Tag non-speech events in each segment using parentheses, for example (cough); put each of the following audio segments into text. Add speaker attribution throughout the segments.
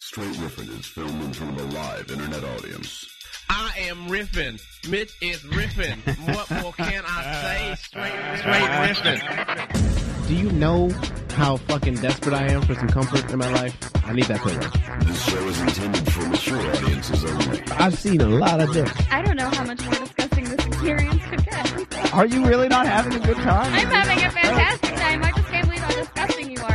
Speaker 1: Straight riffing is filmed in front of a live internet audience.
Speaker 2: I am riffing. Mitch is riffing. what more can I say? Straight, straight riffing.
Speaker 3: Do you know how fucking desperate I am for some comfort in my life? I need that so much.
Speaker 1: This show is intended for mature audiences only.
Speaker 3: I've seen a lot of this.
Speaker 4: I don't know how much more disgusting this experience could get.
Speaker 5: Are you really not having a good time?
Speaker 4: I'm having a fantastic time. I just can't believe how disgusting you
Speaker 3: I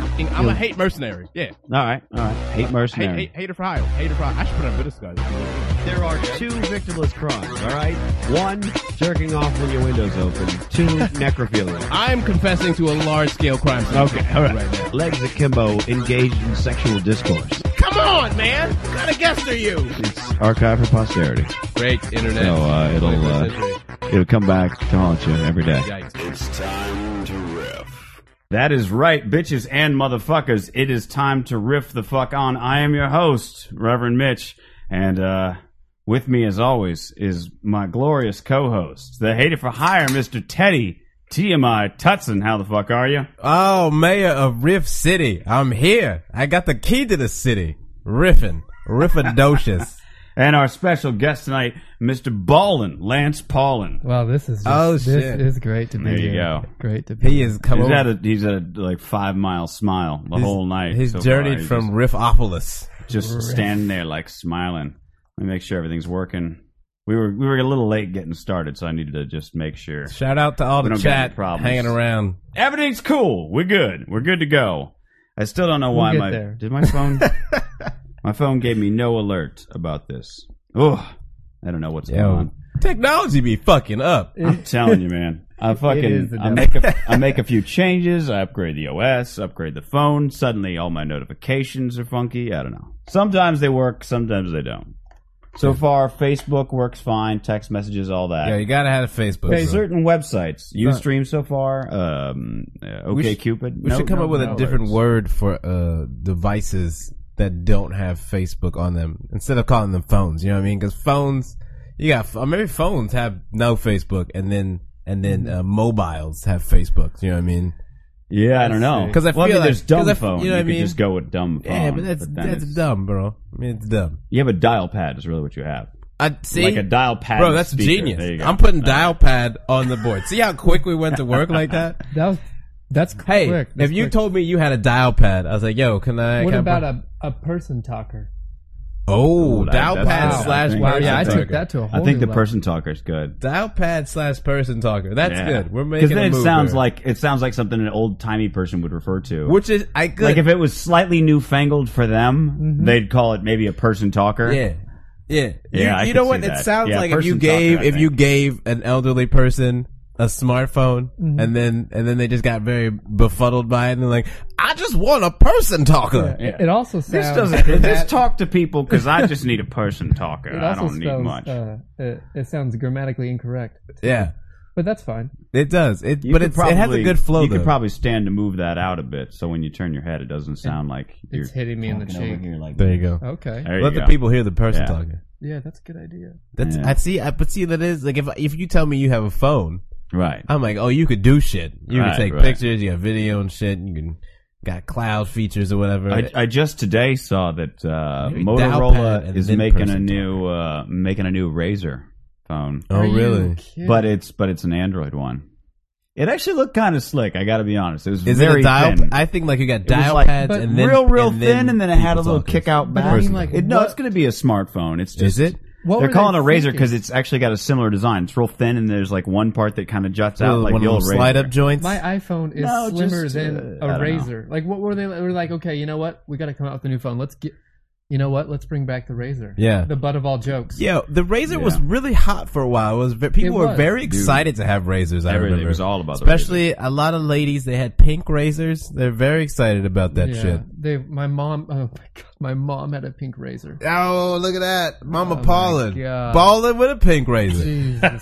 Speaker 6: I'm a hate mercenary. Yeah.
Speaker 5: All right, all right. Hate
Speaker 6: Hate,
Speaker 5: mercenary.
Speaker 6: hate, hater for hire. Hater for hire. I should put up with this guy.
Speaker 5: There are two victimless crimes. All right, one jerking off when your window's open. Two necrophilia.
Speaker 6: I'm confessing to a large scale crime.
Speaker 5: Okay, all right. Legs akimbo, engaged in sexual discourse.
Speaker 6: Come on, man. What kind of guest are you?
Speaker 5: It's archived for posterity,
Speaker 6: Great internet.
Speaker 5: so uh, it'll uh, it'll come back to haunt you every day.
Speaker 6: Yikes.
Speaker 1: It's time to riff.
Speaker 5: That is right, bitches and motherfuckers. It is time to riff the fuck on. I am your host, Reverend Mitch, and uh, with me, as always, is my glorious co-host, the hated for hire, Mister Teddy TMI Tutson. How the fuck are you?
Speaker 7: Oh, mayor of Riff City, I'm here. I got the key to the city. Riffin,
Speaker 5: (laughs)
Speaker 7: riffadocious.
Speaker 5: And our special guest tonight, Mister Ballin, Lance Paulin.
Speaker 8: Wow, this is just,
Speaker 7: Oh,
Speaker 8: this
Speaker 7: shit.
Speaker 8: is great to be
Speaker 5: There you
Speaker 8: here.
Speaker 5: go.
Speaker 8: Great to be.
Speaker 7: he
Speaker 8: here.
Speaker 7: is come
Speaker 5: He's
Speaker 7: over-
Speaker 5: had a he's had a like five mile smile the
Speaker 7: his-
Speaker 5: whole night.
Speaker 7: He's
Speaker 5: so far.
Speaker 7: journeyed
Speaker 5: He's
Speaker 7: from Riffopolis.
Speaker 5: just standing there like smiling. Let me make sure everything's working. We were we were a little late getting started, so I needed to just make sure
Speaker 7: Shout out to all
Speaker 5: We
Speaker 7: the
Speaker 5: don't got any
Speaker 7: chat
Speaker 5: problems.
Speaker 7: hanging around.
Speaker 5: everything's cool. We're good. We're good to go. I still don't know why
Speaker 8: get
Speaker 5: my
Speaker 8: there.
Speaker 5: did
Speaker 7: (laughs)
Speaker 5: my phone my phone gave me no alert about this. Oh, I don't know what's going on.
Speaker 7: Technology be fucking up.
Speaker 5: I'm telling you, man. I
Speaker 8: is
Speaker 5: fucking
Speaker 8: the
Speaker 5: I
Speaker 8: devil.
Speaker 5: make a, I make a few changes. I upgrade the OS, upgrade the phone. Suddenly, all my notifications are funky. I don't know. Sometimes they work, sometimes they don't. So far, Facebook works fine. Text messages, all that.
Speaker 7: Yeah, you gotta have a Facebook.
Speaker 5: Okay,
Speaker 7: group.
Speaker 5: certain websites, UStream so far, um, uh,
Speaker 7: We
Speaker 5: OK
Speaker 7: sh-
Speaker 5: Cupid.
Speaker 7: We should come up with a different word for uh, devices that don't have Facebook on them instead of calling them phones. You know what I mean? Because phones, you got or maybe phones have no Facebook, and then and then uh, mobiles have Facebook. You know what I mean?
Speaker 5: Yeah, I don't know.
Speaker 7: 'Cause I
Speaker 5: Well,
Speaker 7: feel
Speaker 5: mean, there's
Speaker 7: like-
Speaker 5: dumb
Speaker 7: 'cause I f-
Speaker 5: phone.
Speaker 7: you know what I
Speaker 5: could
Speaker 7: mean?
Speaker 5: just go with dumb phone.
Speaker 7: Yeah, but that's
Speaker 5: then
Speaker 7: that's
Speaker 5: it's-
Speaker 7: dumb, bro. I mean, it's dumb.
Speaker 5: You have a dial pad is really what you have.
Speaker 7: I see,
Speaker 5: Like a dial pad.
Speaker 7: bro. That's
Speaker 5: speaker. There you
Speaker 7: genius.
Speaker 5: go.
Speaker 7: I'm putting dial pad on the board. See how quick we went to work like that.
Speaker 8: That was
Speaker 7: (laughs)
Speaker 8: that's
Speaker 7: Hey,
Speaker 8: quick.
Speaker 7: if
Speaker 8: That's
Speaker 7: you
Speaker 8: quick.
Speaker 7: told me you had a dial pad, I was like, "Yo, can I?"
Speaker 8: what
Speaker 7: can I
Speaker 8: about
Speaker 7: put-
Speaker 8: a a person talker?
Speaker 7: Oh,
Speaker 5: Ooh, that-
Speaker 7: dial
Speaker 5: that's
Speaker 7: pad
Speaker 5: good.
Speaker 7: slash
Speaker 5: Wow,
Speaker 7: person
Speaker 8: yeah, I took
Speaker 7: talker.
Speaker 8: that to a
Speaker 5: I think
Speaker 8: whole. new
Speaker 5: the
Speaker 8: level.
Speaker 5: person talker is good.
Speaker 7: Dial pad slash person talker. That's good. We're making
Speaker 5: because then
Speaker 7: a
Speaker 5: it
Speaker 7: move
Speaker 5: sounds
Speaker 7: here.
Speaker 5: like it sounds like something an old timey person would refer to.
Speaker 7: which is I could
Speaker 5: like if it was slightly newfangled for them, they'd call it maybe a person talker.
Speaker 7: yeah yeah
Speaker 5: Yeah, I
Speaker 7: You, you
Speaker 5: could
Speaker 7: know
Speaker 5: see
Speaker 7: what? It
Speaker 5: that.
Speaker 7: sounds
Speaker 5: Yeah,
Speaker 7: like if you
Speaker 5: person
Speaker 7: gave
Speaker 5: talker, I
Speaker 7: if you gave an elderly person a smartphone
Speaker 5: Mm-hmm.
Speaker 7: and then and then they just got very befuddled by it and they're like, I just want a person talker.
Speaker 8: Yeah. It also sounds.
Speaker 7: (laughs)
Speaker 5: This doesn't.
Speaker 8: that-
Speaker 5: just talk to people because I just need a person talker.
Speaker 8: It
Speaker 5: I
Speaker 8: also
Speaker 5: don't need
Speaker 8: sounds,
Speaker 5: much.
Speaker 8: Uh, it, it sounds grammatically incorrect,
Speaker 7: Yeah.
Speaker 8: but that's fine.
Speaker 7: it does. It
Speaker 5: You
Speaker 7: but
Speaker 5: could
Speaker 7: it's, it has a
Speaker 5: probably-
Speaker 7: good flow.
Speaker 5: You
Speaker 7: though.
Speaker 5: could probably stand to move that out a bit, so when you turn your head, it doesn't sound like you're
Speaker 8: It's hitting me in the
Speaker 5: talking over
Speaker 8: cheek.
Speaker 5: here like
Speaker 7: there you go.
Speaker 8: Okay.
Speaker 5: There you
Speaker 7: Let the
Speaker 5: go.
Speaker 7: people hear the person
Speaker 5: Yeah.
Speaker 7: talker.
Speaker 8: Yeah, that's a good idea.
Speaker 7: That's
Speaker 5: Yeah.
Speaker 7: I see. I but see that is like if if you tell me you have a phone,
Speaker 5: Right.
Speaker 7: I'm like, oh, you could do shit. You
Speaker 5: Right,
Speaker 7: can take
Speaker 5: right.
Speaker 7: pictures. You got video and shit. You can got cloud features or whatever.
Speaker 5: I, I just today saw that uh,
Speaker 7: Maybe dial pad
Speaker 5: Motorola
Speaker 7: and
Speaker 5: is
Speaker 7: then
Speaker 5: making a
Speaker 7: person
Speaker 5: new uh, making a new Razor phone,
Speaker 7: oh,
Speaker 8: Are you
Speaker 7: really?
Speaker 8: kidding?
Speaker 5: but it's but it's an Android one. It actually looked kind of slick. I got to be honest. It was
Speaker 7: Is it
Speaker 5: very
Speaker 7: a dial?
Speaker 5: thin.
Speaker 7: I think like you got
Speaker 5: It was
Speaker 7: dial
Speaker 5: like-
Speaker 7: pads
Speaker 8: But
Speaker 7: and then
Speaker 5: real, real
Speaker 7: and
Speaker 5: thin, and then it had a
Speaker 7: people
Speaker 5: little
Speaker 7: talkers.
Speaker 5: kick out
Speaker 8: But
Speaker 5: back.
Speaker 8: I mean, like,
Speaker 5: It- no,
Speaker 8: what-
Speaker 5: it's going to be a smartphone. It's just
Speaker 7: Is it?
Speaker 8: What
Speaker 5: they're
Speaker 8: were
Speaker 5: calling
Speaker 8: they
Speaker 5: a razor
Speaker 8: thinking?
Speaker 5: because it's actually got a similar design. It's real thin, and there's like one part that kind of juts out
Speaker 7: Little-
Speaker 5: like
Speaker 7: one
Speaker 5: the
Speaker 7: of
Speaker 5: old
Speaker 7: those slide
Speaker 5: razor.
Speaker 7: up joints.
Speaker 5: (laughs)
Speaker 8: My iPhone is
Speaker 5: No,
Speaker 8: slimmer
Speaker 5: just,
Speaker 8: than
Speaker 5: uh, I don't
Speaker 8: a
Speaker 5: know.
Speaker 8: razor. Like, what were they? They were like, okay, you know what? We got to come out with a new phone. Let's get, you know what? Let's bring back the razor.
Speaker 7: Yeah.
Speaker 8: the butt of all jokes.
Speaker 7: Yo, the razor was
Speaker 5: Yeah.
Speaker 7: really hot for a while. It was ve- people
Speaker 8: It
Speaker 7: were
Speaker 8: was.
Speaker 7: very excited to have razors. I
Speaker 5: Everything
Speaker 7: remember
Speaker 5: was all about the
Speaker 7: especially a lot of ladies. They had pink razors. They're very excited about that
Speaker 8: Yeah,
Speaker 7: shit.
Speaker 8: They, my mom. Oh my god, my mom had a pink razor.
Speaker 7: Oh, look at that, Mama
Speaker 8: my
Speaker 7: Paulin,
Speaker 8: God.
Speaker 7: ballin' with a pink razor.
Speaker 8: Jesus.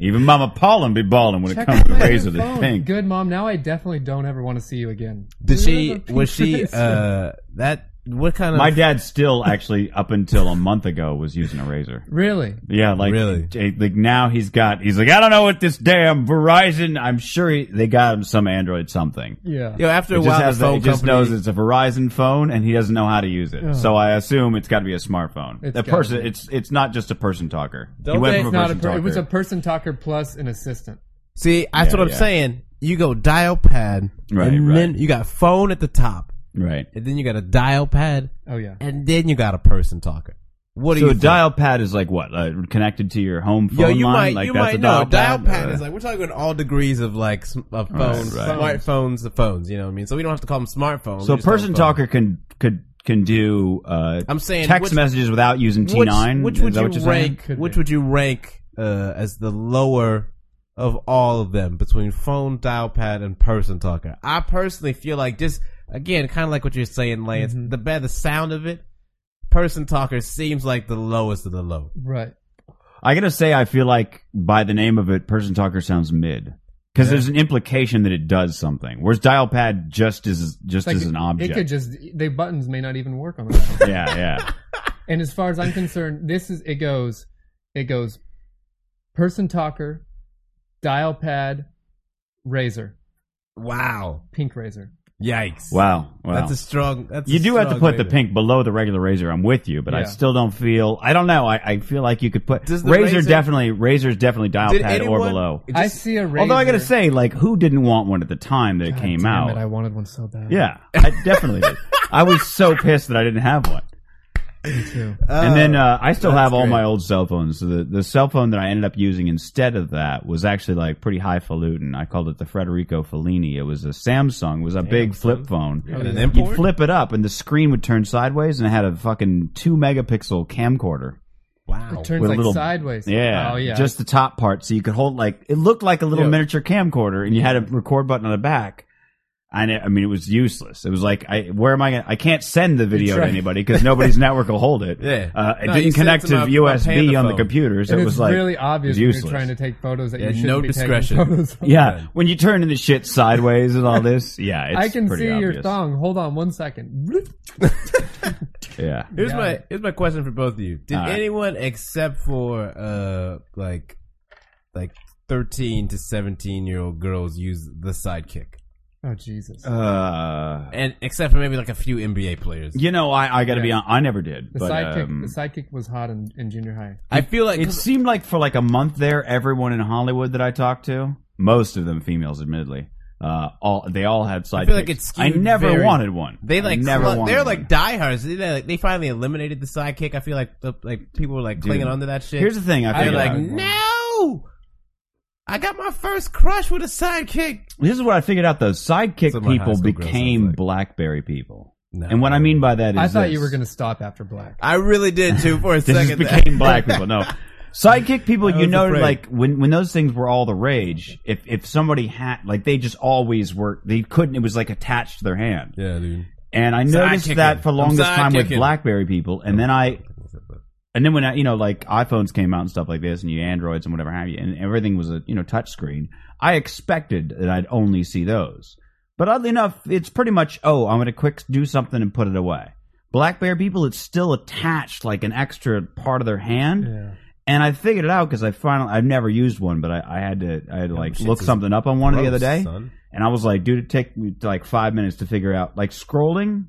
Speaker 5: Even Mama Paulin be balling when it
Speaker 8: Check
Speaker 5: comes to
Speaker 8: my
Speaker 5: razor
Speaker 8: other
Speaker 5: that's
Speaker 8: phone.
Speaker 5: pink.
Speaker 8: Good mom. Now I definitely don't ever want to see you again.
Speaker 7: Did
Speaker 8: Where
Speaker 7: she
Speaker 8: the
Speaker 7: was she
Speaker 8: pieces?
Speaker 7: uh that what kind of
Speaker 8: (laughs)
Speaker 5: My dad still actually up until a month ago was using a razor.
Speaker 8: Really?
Speaker 5: Yeah, like
Speaker 7: Really?
Speaker 5: eh, like now he's got he's like I don't know what this damn Verizon. I'm sure he, they got him some Android something.
Speaker 8: Yeah.
Speaker 7: Yo, after
Speaker 5: It
Speaker 7: a
Speaker 5: just
Speaker 7: while,
Speaker 5: has
Speaker 7: the
Speaker 5: the,
Speaker 7: phone
Speaker 5: it just
Speaker 7: company- Oh.
Speaker 5: knows it's a Verizon phone and he doesn't know how to use it. So I assume it's got to be a smartphone.
Speaker 8: It's
Speaker 5: a
Speaker 8: gotta
Speaker 5: person
Speaker 8: be.
Speaker 5: it's it's not just a person talker. He
Speaker 7: Don't
Speaker 5: went
Speaker 7: they-
Speaker 5: from
Speaker 8: It's not a
Speaker 5: person
Speaker 8: per- it was a
Speaker 5: talker.
Speaker 8: person talker plus an assistant.
Speaker 7: See, that's
Speaker 5: Yeah,
Speaker 7: what I'm
Speaker 5: yeah.
Speaker 7: saying. You go dial pad,
Speaker 5: Right,
Speaker 7: and
Speaker 5: right.
Speaker 7: then you got phone at the top,
Speaker 5: right.
Speaker 7: and then you got a dial pad,
Speaker 8: Oh yeah.
Speaker 7: and then you got a person talker. What do
Speaker 5: So
Speaker 7: you
Speaker 5: a
Speaker 7: think?
Speaker 5: dial pad is like what uh, connected to your home phone
Speaker 7: Yo, you
Speaker 5: line.
Speaker 7: might
Speaker 5: like
Speaker 7: you
Speaker 5: that's
Speaker 7: might
Speaker 5: a
Speaker 7: know
Speaker 5: dial
Speaker 7: dial pad
Speaker 5: Uh,
Speaker 7: is like we're talking all degrees of like sm- of
Speaker 5: Right,
Speaker 7: phones,
Speaker 5: right.
Speaker 7: smartphones, the phones. You know what I mean? So we don't have to call them smartphones. we
Speaker 5: So a
Speaker 7: just call them
Speaker 5: person
Speaker 7: phones.
Speaker 5: talker can could can do uh,
Speaker 7: I'm saying
Speaker 5: text
Speaker 7: which-
Speaker 5: messages without using T
Speaker 7: Which,
Speaker 5: nine.
Speaker 7: which would you rank?
Speaker 8: Could
Speaker 7: Which
Speaker 8: be.
Speaker 7: would you rank uh, as the lower of all of them between phone, dial pad, and person talker? I personally feel like just again, kind of like what you're saying, Lance.
Speaker 8: Mm-hmm.
Speaker 7: The better the sound of it, person talker seems like the lowest of the low.
Speaker 8: Right.
Speaker 5: I gotta say, I feel like by the name of it, person talker sounds mid because there's an implication that it does something. Whereas dial pad just is just
Speaker 8: Like,
Speaker 5: as an object.
Speaker 8: It could just the buttons may not even work on that.
Speaker 5: (laughs)
Speaker 7: (laughs)
Speaker 5: yeah, yeah.
Speaker 8: and as far as I'm concerned, this is it goes, it goes, person talker, dial pad, razor,
Speaker 7: Wow!
Speaker 8: pink razor.
Speaker 7: Yikes!
Speaker 5: Wow, wow.
Speaker 7: That's a strong. That's
Speaker 5: you
Speaker 7: a
Speaker 5: do have to
Speaker 7: strong
Speaker 5: put the
Speaker 7: rating.
Speaker 5: pink below the regular razor. I'm with you, but I
Speaker 8: Yeah.
Speaker 5: still don't feel. I don't know. I, I feel like you could put
Speaker 7: Does
Speaker 5: razor,
Speaker 7: the razor-
Speaker 5: definitely razor's definitely dial
Speaker 7: Did
Speaker 5: pad or
Speaker 7: anyone-
Speaker 5: below.
Speaker 7: It
Speaker 8: I
Speaker 7: just-
Speaker 8: see a razor.
Speaker 5: Although I gotta say, like, who didn't want one at the time that it
Speaker 8: God
Speaker 5: came
Speaker 8: damn
Speaker 5: out?
Speaker 8: it, I wanted one so bad.
Speaker 5: Yeah, I
Speaker 7: (laughs)
Speaker 5: definitely did. I was so pissed that I didn't have one.
Speaker 8: too.
Speaker 5: and then uh, I still
Speaker 7: Oh, that's
Speaker 5: have all
Speaker 7: great.
Speaker 5: my old cell phones. So the, the cell phone that I ended up using instead of that was actually like pretty highfalutin. I called it the Federico Fellini. It was a Samsung. It was a big flip phone.
Speaker 7: And an
Speaker 5: You'd
Speaker 7: import.
Speaker 5: flip it up, and the screen would turn sideways, and it had a fucking two megapixel camcorder.
Speaker 7: Wow.
Speaker 8: Turns
Speaker 5: With a
Speaker 8: like
Speaker 5: little-
Speaker 8: sideways.
Speaker 5: Yeah,
Speaker 8: Oh yeah.
Speaker 5: just the top part, so you could hold like it looked like a little
Speaker 7: Yeah.
Speaker 5: miniature camcorder, and you had a record button on the back. And it, I mean, it was useless. It was like, I, where am I going? to I can't send the video to
Speaker 8: Right.
Speaker 5: anybody
Speaker 7: (laughs)
Speaker 5: because nobody's network will hold it.
Speaker 7: Yeah.
Speaker 5: uh, it
Speaker 7: No, you send
Speaker 5: didn't connect
Speaker 7: it
Speaker 5: to
Speaker 7: to my- my
Speaker 5: USB
Speaker 7: Panda
Speaker 5: on the
Speaker 7: phone.
Speaker 5: computer, so
Speaker 8: and
Speaker 5: it
Speaker 8: it's
Speaker 5: was like
Speaker 8: really obvious when you're
Speaker 5: useless.
Speaker 8: trying to take photos that
Speaker 7: Yeah,
Speaker 8: you shouldn't
Speaker 7: no
Speaker 8: be
Speaker 7: discretion.
Speaker 8: Taking photos of.
Speaker 5: Yeah, when you turn into shit sideways and all this, yeah, it's
Speaker 8: I can
Speaker 5: pretty
Speaker 8: see
Speaker 5: obvious.
Speaker 8: your thong. Hold on one second.
Speaker 5: Yeah,
Speaker 7: Here's
Speaker 8: Yeah.
Speaker 7: my here's my question for both of you. Did
Speaker 5: All right.
Speaker 7: anyone except for uh like like thirteen to seventeen year old girls use the sidekick?
Speaker 8: Oh Jesus.
Speaker 5: uh,
Speaker 7: And except for maybe like a few NBA players.
Speaker 5: you know, I, I got to be
Speaker 8: Yeah.
Speaker 5: on. I never did,
Speaker 8: the
Speaker 5: but
Speaker 8: sidekick.
Speaker 5: um,
Speaker 8: the sidekick was hot in, in junior high.
Speaker 7: I feel like
Speaker 5: it seemed like for like a month there, everyone in Hollywood that I talked to, most of them females, admittedly, uh, all they all had sidekicks.
Speaker 7: I feel like it's
Speaker 5: I
Speaker 7: skewed
Speaker 5: never
Speaker 7: very-
Speaker 5: wanted one.
Speaker 7: they
Speaker 5: I
Speaker 7: like
Speaker 5: never
Speaker 7: cl-
Speaker 5: wanted
Speaker 7: they're
Speaker 5: one.
Speaker 7: like diehards. They, like, they finally eliminated the sidekick. I feel like the, like people were like
Speaker 5: Dude.
Speaker 7: clinging onto that shit.
Speaker 5: Here's the thing. I
Speaker 7: they're
Speaker 5: feel
Speaker 7: like,
Speaker 5: like
Speaker 7: no, I got my first crush with a sidekick.
Speaker 5: this is what I figured out. The sidekick
Speaker 7: That's what my high
Speaker 5: people
Speaker 7: school girls
Speaker 5: became
Speaker 7: sound like.
Speaker 5: BlackBerry people,
Speaker 7: No.
Speaker 5: and what I mean by that is
Speaker 8: I thought
Speaker 5: this.
Speaker 8: you were going to stop after black.
Speaker 7: I really did too for a
Speaker 5: (laughs) This
Speaker 7: second.
Speaker 5: just became black
Speaker 7: (laughs)
Speaker 5: people. No. Sidekick people,
Speaker 7: I
Speaker 5: you
Speaker 7: was
Speaker 5: know,
Speaker 7: afraid.
Speaker 5: like when when those things were all the rage. If if somebody had, like, they just always were. They couldn't. It was like attached to their hand.
Speaker 7: yeah, dude.
Speaker 5: And I noticed
Speaker 7: Sidekicking.
Speaker 5: that for the
Speaker 7: I'm
Speaker 5: longest time with
Speaker 7: sidekicking.
Speaker 5: BlackBerry people. And then I, and then when I, you know, like iPhones came out and stuff like this, and you Androids and whatever have you, and everything was a you know touch screen. I expected that I'd only see those, but oddly enough, it's pretty much oh, I'm gonna quick do something and put it away. BlackBerry people, it's still attached like an extra part of their hand. And I figured it out because I finally I've never used one, but I, I had to I had to like
Speaker 7: shit's
Speaker 5: look
Speaker 7: just
Speaker 5: something up on one the other
Speaker 7: Gross,
Speaker 5: day,
Speaker 7: son.
Speaker 5: and I was like, dude, it take me like five minutes to figure out like scrolling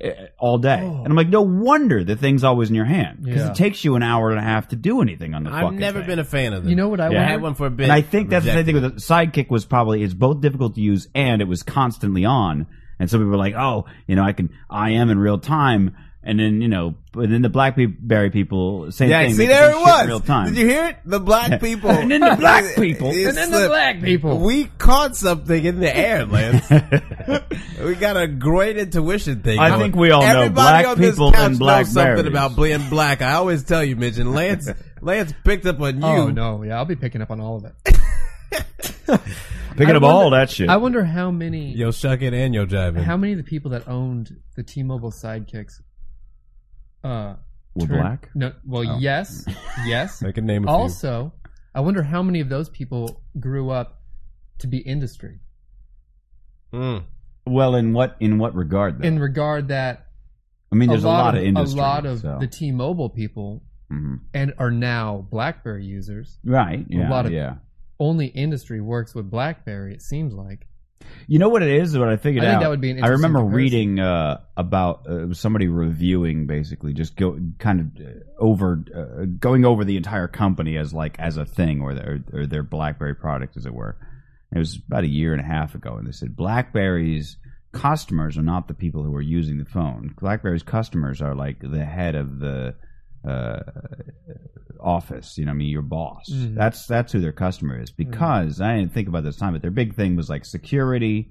Speaker 5: eh, all day, and I'm like, no wonder the thing's always in your hand because
Speaker 8: Yeah.
Speaker 5: it takes you an hour and a half to do anything on the.
Speaker 7: I've
Speaker 5: fucking
Speaker 7: never
Speaker 5: thing.
Speaker 7: been a fan of them.
Speaker 8: You know what I
Speaker 5: Yeah.
Speaker 7: I
Speaker 8: wonder?
Speaker 7: had one for a bit.
Speaker 5: And I think that's the same
Speaker 7: Rejected
Speaker 5: thing
Speaker 7: it.
Speaker 5: with the sidekick was probably it's both difficult to use and it was constantly on. And some people were like, oh, you know, I can I am in real time. And then you know, but then the BlackBerry people same
Speaker 7: Yeah,
Speaker 5: thing.
Speaker 7: see,
Speaker 5: they can
Speaker 7: there
Speaker 5: do
Speaker 7: it
Speaker 5: shit
Speaker 7: was.
Speaker 5: in real time.
Speaker 7: Did you hear it? The black
Speaker 8: (laughs)
Speaker 7: people.
Speaker 5: And then the black people.
Speaker 7: It
Speaker 8: and then the
Speaker 7: slipped.
Speaker 8: black people.
Speaker 7: We caught something in the air,
Speaker 5: (laughs)
Speaker 7: Lance. we got a great intuition thing.
Speaker 5: I
Speaker 7: going.
Speaker 5: think we all know
Speaker 7: Everybody
Speaker 5: black
Speaker 7: on this
Speaker 5: people
Speaker 7: couch
Speaker 5: and
Speaker 7: knows
Speaker 5: blackberries.
Speaker 7: something about being black. I always tell you, Mitch, and
Speaker 5: (laughs)
Speaker 7: Lance. Lance picked up on you.
Speaker 8: oh no, yeah, I'll be picking up on all of it.
Speaker 5: Picking
Speaker 8: I
Speaker 5: up
Speaker 8: wonder-
Speaker 5: all that shit.
Speaker 8: I wonder how many
Speaker 7: Yo, shucking and yo, jiving.
Speaker 8: how many of the people that owned the T-Mobile sidekicks uh
Speaker 5: Were
Speaker 8: turned-
Speaker 5: black? Oh.
Speaker 8: No, well, yes.
Speaker 5: (laughs)
Speaker 8: Yes.
Speaker 7: I can name a few.
Speaker 8: also, I wonder how many of those people grew up to be industry
Speaker 7: Mm.
Speaker 5: well, in what in what regard? Though?
Speaker 8: in regard that
Speaker 5: I mean, there's a lot, of, industry.
Speaker 8: a lot of
Speaker 5: so.
Speaker 8: the T-Mobile people
Speaker 5: Mhm.
Speaker 8: and are now BlackBerry users.
Speaker 5: right. Yeah,
Speaker 8: lot of-
Speaker 5: yeah.
Speaker 8: Only industry works with BlackBerry. It seems like
Speaker 5: You know what it is? What I figured
Speaker 8: I think
Speaker 5: out.
Speaker 8: that would be an
Speaker 5: I remember
Speaker 8: interesting comparison.
Speaker 5: reading uh, about uh, it was somebody reviewing basically just go kind of uh, over uh, going over the entire company as like as a thing or their or their BlackBerry product as it were. It was about a year and a half ago, and they said BlackBerry's customers are not the people who are using the phone. BlackBerry's customers are like the head of the uh, office. You know, what I mean, your boss.
Speaker 8: Mhm.
Speaker 5: That's that's who their customer is. Because I didn't think about this time, but their big thing was like security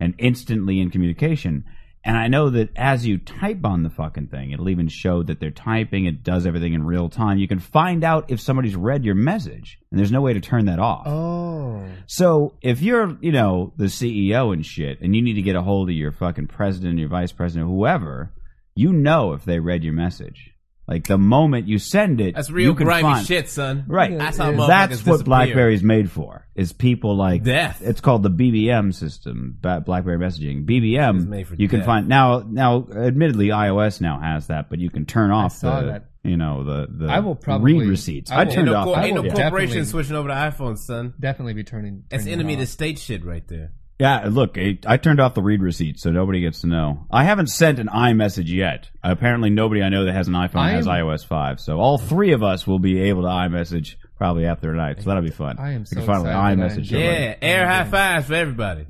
Speaker 5: and instantly in communication. And I know that as you type on the fucking thing, it'll even show that they're typing. It does everything in real time. You can find out if somebody's read your message, and there's no way to turn that off.
Speaker 8: Oh,
Speaker 5: So if you're, you know, the CEO and shit, and you need to get a hold of your fucking president, your vice president, whoever, you know if they read your message. Like the moment you send it,
Speaker 7: That's real
Speaker 5: you can
Speaker 7: grimy
Speaker 5: find-
Speaker 7: shit, son.
Speaker 5: Right.
Speaker 7: That's how motherfuckers
Speaker 5: That's
Speaker 7: disappear.
Speaker 5: what BlackBerry's made for. Is people like
Speaker 7: Death.
Speaker 5: It's called the BBM system, Ba- BlackBerry messaging. BBM.
Speaker 7: It's made for
Speaker 5: you can
Speaker 7: death.
Speaker 5: find now. Now, admittedly, iOS now has that, but you can turn off
Speaker 8: saw
Speaker 5: the
Speaker 8: that.
Speaker 5: you know the the
Speaker 8: I will probably-
Speaker 5: read receipts.
Speaker 8: I
Speaker 5: I,
Speaker 8: will-
Speaker 5: turned
Speaker 7: Ain't no,
Speaker 5: off.
Speaker 7: cor-
Speaker 5: that.
Speaker 7: ain't no
Speaker 8: Yeah.
Speaker 7: corporation
Speaker 8: Definitely.
Speaker 7: switching over to iPhones, son.
Speaker 8: definitely be turning.
Speaker 7: That's
Speaker 8: turning it
Speaker 7: enemy to
Speaker 8: off.
Speaker 7: state shit right there.
Speaker 5: Yeah, look, I, I turned off the read receipt, so nobody gets to know. I haven't sent an iMessage yet. Apparently, nobody I know that has an iPhone has
Speaker 8: I'm-
Speaker 5: iOS 5, so all three of us will be able to iMessage probably after tonight, so that'll be fun.
Speaker 8: I am
Speaker 5: We
Speaker 8: so
Speaker 5: can finally
Speaker 8: excited that I-
Speaker 5: iMessage
Speaker 8: Yeah,
Speaker 5: everybody.
Speaker 7: Yeah, air high fives for everybody.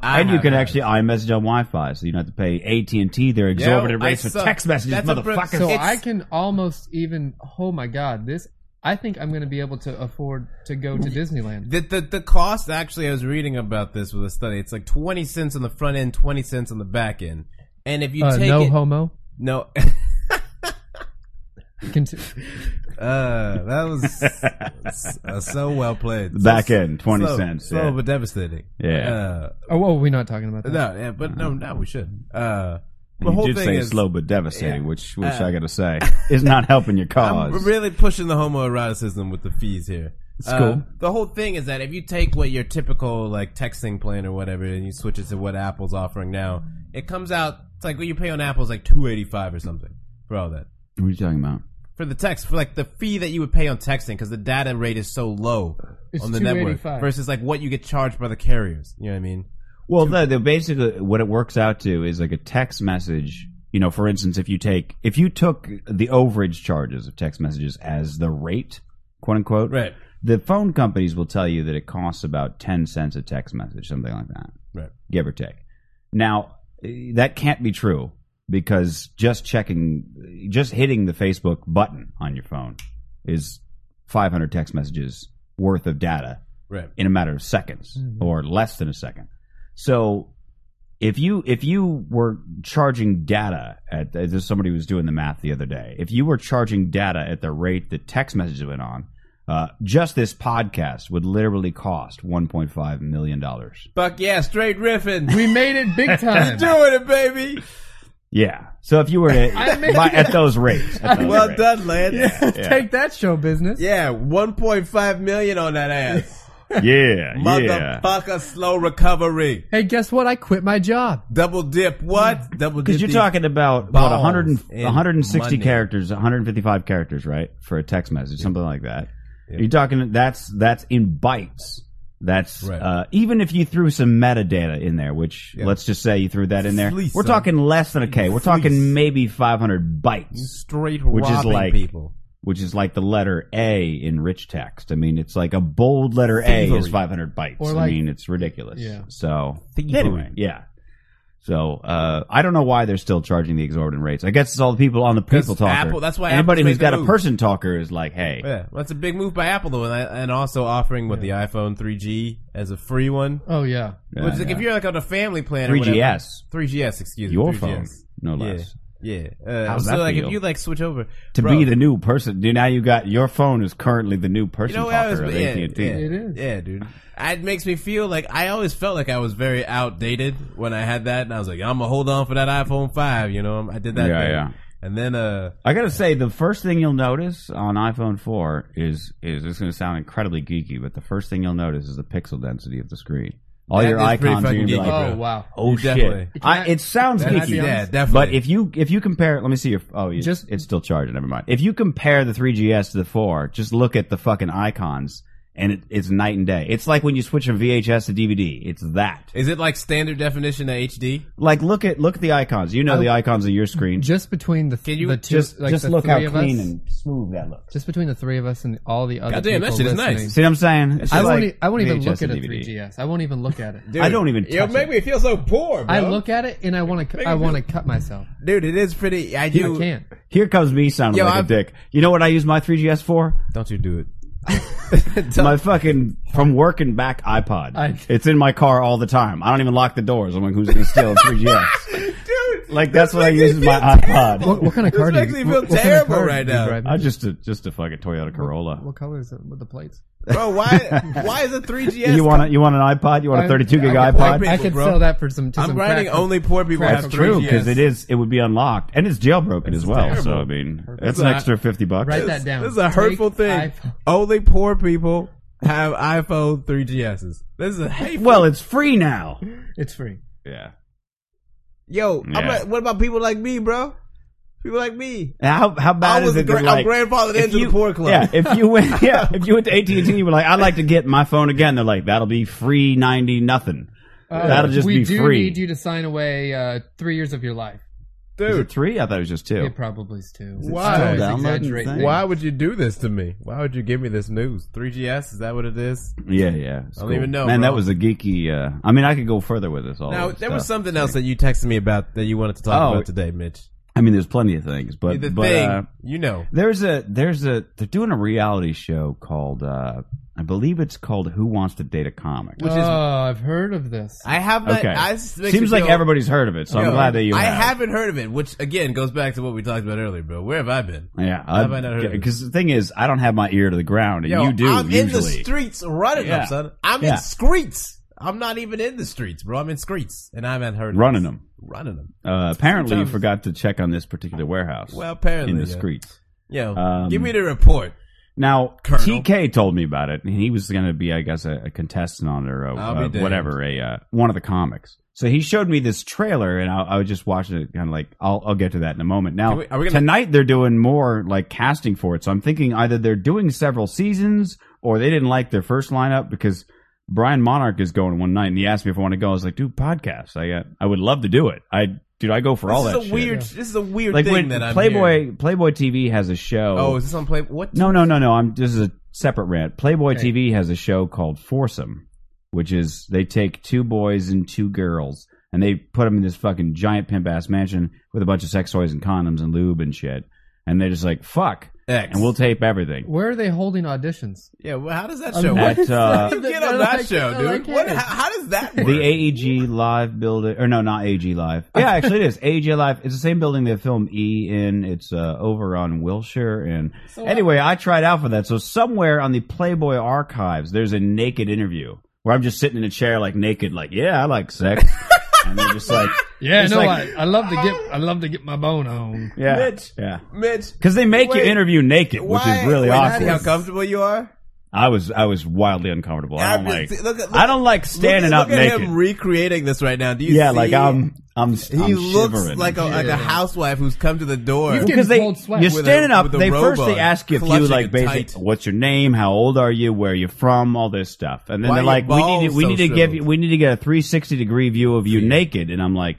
Speaker 7: Eye
Speaker 5: And you
Speaker 7: high
Speaker 5: can
Speaker 7: fives.
Speaker 5: actually iMessage on Wi-Fi, so you don't have to pay AT&T their exorbitant
Speaker 7: I
Speaker 5: rates for
Speaker 7: suck.
Speaker 5: text messages,
Speaker 7: That's a bro-
Speaker 5: motherfuckers.
Speaker 8: So
Speaker 7: It's-
Speaker 8: I can almost even. Oh my God! This. I think I'm going to be able to afford to go to Disneyland.
Speaker 7: The, the the cost actually, I was reading about this with a study. It's like twenty cents on the front end, twenty cents on the back end. And if you
Speaker 8: Uh,
Speaker 7: take
Speaker 8: no
Speaker 7: it,
Speaker 8: homo.
Speaker 7: no, (laughs)
Speaker 8: Conti-
Speaker 7: uh, that was s- uh, so well played.
Speaker 5: Back
Speaker 7: So-
Speaker 5: end, 20
Speaker 7: slow-
Speaker 5: cents,
Speaker 7: slow
Speaker 5: yeah.
Speaker 7: but devastating.
Speaker 5: Yeah.
Speaker 8: oh, whoa, we're not talking about
Speaker 7: Uh,
Speaker 8: that.
Speaker 7: no, yeah, but no, no, we should. Uh, (laughs) the
Speaker 5: you
Speaker 7: whole
Speaker 5: did
Speaker 7: thing
Speaker 5: say
Speaker 7: is
Speaker 5: slow but devastating,
Speaker 7: yeah.
Speaker 5: which, which
Speaker 7: Uh,
Speaker 5: I gotta
Speaker 7: (laughs)
Speaker 5: say, is not helping your
Speaker 7: I'm
Speaker 5: cause.
Speaker 7: really pushing the homoeroticism with the fees here. It's
Speaker 5: cool.
Speaker 7: the whole thing is that if you take what your typical like texting plan or whatever, and you switch it to what Apple's offering now, it comes out it's like what you pay on Apple's like two eighty five or something for all that
Speaker 5: what are you talking about?
Speaker 7: for the text for like the fee that you would pay on texting because the data rate is so low
Speaker 8: It's
Speaker 7: on the network
Speaker 8: $2.85.
Speaker 7: versus like what you get charged by the carriers. You know what I mean?
Speaker 5: Well, the, the basically what it works out to is like a text message. You know, for instance, if you take if you took the overage charges of text messages as the rate, quote unquote,
Speaker 7: Right.
Speaker 5: The phone companies will tell you that it costs about ten cents a text message, something like that,
Speaker 7: Right.
Speaker 5: give or take. Now, eh, that can't be true because just checking, just hitting the Facebook button on your phone is five hundred text messages worth of data
Speaker 7: Right.
Speaker 5: in a matter of seconds or less than a second. So if you if you were charging data at uh, this is somebody who was doing the math the other day, if you were charging data at the rate that text messages went on, uh, just this podcast would literally cost one point five million dollars.
Speaker 7: Fuck yeah, straight riffing.
Speaker 8: We made it (laughs) big time.
Speaker 7: Doing it, baby.
Speaker 5: Yeah. So if you
Speaker 8: (laughs)
Speaker 5: were to
Speaker 8: mean-
Speaker 5: by, at those rates, at those
Speaker 7: Well
Speaker 5: rates.
Speaker 8: (laughs)
Speaker 7: done, Lance.
Speaker 8: Take that show business.
Speaker 7: yeah, one point five million on that ass.
Speaker 5: Yeah, yeah.
Speaker 7: Motherfucker, slow recovery.
Speaker 8: Hey, guess what? I quit my job.
Speaker 7: Double dip what? Double dip.
Speaker 5: Because Mm. you're
Speaker 7: the-
Speaker 5: talking about what
Speaker 7: balls
Speaker 5: 100 and,
Speaker 7: and
Speaker 5: 160
Speaker 7: money.
Speaker 5: characters, 155 characters, right, for a text message, something like that. You're talking that's that's in bytes. That's
Speaker 7: Right.
Speaker 5: uh, even if you threw some metadata in there, which
Speaker 7: Yeah.
Speaker 5: let's just say you threw that in there.
Speaker 7: Fleece,
Speaker 5: we're
Speaker 7: son.
Speaker 5: talking less than a K. We're talking maybe 500 bytes,
Speaker 7: straight
Speaker 5: Which is
Speaker 7: robbing
Speaker 5: like-
Speaker 7: people.
Speaker 5: which is like the letter A in rich text. I mean, it's like a bold letter A is
Speaker 7: Thievery.
Speaker 5: 500 bytes.
Speaker 8: Or
Speaker 5: I
Speaker 8: like-
Speaker 5: mean, it's ridiculous.
Speaker 8: Yeah.
Speaker 5: So
Speaker 7: Thievery.
Speaker 5: anyway, yeah. So uh, I don't know why they're still charging the exorbitant rates. I guess it's all the people on the people talker.
Speaker 7: Apple- that's why
Speaker 5: anybody
Speaker 7: Apple's
Speaker 5: who's
Speaker 7: made
Speaker 5: got
Speaker 7: the
Speaker 5: a
Speaker 7: move.
Speaker 5: person talker is like, hey,
Speaker 7: Yeah, well, that's a big move by Apple though, and, I, and also offering what the iPhone 3G as a free one.
Speaker 8: Oh yeah.
Speaker 5: yeah,
Speaker 7: which like
Speaker 5: yeah.
Speaker 7: if you're like on a family plan, or whatever-
Speaker 5: 3GS,
Speaker 7: 3GS, excuse me,
Speaker 5: your
Speaker 7: 3GS.
Speaker 5: phone, no less.
Speaker 7: Yeah, yeah. Uh,
Speaker 5: How's
Speaker 7: so
Speaker 5: that
Speaker 7: like
Speaker 5: feel?
Speaker 7: if you like switch over
Speaker 5: To
Speaker 7: Bro,
Speaker 5: be the new person, dude. Now you got your phone is currently the new person
Speaker 7: You know what I was,
Speaker 5: talker of
Speaker 7: yeah,
Speaker 5: AT&T.
Speaker 7: yeah,
Speaker 8: It is.
Speaker 7: Yeah, dude. It makes me feel like I always felt like I was very outdated when I had that, and I was like, I'm gonna hold on for that iPhone five. You know, I did that.
Speaker 5: Yeah,
Speaker 7: thing.
Speaker 5: yeah.
Speaker 7: And then, uh,
Speaker 5: I gotta say, the first thing you'll notice on iPhone 4 is is this is gonna sound incredibly geeky, but the first thing you'll notice is the pixel density of the screen. All
Speaker 7: That
Speaker 5: your
Speaker 7: is pretty
Speaker 5: icons are
Speaker 7: fucking
Speaker 5: gonna be
Speaker 7: geeky,
Speaker 5: like,
Speaker 8: oh wow.
Speaker 5: oh
Speaker 7: Definitely.
Speaker 5: shit. I, it sounds
Speaker 7: That's-
Speaker 5: geeky,
Speaker 7: yeah, definitely.
Speaker 5: but if you if you compare, let me see your oh, you,
Speaker 8: Just-
Speaker 5: just it's still charging. Never mind. If you compare the 3GS to the 4, just look at the fucking icons, and it, it's night and day. It's like when you switch from VHS to DVD. It's that.
Speaker 7: Is it like standard definition of HD?
Speaker 5: Like look at look at the icons. You know the icons on your screen.
Speaker 8: Just between the,
Speaker 7: Can you
Speaker 8: the two,
Speaker 5: just
Speaker 8: like
Speaker 5: just
Speaker 8: the
Speaker 5: look
Speaker 8: three
Speaker 5: how
Speaker 8: of
Speaker 5: clean
Speaker 8: us,
Speaker 5: and smooth that looks.
Speaker 8: just between the three of us and all the other
Speaker 7: Goddamn, that
Speaker 8: people
Speaker 7: shit is
Speaker 8: listening.
Speaker 7: nice.
Speaker 5: See what I'm saying? It's
Speaker 8: I
Speaker 5: just
Speaker 8: won't,
Speaker 5: like
Speaker 8: e- I won't even
Speaker 5: VHS
Speaker 8: look at
Speaker 5: to
Speaker 8: a
Speaker 5: DVD.
Speaker 8: 3GS. I won't even look at it.
Speaker 5: I don't even.
Speaker 7: Yo,
Speaker 5: touch
Speaker 7: make
Speaker 5: it.
Speaker 7: me feel so poor, bro.
Speaker 8: I look at it and I want to. I want to cut myself.
Speaker 7: dude. It is pretty. I do.
Speaker 8: I can't.
Speaker 5: Here comes me sounding
Speaker 7: Yo,
Speaker 5: like
Speaker 7: I've-
Speaker 5: a dick. You know what I use my 3GS for?
Speaker 7: Don't you do it?
Speaker 5: (laughs) my fucking from working back iPod.
Speaker 8: I-
Speaker 5: it's in my car all the time. I don't even lock the doors. I'm like, who's gonna steal a
Speaker 8: (laughs)
Speaker 5: 3GS?
Speaker 7: (laughs) Dude,
Speaker 5: Like that's what I
Speaker 7: makes
Speaker 5: use
Speaker 7: me
Speaker 5: as my
Speaker 7: feel
Speaker 5: iPod.
Speaker 8: What, what kind of
Speaker 7: This
Speaker 8: car do you?
Speaker 7: makes me
Speaker 8: what-
Speaker 7: feel
Speaker 8: what kind of
Speaker 7: terrible
Speaker 8: car do
Speaker 7: right
Speaker 8: you
Speaker 7: now.
Speaker 8: drive?
Speaker 5: I just a, just a fucking Toyota Corolla.
Speaker 8: What color is it with the plates?
Speaker 7: bro, why? Why is a 3GS?
Speaker 5: You want a, you want an iPod? You want a
Speaker 8: I'm-
Speaker 5: 32 gig
Speaker 8: I could- I could-
Speaker 5: iPod?
Speaker 8: I could
Speaker 7: Bro.
Speaker 8: sell that for some. To
Speaker 7: I'm
Speaker 8: some
Speaker 7: writing
Speaker 8: crack-
Speaker 7: only poor people.
Speaker 8: Crack
Speaker 7: have
Speaker 5: That's true
Speaker 7: 3GS.
Speaker 5: because it is it would be unlocked and it's jailbroken as well. So I
Speaker 7: terrible.
Speaker 5: mean, that's an extra 50 bucks.
Speaker 8: Write that down.
Speaker 7: This is a hurtful
Speaker 8: Take
Speaker 7: thing.
Speaker 8: iPhone.
Speaker 7: Only poor people have iPhone 3GSs. This is a hateful.
Speaker 5: Well, it's free now.
Speaker 8: It's free.
Speaker 5: Yeah.
Speaker 7: Yo, I'm
Speaker 5: Yeah.
Speaker 7: like, what about people like me, bro? People like me.
Speaker 5: How how
Speaker 7: I
Speaker 5: bad
Speaker 7: was
Speaker 5: is it?
Speaker 7: gra-
Speaker 5: that,
Speaker 7: I'm
Speaker 5: like,
Speaker 7: grandfathered
Speaker 5: if
Speaker 7: into the
Speaker 5: you-
Speaker 7: poor club.
Speaker 5: Yeah, if
Speaker 7: (laughs)
Speaker 5: you went, yeah, if you went to AT and T, you were like, I'd like to get my phone again. They're like, that'll be free ninety nothing.
Speaker 8: Uh,
Speaker 5: That'll just
Speaker 8: we
Speaker 5: be
Speaker 8: do
Speaker 5: free.
Speaker 8: need you to sign away uh, three years of your life.
Speaker 5: Is it
Speaker 7: Dude,
Speaker 5: three? I thought it was just two.
Speaker 8: It probably is two.
Speaker 7: Why?
Speaker 8: I always
Speaker 5: Download and
Speaker 8: exaggerate
Speaker 5: thing.
Speaker 8: things.
Speaker 7: why would you do this to me? Why would you give me this news? 3GS, is that what it is?
Speaker 5: Yeah, yeah. it's
Speaker 7: I don't even know,
Speaker 5: Man,
Speaker 7: bro.
Speaker 5: that was a geeky. Uh, I mean, I could go further with this. All
Speaker 7: Now,
Speaker 5: this
Speaker 7: there was
Speaker 5: stuff.
Speaker 7: something else that you texted me about that you wanted to talk
Speaker 5: Oh.
Speaker 7: about today, Mitch.
Speaker 5: I mean, there's plenty of things, but
Speaker 7: the
Speaker 5: but
Speaker 7: thing,
Speaker 5: uh,
Speaker 7: you know.
Speaker 5: there's a there's a they're doing a reality show called uh, I believe it's called Who Wants to Date a Comic.
Speaker 8: Oh, I've heard of this.
Speaker 7: I have not.
Speaker 5: okay,
Speaker 7: I, this makes me
Speaker 5: seems like
Speaker 7: feel-
Speaker 5: everybody's heard of it, so
Speaker 7: Yo,
Speaker 5: I'm glad that you.
Speaker 7: I
Speaker 5: have.
Speaker 7: haven't heard of it, which again goes back to what we talked about earlier, bro. Where have I been?
Speaker 5: Yeah,
Speaker 7: have I not heard of it?
Speaker 5: because the thing is, I don't have my ear to the ground, and
Speaker 7: Yo,
Speaker 5: you do
Speaker 7: I'm
Speaker 5: usually.
Speaker 7: in the streets running
Speaker 5: Yeah.
Speaker 7: them, son. I'm
Speaker 5: Yeah.
Speaker 7: in streets. I'm not even in the streets, bro. I'm in streets, and I haven't heard of
Speaker 5: Running
Speaker 7: this.
Speaker 5: them.
Speaker 7: running them.
Speaker 5: Uh, apparently, you
Speaker 7: Sometimes-
Speaker 5: forgot to check on this particular warehouse.
Speaker 7: Well, apparently
Speaker 5: in the
Speaker 7: yeah.
Speaker 5: streets.
Speaker 7: Yo,
Speaker 5: Um,
Speaker 7: give me the report.
Speaker 5: Now,
Speaker 7: Colonel.
Speaker 5: TK told me about it, and he was going to be, I guess, a, a contestant on it or a,
Speaker 7: I'll be
Speaker 5: uh,
Speaker 7: damned.
Speaker 5: whatever, a uh, one of the comics. So he showed me this trailer, and I, I was just watching it, kind of like, I'll, I'll get to that in a moment. Now,
Speaker 7: Can we- are we gonna-
Speaker 5: tonight they're doing more like casting for it, so I'm thinking either they're doing several seasons or they didn't like their first lineup because Brian Monarch is going one night, and he asked me if I want to go. I was like, dude, podcast. I got, I would love to do it. I, dude, I go for all
Speaker 7: this
Speaker 5: that.
Speaker 7: is a
Speaker 5: shit.
Speaker 7: weird. This is a weird
Speaker 5: like
Speaker 7: thing
Speaker 5: when
Speaker 7: that I'm
Speaker 5: Playboy
Speaker 7: hearing.
Speaker 5: Playboy TV has a show.
Speaker 7: Oh, is this on Playboy? What?
Speaker 5: No, no, no, no. I'm this is a separate rant. Playboy
Speaker 8: Okay.
Speaker 5: TV has a show called Foursome, which is they take two boys and two girls and they put them in this fucking giant pimp ass mansion with a bunch of sex toys and condoms and lube and shit. And they're just like, fuck.
Speaker 7: X.
Speaker 5: And we'll tape everything.
Speaker 8: Where are they holding auditions?
Speaker 7: yeah. Well, how does that
Speaker 8: I'm
Speaker 7: show?
Speaker 8: not-
Speaker 7: (laughs) work?
Speaker 5: At,
Speaker 7: How
Speaker 5: uh,
Speaker 7: do you get
Speaker 8: They're
Speaker 7: on that
Speaker 8: like-
Speaker 7: show,
Speaker 8: they're
Speaker 7: dude?
Speaker 8: like,
Speaker 7: What?
Speaker 8: hey.
Speaker 7: How, how does that work?
Speaker 5: the AEG Live building, or no, not
Speaker 7: (laughs)
Speaker 5: AEG Live. Yeah, actually, it is AEG Live. It's the same building they film E in. It's uh, over on Wilshire. And anyway, I tried out for that. So somewhere on the Playboy archives, there's a naked interview where I'm just sitting in a chair, like naked, like yeah, I
Speaker 7: (laughs)
Speaker 5: like sex, and they're just like
Speaker 8: Yeah,
Speaker 5: It's
Speaker 8: no,
Speaker 5: like-
Speaker 8: I, I love to get (laughs) I love to get my bone on.
Speaker 5: yeah,
Speaker 7: Mitch.
Speaker 5: yeah.
Speaker 7: Mitch,
Speaker 5: Because they make you
Speaker 7: Wait,
Speaker 5: interview naked, which
Speaker 7: why-
Speaker 5: is really
Speaker 7: wait,
Speaker 5: awkward.
Speaker 7: How comfortable you are?
Speaker 5: I was I was wildly uncomfortable. I don't
Speaker 7: I'm
Speaker 5: like
Speaker 7: just- look at- look
Speaker 5: Oh I don't like
Speaker 7: Look at-
Speaker 5: standing up
Speaker 7: look at
Speaker 5: naked.
Speaker 7: him recreating this right now. Do you
Speaker 5: yeah,
Speaker 7: see?
Speaker 5: like I'm I'm
Speaker 7: He
Speaker 5: I'm
Speaker 7: looks
Speaker 5: shivering.
Speaker 7: like a like a housewife who's come to the door. (laughs)
Speaker 8: You
Speaker 5: because
Speaker 8: Getting
Speaker 5: they
Speaker 8: cold sweat.
Speaker 5: you're
Speaker 7: With a-
Speaker 5: standing up.
Speaker 7: with a
Speaker 5: They
Speaker 7: robe
Speaker 5: first they
Speaker 7: on,
Speaker 5: ask you a few
Speaker 7: clutching
Speaker 5: like
Speaker 7: it
Speaker 5: basic,
Speaker 7: tight.
Speaker 5: what's your name, how old are you, where are you from, all this stuff, and then
Speaker 7: Why
Speaker 5: they're
Speaker 7: are
Speaker 5: like,
Speaker 7: your
Speaker 5: we need to,
Speaker 7: balls
Speaker 5: we
Speaker 7: so
Speaker 5: need to give
Speaker 7: shriveled?
Speaker 5: you, we need to get a 360 degree view of you naked, and I'm like,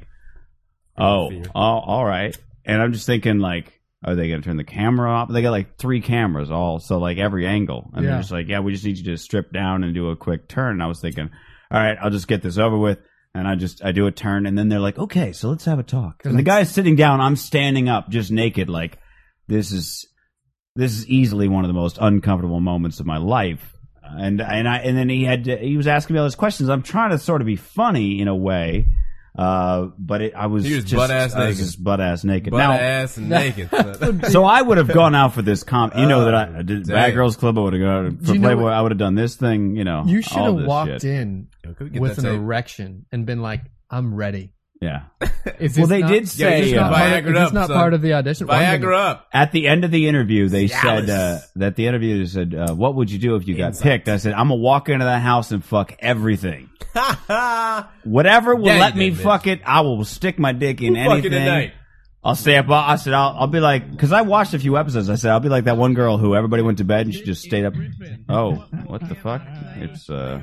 Speaker 5: oh,
Speaker 7: Fear.
Speaker 5: oh, all right, and I'm just thinking like. Are they going to turn the camera off? They got like three cameras all, so like every angle. And
Speaker 8: Yeah.
Speaker 5: they're just like, yeah, we just need you to strip down and do a quick turn. And I was thinking, all right, I'll just get this over with. And I just, I do a turn. And then they're like, okay, so let's have a talk. And the guy's sitting down. I'm standing up just naked. Like, this is this is easily one of the most uncomfortable moments of my life and and I and then he had to, he was asking me all these questions I'm trying to sort of be funny in a way uh but it, I was
Speaker 7: He was
Speaker 5: just
Speaker 7: butt-ass
Speaker 5: I was
Speaker 7: naked.
Speaker 5: just butt ass naked
Speaker 7: butt
Speaker 5: now
Speaker 7: ass and naked.
Speaker 8: (laughs)
Speaker 5: so I would have gone out for this comp you know that I, I did
Speaker 7: Damn.
Speaker 5: Bad Girls Club I would have gone for
Speaker 8: you know
Speaker 5: Playboy
Speaker 8: what-
Speaker 5: I would have done this thing you know
Speaker 8: You should
Speaker 5: all
Speaker 8: have
Speaker 5: this
Speaker 8: walked
Speaker 5: shit.
Speaker 8: in
Speaker 7: Yo, could we get
Speaker 8: with
Speaker 7: that
Speaker 8: an
Speaker 7: tape?
Speaker 8: erection and been like, "I'm ready."
Speaker 5: Yeah.
Speaker 8: Is
Speaker 5: Well,
Speaker 8: this
Speaker 5: they
Speaker 8: not-
Speaker 5: did
Speaker 8: Yeah, is
Speaker 5: say,
Speaker 8: this not
Speaker 5: uh,
Speaker 8: part of-
Speaker 7: Viagra
Speaker 8: is this
Speaker 7: up,
Speaker 8: not
Speaker 7: son.
Speaker 8: part of the audition? One
Speaker 7: (laughs)
Speaker 8: minute.
Speaker 7: Viagra up.
Speaker 5: At the end of the interview, they said uh,
Speaker 7: Cialis.
Speaker 5: that the interviewer said, uh, "What would you do if you got picked?" I said, "I'm gonna walk into that house and fuck everything. Whatever will
Speaker 7: Yeah, you
Speaker 5: let
Speaker 7: did,
Speaker 5: me
Speaker 7: bitch.
Speaker 5: fuck it, I will stick my dick in
Speaker 7: Who fucking
Speaker 5: anything."
Speaker 7: tonight?
Speaker 5: I'll stay up. all- I said, "I'll, I'll be like," because I watched a few episodes. I said, "I'll be like that one girl who everybody went to bed and she just stayed up." Oh, what the fuck? It's uh,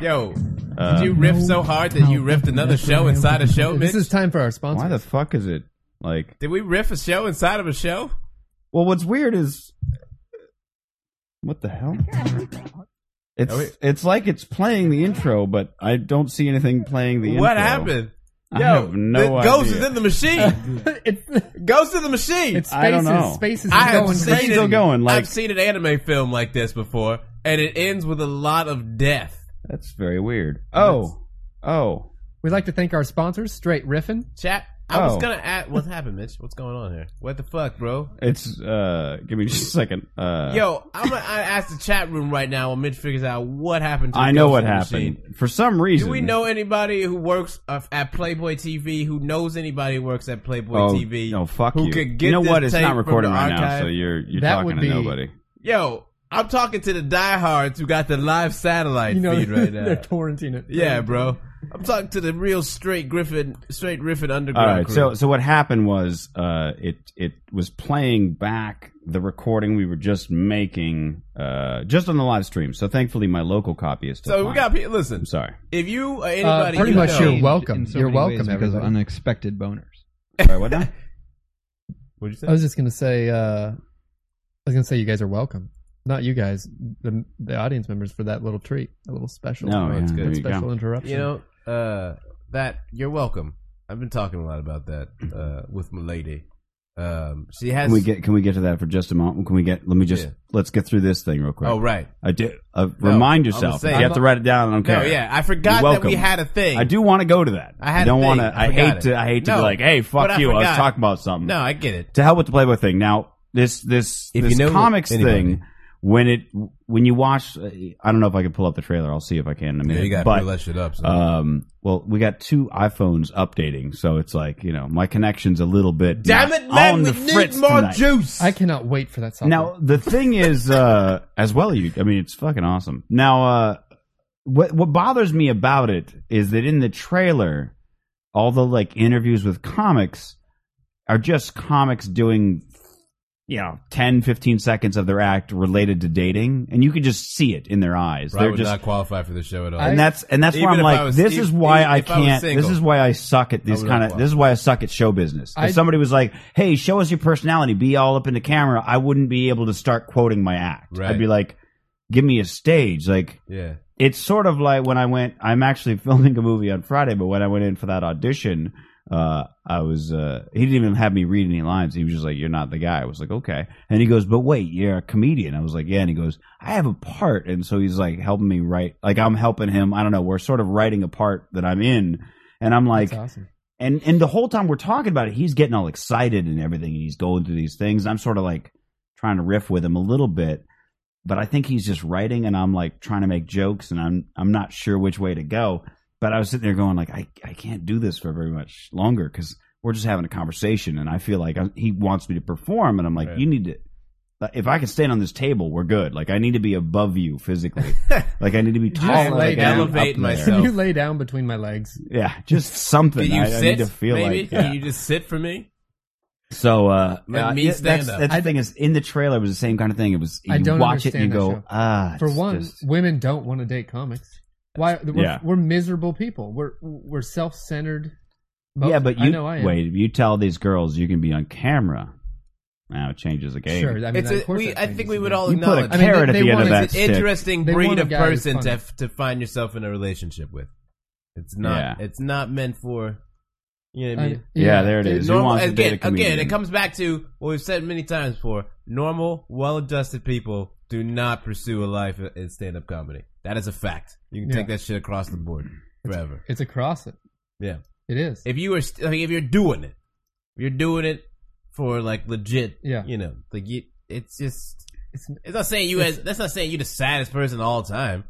Speaker 7: Yo,
Speaker 5: Uh,
Speaker 7: did you riff so hard that you riffed another show inside a show,
Speaker 8: This
Speaker 7: Mitch?
Speaker 8: is time for our sponsor.
Speaker 5: why the fuck is it like?
Speaker 7: Did we riff a show inside of a show?
Speaker 5: Well, what's weird is what the hell? It's
Speaker 7: Are we-
Speaker 5: it's like it's playing the intro, but I don't see anything playing the
Speaker 7: what
Speaker 5: intro.
Speaker 7: happened?
Speaker 5: I have no
Speaker 7: the ghost
Speaker 5: idea.
Speaker 7: is in the machine.
Speaker 5: (laughs)
Speaker 8: (laughs) it's,
Speaker 7: ghost in the machine.
Speaker 8: it's spaces.
Speaker 5: I don't know.
Speaker 8: Spaces is
Speaker 7: I have
Speaker 8: going
Speaker 7: seen
Speaker 8: crazy.
Speaker 5: Still
Speaker 7: it.
Speaker 5: going like
Speaker 7: I've seen an anime film like this before, and it ends with a lot of death.
Speaker 5: that's very weird. Oh, oh,
Speaker 8: We'd like to thank our sponsors, Straight Riffin.
Speaker 7: Chat. I
Speaker 5: Oh.
Speaker 7: was gonna ask, what's happened, Mitch? What's going on here? What the fuck, bro?
Speaker 5: it's uh. Give me (laughs) just a second. Uh,
Speaker 7: Yo, I'm gonna I ask the chat room right now while Mitch figures out what happened. to the
Speaker 5: I know
Speaker 7: ghost
Speaker 5: what
Speaker 7: in the
Speaker 5: happened.
Speaker 7: machine.
Speaker 5: For some reason,
Speaker 7: Do we know anybody who works uh, at Playboy TV who knows anybody who works at Playboy
Speaker 5: Oh,
Speaker 7: TV?
Speaker 5: no, fuck
Speaker 7: who
Speaker 5: you.
Speaker 7: could get
Speaker 5: you know
Speaker 7: this
Speaker 5: what? It's
Speaker 7: tape
Speaker 5: not
Speaker 7: from
Speaker 5: recording
Speaker 7: the
Speaker 5: right now,
Speaker 7: archive?
Speaker 5: so you're you're
Speaker 8: That
Speaker 5: talking
Speaker 8: would
Speaker 5: to
Speaker 8: be-
Speaker 5: nobody.
Speaker 7: Yo, I'm talking to the diehards who got the live satellite
Speaker 8: You know,
Speaker 7: feed
Speaker 8: (laughs)
Speaker 7: right now.
Speaker 8: they're torrenting it.
Speaker 7: yeah, bro. I'm talking to the real straight Griffin, straight Griffin
Speaker 5: All
Speaker 7: underground.
Speaker 5: right.
Speaker 7: crew.
Speaker 5: So so what happened was uh, it it was playing back the recording we were just making uh, just on the live stream. So thankfully my local copy is
Speaker 7: so
Speaker 5: still.
Speaker 7: we
Speaker 5: fine.
Speaker 7: got people. Listen, (laughs)
Speaker 5: I'm sorry.
Speaker 7: if you or anybody,
Speaker 8: Uh, pretty
Speaker 7: you
Speaker 8: much
Speaker 7: know-
Speaker 8: you're welcome.
Speaker 6: In so
Speaker 8: You're
Speaker 6: many ways
Speaker 8: welcome,
Speaker 6: because of
Speaker 8: everybody.
Speaker 6: unexpected boners.
Speaker 5: Sorry, what now?
Speaker 7: What'd you
Speaker 8: I
Speaker 7: say?
Speaker 8: was just gonna say. Uh, I was gonna say you guys are welcome. Not you guys, the the audience members for that little treat, a little special.
Speaker 5: No,
Speaker 8: that
Speaker 5: yeah, there Oh, you
Speaker 8: special
Speaker 5: go.
Speaker 8: interruption.
Speaker 7: You know, uh, that you're welcome. I've been talking a lot about that uh, with my lady. Um, she has.
Speaker 5: Can we get can we get to that for just a moment? Can we get? Let me just
Speaker 7: Yeah.
Speaker 5: let's get through this thing real quick.
Speaker 7: Oh right.
Speaker 5: I do. Uh,
Speaker 7: No,
Speaker 5: remind
Speaker 7: I'm
Speaker 5: yourself.
Speaker 7: saying-
Speaker 5: you have to write it down. I don't care.
Speaker 7: No, yeah. I forgot
Speaker 5: You're
Speaker 7: that we
Speaker 5: welcome.
Speaker 7: had a thing.
Speaker 5: I do want to go to that.
Speaker 7: I had
Speaker 5: I
Speaker 7: a
Speaker 5: don't
Speaker 7: thing.
Speaker 5: want to.
Speaker 7: I
Speaker 5: I
Speaker 7: forgot
Speaker 5: hate
Speaker 7: it.
Speaker 5: to. I hate to
Speaker 7: No,
Speaker 5: be like, hey,
Speaker 7: but
Speaker 5: fuck
Speaker 7: I
Speaker 5: you. I was
Speaker 7: forgot.
Speaker 5: talking about something.
Speaker 7: No, I get it.
Speaker 5: to hell with the Playboy thing. Now this this
Speaker 7: If
Speaker 5: this
Speaker 7: you know
Speaker 5: comics
Speaker 7: anybody.
Speaker 5: thing when it when you watch, uh, I don't know if I can pull up the trailer. I'll see if I can in a minute.
Speaker 7: Yeah, you got to
Speaker 5: but
Speaker 7: pull that shit up. So.
Speaker 5: um, well, we got two iPhones updating, so it's like you know my connection's a little bit
Speaker 7: Damn
Speaker 5: not
Speaker 7: it, man!
Speaker 5: on
Speaker 7: We
Speaker 5: the
Speaker 7: need
Speaker 5: fritz
Speaker 7: more
Speaker 5: tonight.
Speaker 7: juice.
Speaker 8: I cannot wait for that song.
Speaker 5: Now the thing is, uh, (laughs) as well, you. I mean, it's fucking awesome. Now, uh, what what bothers me about it is that in the trailer, all the like interviews with comics are just comics doing, you know, 10, 15 seconds of their act related to dating, and you can just see it in their eyes.
Speaker 7: Bro, I
Speaker 5: They're
Speaker 7: would
Speaker 5: just.
Speaker 7: not qualify for this show at all.
Speaker 8: I-
Speaker 5: and that's and that's where
Speaker 7: Even
Speaker 5: I'm
Speaker 7: if
Speaker 5: like,
Speaker 7: I was-
Speaker 5: this
Speaker 7: even-
Speaker 5: is why I
Speaker 7: if I was
Speaker 5: can't.
Speaker 7: single,
Speaker 5: This is why I suck at
Speaker 7: I
Speaker 5: this
Speaker 7: would
Speaker 5: kind
Speaker 7: not
Speaker 5: of. This is why I suck at show business. If
Speaker 8: I-
Speaker 5: somebody was like, "Hey, show us your personality," be all up in the camera, I wouldn't be able to start quoting my act.
Speaker 7: Right.
Speaker 5: I'd be like, "Give me a stage." Like
Speaker 7: yeah.
Speaker 5: it's sort of like when I went. I'm actually (laughs) filming a movie on Friday, but when I went in for that audition, uh, I was. Uh, he didn't even have me read any lines. He was just like, "You're not the guy." I was like, "Okay." And he goes, "But wait, you're a comedian." I was like, "Yeah." And he goes, "I have a part," and so he's like helping me write. Like I'm helping him. I don't know. We're sort of writing a part that I'm in, and I'm like,
Speaker 8: That's awesome.
Speaker 5: and and the whole time we're talking about it, he's getting all excited and everything, and he's going through these things. And I'm sort of like trying to riff with him a little bit, but I think he's just writing, and I'm like trying to make jokes, and I'm I'm not sure which way to go. But I was sitting there going like, I I can't do this for very much longer because we're just having a conversation, and I feel like i he wants me to perform, and I'm like,
Speaker 7: Right.
Speaker 5: you need to. uh, If I can stand on this table, we're good. Like I need to be above you
Speaker 7: (laughs)
Speaker 5: physically. like I need to be
Speaker 8: you
Speaker 5: taller.
Speaker 8: lay
Speaker 5: Like,
Speaker 8: down?
Speaker 7: Elevate
Speaker 5: elevate
Speaker 7: myself.
Speaker 5: myself.
Speaker 8: Can you lay down between my legs?
Speaker 5: Yeah, just something.
Speaker 7: Can you
Speaker 5: I,
Speaker 7: sit?
Speaker 5: I need to feel
Speaker 7: maybe?
Speaker 5: like yeah.
Speaker 7: Can you just sit for me?
Speaker 5: So uh,
Speaker 7: Let
Speaker 5: uh,
Speaker 7: me
Speaker 5: yeah,
Speaker 7: stand
Speaker 5: that's,
Speaker 7: up.
Speaker 5: that's the thing is in the trailer it was the same kind of thing. It was you
Speaker 8: I don't
Speaker 5: watch it and you go
Speaker 8: understand that show.
Speaker 5: ah.
Speaker 8: For
Speaker 5: it's
Speaker 8: one,
Speaker 5: just-
Speaker 8: women don't want to date comics. Why? We're,
Speaker 5: Yeah.
Speaker 8: we're miserable people. We're we're self centered.
Speaker 5: yeah, but you
Speaker 8: I know I am.
Speaker 5: wait. If you tell these girls you can be on camera, now it changes the game.
Speaker 8: Sure, I mean,
Speaker 7: It's
Speaker 8: of
Speaker 7: a,
Speaker 8: course
Speaker 7: we,
Speaker 8: that
Speaker 7: I
Speaker 8: changes
Speaker 7: think we
Speaker 8: the
Speaker 7: would
Speaker 8: game.
Speaker 7: all
Speaker 5: You put a
Speaker 7: acknowledge.
Speaker 8: I mean,
Speaker 5: carrot
Speaker 8: they-
Speaker 5: at
Speaker 8: they
Speaker 5: the end of
Speaker 8: wanted-
Speaker 5: that
Speaker 7: it's an
Speaker 5: stick.
Speaker 7: interesting
Speaker 8: They
Speaker 7: breed
Speaker 8: want a
Speaker 7: of
Speaker 8: guy who's
Speaker 7: person to
Speaker 8: funny.
Speaker 7: f- to find yourself in a relationship with. It's not.
Speaker 5: Yeah.
Speaker 7: It's not meant for. You know what I
Speaker 8: I-
Speaker 7: mean?
Speaker 5: yeah, there it is. Who
Speaker 7: Normal-
Speaker 5: wants to date
Speaker 7: again,
Speaker 5: a
Speaker 7: again,
Speaker 5: comedian?
Speaker 7: it comes back to what we've said many times before. Normal, well-adjusted people do not pursue a life i- in stand-up comedy. That is a fact. You can
Speaker 8: Yeah.
Speaker 7: take that shit across the board forever.
Speaker 8: It's across it.
Speaker 7: Yeah.
Speaker 8: It is.
Speaker 7: If you are, st- like, if you're doing it, if you're doing it for like legit.
Speaker 8: Yeah.
Speaker 7: You know, like you, it's just
Speaker 8: It's,
Speaker 7: It's not saying you as that's not saying you the saddest person of all time.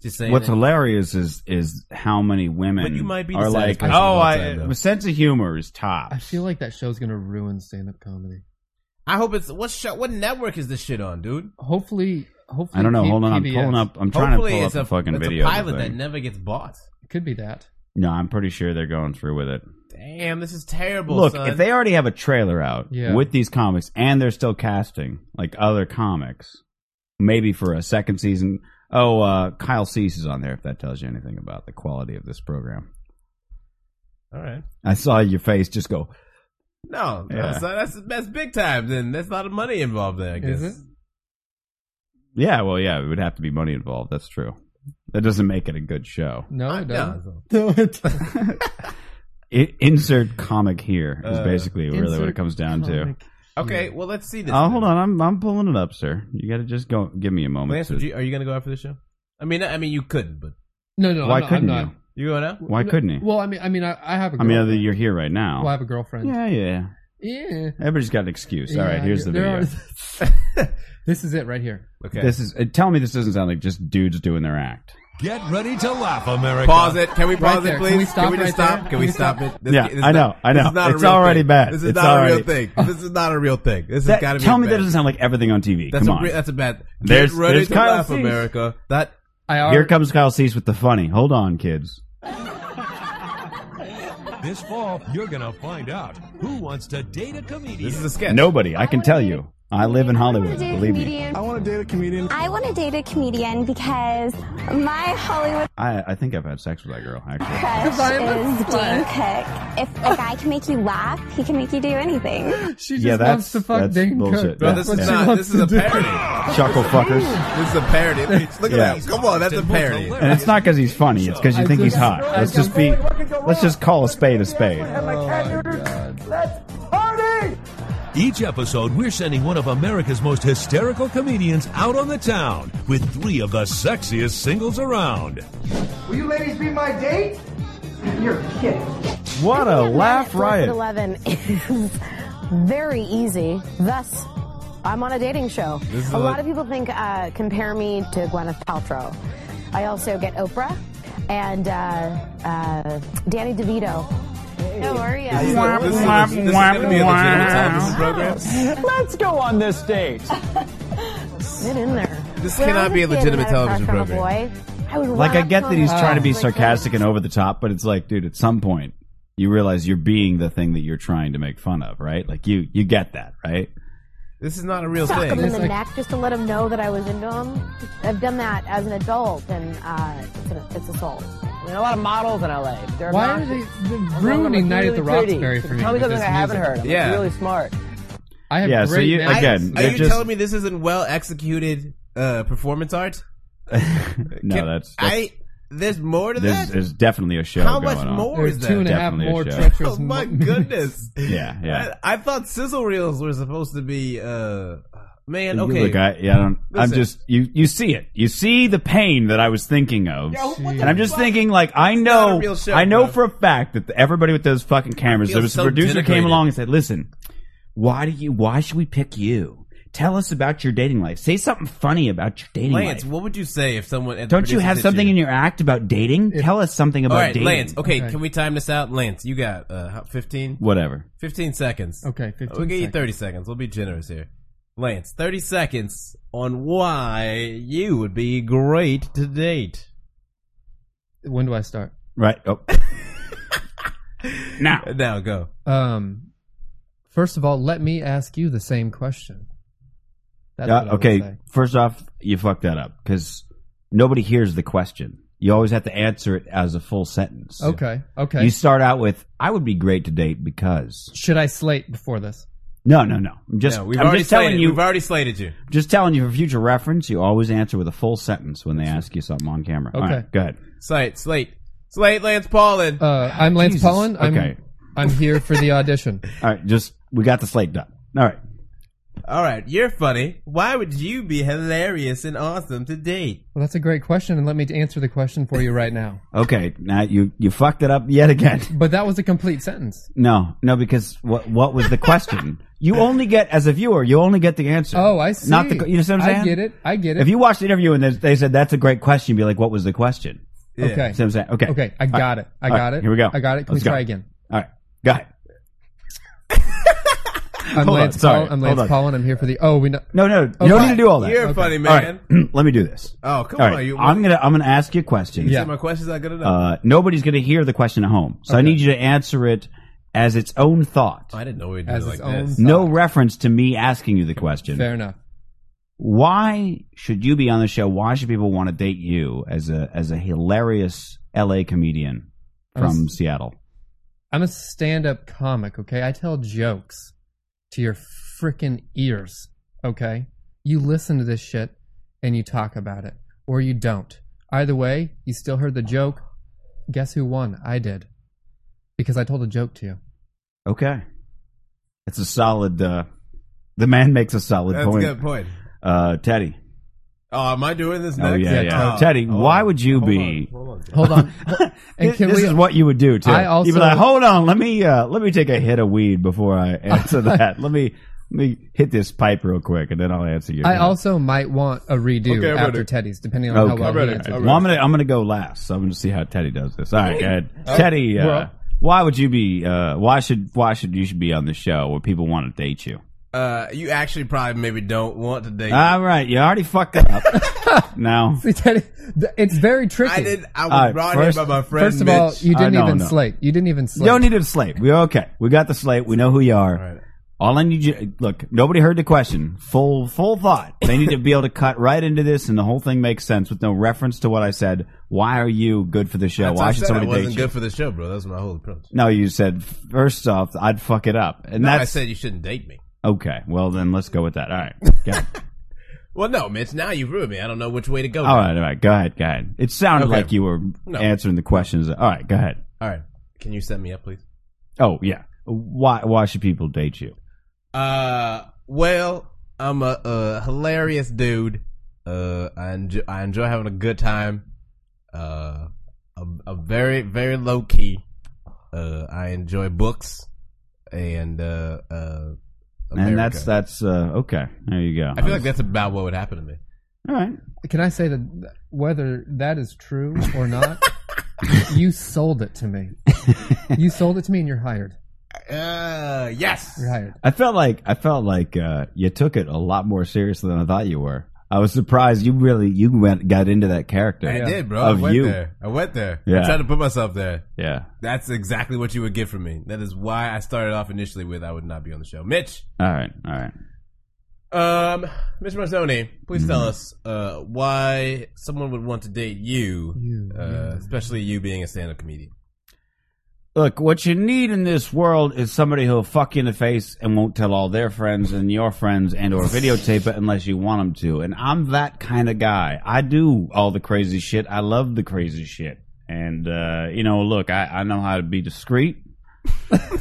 Speaker 7: Just saying
Speaker 5: What's
Speaker 7: that-
Speaker 5: hilarious is is how many women
Speaker 7: But you might be the
Speaker 5: are
Speaker 7: saddest
Speaker 5: like,
Speaker 7: person of
Speaker 5: oh,
Speaker 7: all
Speaker 5: I,
Speaker 7: time, though."
Speaker 5: my sense of humor is top.
Speaker 8: I feel like that show's gonna ruin stand-up comedy.
Speaker 7: I hope it's what show what network is this shit on, dude?
Speaker 8: Hopefully, hopefully.
Speaker 5: I don't know.
Speaker 8: P-
Speaker 5: Hold on, I'm
Speaker 8: PBS.
Speaker 5: pulling up. I'm trying
Speaker 7: Hopefully
Speaker 5: to pull
Speaker 7: it's
Speaker 5: up the
Speaker 7: a
Speaker 5: fucking
Speaker 7: it's
Speaker 5: video.
Speaker 7: a
Speaker 5: of the
Speaker 7: pilot that
Speaker 5: thing.
Speaker 7: never gets bought.
Speaker 8: It could be that.
Speaker 5: no, I'm pretty sure they're going through with it.
Speaker 7: Damn, this is terrible.
Speaker 5: Look,
Speaker 7: son.
Speaker 5: if they already have a trailer out
Speaker 8: Yeah.
Speaker 5: with these comics and they're still casting like other comics, maybe for a second season. Oh, uh, Kyle Cease is on there if that tells you anything about the quality of this program.
Speaker 7: all right.
Speaker 5: I saw your face just go,
Speaker 7: No, no,
Speaker 5: Yeah.
Speaker 7: so that's that's big time. Then that's a lot of money involved there. I guess.
Speaker 8: Is it?
Speaker 5: yeah, well, yeah, it would have to be money involved. That's true. That doesn't make it a good show.
Speaker 8: No,
Speaker 7: I
Speaker 5: (laughs)
Speaker 8: it doesn't.
Speaker 7: know.
Speaker 8: (laughs)
Speaker 5: I insert comic here is
Speaker 7: Uh,
Speaker 5: basically really what
Speaker 8: Insert
Speaker 5: it comes down to.
Speaker 8: comic
Speaker 7: Okay,
Speaker 8: here.
Speaker 7: well let's see this.
Speaker 5: Oh,
Speaker 7: then.
Speaker 5: hold on, I'm I'm pulling it up, sir. You got to just go. Give me a moment.
Speaker 7: Lance,
Speaker 5: to-
Speaker 7: would you, are you gonna go after the show? I mean, I mean you couldn't, but
Speaker 8: No, no.
Speaker 5: why
Speaker 8: I'm not,
Speaker 5: couldn't
Speaker 8: I'm not.
Speaker 5: you?
Speaker 7: you going
Speaker 8: (laughs)
Speaker 7: out.
Speaker 5: Why couldn't he?
Speaker 8: Well, I mean, I mean, I, I have a.
Speaker 5: I mean, other
Speaker 8: girlfriend.
Speaker 5: you're here right now.
Speaker 8: Well, I have a girlfriend.
Speaker 5: Yeah, yeah.
Speaker 8: Yeah.
Speaker 5: Everybody's got an excuse. All right,
Speaker 8: Yeah,
Speaker 5: here's the
Speaker 8: there
Speaker 5: video.
Speaker 8: are- this is it right here.
Speaker 7: Okay,
Speaker 5: This is. uh, Tell me this doesn't sound like just dudes doing their act.
Speaker 9: Get ready to laugh, America.
Speaker 7: pause it. Can we
Speaker 8: Right
Speaker 7: pause
Speaker 8: there.
Speaker 7: it,
Speaker 8: Can
Speaker 7: please?
Speaker 8: we stop
Speaker 7: just
Speaker 8: right
Speaker 7: stop?
Speaker 8: there?
Speaker 7: Can, we stop it? This,
Speaker 5: Yeah,
Speaker 7: this is
Speaker 5: I know, I know.
Speaker 7: this is not a
Speaker 5: It's
Speaker 7: real
Speaker 5: already
Speaker 7: thing.
Speaker 5: bad.
Speaker 7: This is
Speaker 5: It's
Speaker 7: not a real
Speaker 5: already-
Speaker 7: thing.
Speaker 5: (laughs)
Speaker 7: This is not a real thing. This
Speaker 5: That-
Speaker 7: has got to be.
Speaker 5: tell
Speaker 7: a
Speaker 5: me that
Speaker 7: bad-
Speaker 5: doesn't sound like everything on TV.
Speaker 7: That's
Speaker 5: Come
Speaker 7: a
Speaker 5: on.
Speaker 7: re- that's a bad.
Speaker 5: There's-
Speaker 7: Get ready
Speaker 5: there's
Speaker 7: to
Speaker 5: Kyle
Speaker 7: laugh,
Speaker 5: Cease.
Speaker 7: America. That
Speaker 8: I already,
Speaker 5: Here comes Kyle Cease with the funny. Hold on, kids.
Speaker 9: This fall, you're gonna find out who wants to date a comedian.
Speaker 7: this is a sketch.
Speaker 5: Nobody. I can tell you. I live in Hollywood. Believe me.
Speaker 10: I want to date a comedian. I want to date a comedian because my Hollywood
Speaker 5: I I think I've had sex with that girl actually.
Speaker 10: (laughs) crush is Dane Cook. If a guy can make you laugh, he can make you do anything.
Speaker 8: She just
Speaker 5: Yeah, that's-
Speaker 8: wants to fuck
Speaker 5: that's
Speaker 8: Dane
Speaker 5: bullshit.
Speaker 8: Cook.
Speaker 7: Bro,
Speaker 5: Yeah,
Speaker 7: this
Speaker 5: that's
Speaker 7: is
Speaker 5: what she
Speaker 7: not. This is a parody.
Speaker 5: Chuckle fuckers.
Speaker 7: This is a parody. Look
Speaker 5: (laughs) Yeah.
Speaker 7: at that. Come on, that's a parody.
Speaker 5: And it's not because he's funny. It's because you think he's hot. Let's just be. Let's just call a spade a spade.
Speaker 9: Each episode, we're sending one of America's most hysterical comedians out on the town with three of the sexiest singles around.
Speaker 11: Will you ladies be my date? You're kidding.
Speaker 5: What a laugh riot!
Speaker 10: 11 is very easy. Thus, I'm on a dating show.
Speaker 7: is
Speaker 10: A
Speaker 7: a-
Speaker 10: lot of people think, uh, compare me to Gwyneth Paltrow. I also get Oprah and uh, uh, Danny DeVito. How are you?
Speaker 7: This is, this is gonna be a legitimate television program.
Speaker 10: Let's go on this date. Get in there.
Speaker 7: This
Speaker 10: When I
Speaker 7: cannot
Speaker 10: was
Speaker 7: be a
Speaker 10: kid and
Speaker 7: legitimate
Speaker 10: I had a
Speaker 7: television
Speaker 10: crush on a
Speaker 7: program.
Speaker 10: boy, I would Oh,
Speaker 5: Like I
Speaker 10: walk
Speaker 5: get that
Speaker 10: home
Speaker 5: he's
Speaker 10: and
Speaker 5: trying to be
Speaker 10: like,
Speaker 5: sarcastic and over the top, but it's like, dude, at some point you realize you're being the thing that you're trying to make fun of, right? Like you you get that, right? (laughs)
Speaker 7: This is not a real
Speaker 10: Sock him in
Speaker 7: thing.
Speaker 10: the neck just to let him know that I was into him. I've done that as an adult, and uh, it's, an, it's assault.
Speaker 11: There are a lot of models in LA. They're
Speaker 8: Why are they they're ruining Night at the Roxbury for me?
Speaker 11: Tell me
Speaker 8: with
Speaker 11: something I
Speaker 8: this
Speaker 11: haven't
Speaker 8: music?
Speaker 11: heard. I'm
Speaker 7: Yeah.
Speaker 11: really smart.
Speaker 8: I have
Speaker 5: Yeah, so
Speaker 8: great
Speaker 5: you-
Speaker 8: manners.
Speaker 5: again,
Speaker 7: Are
Speaker 5: They're
Speaker 7: you
Speaker 5: just-
Speaker 7: telling me this isn't well executed uh, performance art?
Speaker 5: no,
Speaker 7: Can-
Speaker 5: that's, that's
Speaker 7: I. There's more to
Speaker 5: there's,
Speaker 7: that.
Speaker 5: there's definitely a show
Speaker 7: How
Speaker 5: going
Speaker 7: much
Speaker 5: on.
Speaker 7: more
Speaker 8: There's
Speaker 7: is
Speaker 8: two and
Speaker 7: that?
Speaker 8: a half
Speaker 5: Definitely a
Speaker 8: more
Speaker 5: show.
Speaker 7: (laughs) Oh
Speaker 8: treacherous.
Speaker 7: my
Speaker 8: mo-
Speaker 7: goodness!
Speaker 5: (laughs) Yeah, yeah.
Speaker 7: I, I thought sizzle reels were supposed to be. uh Man, okay.
Speaker 5: Look, I, yeah, I don't, I'm
Speaker 7: Listen.
Speaker 5: just you. You see it. You see the pain that I was thinking of,
Speaker 7: what the
Speaker 5: and I'm just
Speaker 7: fuck?
Speaker 5: thinking, like, I
Speaker 7: not a
Speaker 5: know,
Speaker 7: real show,
Speaker 5: I know
Speaker 7: bro.
Speaker 5: for a fact that the, everybody with those fucking cameras,
Speaker 7: I
Speaker 5: there
Speaker 7: feel
Speaker 5: was
Speaker 7: so
Speaker 5: a producer
Speaker 7: denigrated.
Speaker 5: came along and said, "Listen, why do you? Why should we pick you? Tell us about your dating life. Say something funny about your dating
Speaker 7: Lance,
Speaker 5: life.
Speaker 7: what would you say if someone? if the
Speaker 5: Don't you
Speaker 7: producer
Speaker 5: have
Speaker 7: hit
Speaker 5: something in your act about dating? Tell us something about
Speaker 7: All right,
Speaker 5: dating.
Speaker 7: Lance. Okay,
Speaker 8: Okay.
Speaker 7: can we time this out? Lance, you got uh, how- 15?
Speaker 5: Whatever.
Speaker 7: 15 seconds.
Speaker 8: Okay, 15
Speaker 7: We'll give you
Speaker 8: seconds.
Speaker 7: 30 seconds. We'll be generous here. Lance, 30 seconds on why you would be great to date.
Speaker 8: When do I start?
Speaker 5: Right.
Speaker 7: (laughs)
Speaker 5: Oh. now.
Speaker 7: Now go.
Speaker 8: Um, first of all, let me ask you the same question. That's
Speaker 5: Uh,
Speaker 8: what I would
Speaker 5: okay,
Speaker 8: say.
Speaker 5: first off, you fucked that up because nobody hears the question. You always have to answer it as a full sentence.
Speaker 8: Okay. Okay.
Speaker 5: You start out with, "I would be great to date because."
Speaker 8: Should I slate before this?
Speaker 5: No, no, no. I'm just,
Speaker 7: No, we've
Speaker 5: I'm
Speaker 7: already
Speaker 5: just telling
Speaker 7: slated.
Speaker 5: you.
Speaker 7: We've already slated you.
Speaker 5: just telling you for future reference. You always answer with a full sentence when they ask you something on camera. All
Speaker 8: Okay.
Speaker 5: right, go ahead.
Speaker 7: Slate, slate, slate. Lance Paulin.
Speaker 8: Uh, I'm Lance
Speaker 5: Jesus.
Speaker 8: Pollen. I'm,
Speaker 5: Okay.
Speaker 8: I'm here for the audition.
Speaker 5: All right, just we got the slate done. All right,
Speaker 7: All right, you're funny. Why would you be hilarious and awesome to date?
Speaker 8: Well, that's a great question, and let me answer the question for you right now.
Speaker 5: Okay, now you you fucked it up yet again. (laughs)
Speaker 8: But that was a complete sentence.
Speaker 5: No, no, because what what was the
Speaker 8: (laughs)
Speaker 5: question? you only get as a viewer, you only get the answer.
Speaker 8: Oh, I see.
Speaker 5: Not the you know what I'm saying.
Speaker 8: I get it. I get it.
Speaker 5: If you watch the interview and they- they said that's a great question, you'd be like, what was the question? See
Speaker 8: Okay.
Speaker 5: what I'm saying? Okay.
Speaker 8: Okay, I got it. I
Speaker 5: All
Speaker 8: got it.
Speaker 5: Here we go.
Speaker 8: I got it. Can we
Speaker 5: Let's go.
Speaker 8: try again?
Speaker 5: All right. Got it.
Speaker 8: I'm
Speaker 5: Hold on,
Speaker 8: Lance
Speaker 5: sorry.
Speaker 8: Paul. I'm
Speaker 5: Hold
Speaker 8: Lance
Speaker 5: on.
Speaker 8: Paul, and I'm here for the. Oh, we know.
Speaker 5: No, no, you don't need to do all that.
Speaker 7: You're a funny
Speaker 5: All right,
Speaker 7: man.
Speaker 5: (clears throat) let me do this.
Speaker 7: Oh, come
Speaker 5: All
Speaker 7: on, you-
Speaker 5: I'm gonna I'm gonna ask you a question.
Speaker 7: You said my questions are good enough.
Speaker 5: Uh, nobody's gonna hear the question at home, so I need you to answer it as its own thought.
Speaker 7: I didn't know we'd do
Speaker 8: As
Speaker 7: it like
Speaker 8: its own
Speaker 7: this.
Speaker 5: No reference to me asking you the question.
Speaker 8: Fair enough.
Speaker 5: Why should you be on the show? Why should people want to date you as a as a hilarious LA comedian
Speaker 8: I'm
Speaker 5: from
Speaker 8: s-
Speaker 5: Seattle?
Speaker 8: I'm a stand-up comic. Okay, I tell jokes to your freaking ears. Okay, you listen to this shit and you talk about it, or you don't. Either way, you still heard the joke. Guess who won? I did, because I told a joke to you.
Speaker 5: Okay, it's a solid. Uh, the man makes a solid
Speaker 7: That's
Speaker 5: point.
Speaker 7: a good point.
Speaker 5: Uh, Teddy.
Speaker 7: Oh, am I doing this
Speaker 5: Oh
Speaker 7: next?
Speaker 5: yeah, yeah.
Speaker 7: Oh,
Speaker 5: Teddy,
Speaker 7: hold
Speaker 5: why
Speaker 7: on.
Speaker 5: would you
Speaker 7: Hold
Speaker 5: be?
Speaker 7: on,
Speaker 5: (laughs)
Speaker 7: hold on.
Speaker 8: Hold on. and
Speaker 5: This,
Speaker 8: can
Speaker 5: this
Speaker 8: we?
Speaker 5: is what you would do too.
Speaker 8: I
Speaker 5: You'd
Speaker 8: also-
Speaker 5: be like, hold on, let me uh, let me take a hit of weed before
Speaker 8: (laughs)
Speaker 5: I answer that. let me let me hit this pipe real quick, and then I'll answer you.
Speaker 8: I also might want a redo
Speaker 7: Okay, I'm
Speaker 8: after
Speaker 7: ready.
Speaker 8: Teddy's, depending on
Speaker 5: Okay.
Speaker 8: how well
Speaker 5: I'm
Speaker 8: he
Speaker 7: ready.
Speaker 8: answers.
Speaker 5: Well, I'm gonna I'm gonna go last. So I'm gonna see how Teddy does this. All right, go ahead. Teddy, uh,
Speaker 8: well-
Speaker 5: why would you be? Uh, why should why should you should be on the show where people want to date you?
Speaker 7: Uh, you actually probably maybe don't want to date.
Speaker 5: All right, you already fucked it
Speaker 7: (laughs)
Speaker 5: up. now,
Speaker 8: See, (laughs) Teddy, th- it's very tricky.
Speaker 7: I did. I was
Speaker 5: All right,
Speaker 7: brought
Speaker 5: first-
Speaker 7: here by my friend.
Speaker 8: First of all,
Speaker 7: Mitch.
Speaker 8: you didn't
Speaker 5: I know,
Speaker 8: even
Speaker 5: no.
Speaker 8: slate. You didn't even
Speaker 5: you
Speaker 8: slate.
Speaker 5: don't need a slate. We're okay. We got the slate. We know who you are.
Speaker 7: All right.
Speaker 5: All I need you look. Nobody heard the question. Full full thought. They need to be able to cut right into this, and the whole thing makes sense with no reference to what I said. Why are you good for the show?
Speaker 7: That's
Speaker 5: Why
Speaker 7: why I
Speaker 5: should
Speaker 7: said I
Speaker 5: somebody
Speaker 7: wasn't
Speaker 5: date you?
Speaker 7: good for the show, bro. That's my whole approach.
Speaker 5: no, you said first off, I'd fuck it up, and
Speaker 7: No, I
Speaker 5: that's
Speaker 7: said you shouldn't date me.
Speaker 5: okay. Well, then let's go with that. All
Speaker 7: (laughs)
Speaker 5: right, go ahead.
Speaker 7: Well, no, Mitch. Now you've ruined me. I don't know which way to go.
Speaker 5: all right, all right. Go ahead, go ahead. It sounded
Speaker 7: Okay.
Speaker 5: like you were
Speaker 7: No.
Speaker 5: answering the questions. All right, go ahead.
Speaker 7: All right. Can you set me up, please?
Speaker 5: Oh yeah, why why should people date you?
Speaker 7: Uh, well, I'm a, a hilarious dude. Uh, I enjoy, I enjoy having a good time. Uh, I'm, I'm very, very low key. Uh, I enjoy books and, uh, uh, America.
Speaker 5: And that's that's uh, okay. There you go.
Speaker 7: I feel like that's about what would happen to me.
Speaker 5: all right.
Speaker 8: Can I say that th- whether that is true
Speaker 5: (laughs)
Speaker 8: or not, you sold it to me. You sold it to me, and you're hired.
Speaker 7: Uh, yes.
Speaker 5: (laughs)
Speaker 8: You're hired.
Speaker 5: I felt like I felt like uh, you took it a lot more seriously than I thought you were. I was surprised you really you went got into that character.
Speaker 7: I did, bro.
Speaker 5: Of
Speaker 7: I went
Speaker 5: you,
Speaker 7: there. I went there.
Speaker 5: Yeah.
Speaker 7: I tried to put myself there.
Speaker 5: yeah.
Speaker 7: That's exactly what you would get from me. That is why I started off initially with I would not be on the show. Mitch,
Speaker 5: All right, all right.
Speaker 7: um, Mitch Marzoni, please tell us uh, why someone would want to date you,
Speaker 8: You,
Speaker 7: uh, especially you being a stand-up comedian.
Speaker 5: Look, what you need in this world is somebody who'll fuck you in the face and won't tell all their friends and your friends and or videotape it unless you want them to. And I'm that kind of guy. I do all the crazy shit. I love the crazy shit. And uh, you know, look, I, I know how to be
Speaker 8: (laughs)
Speaker 5: discreet.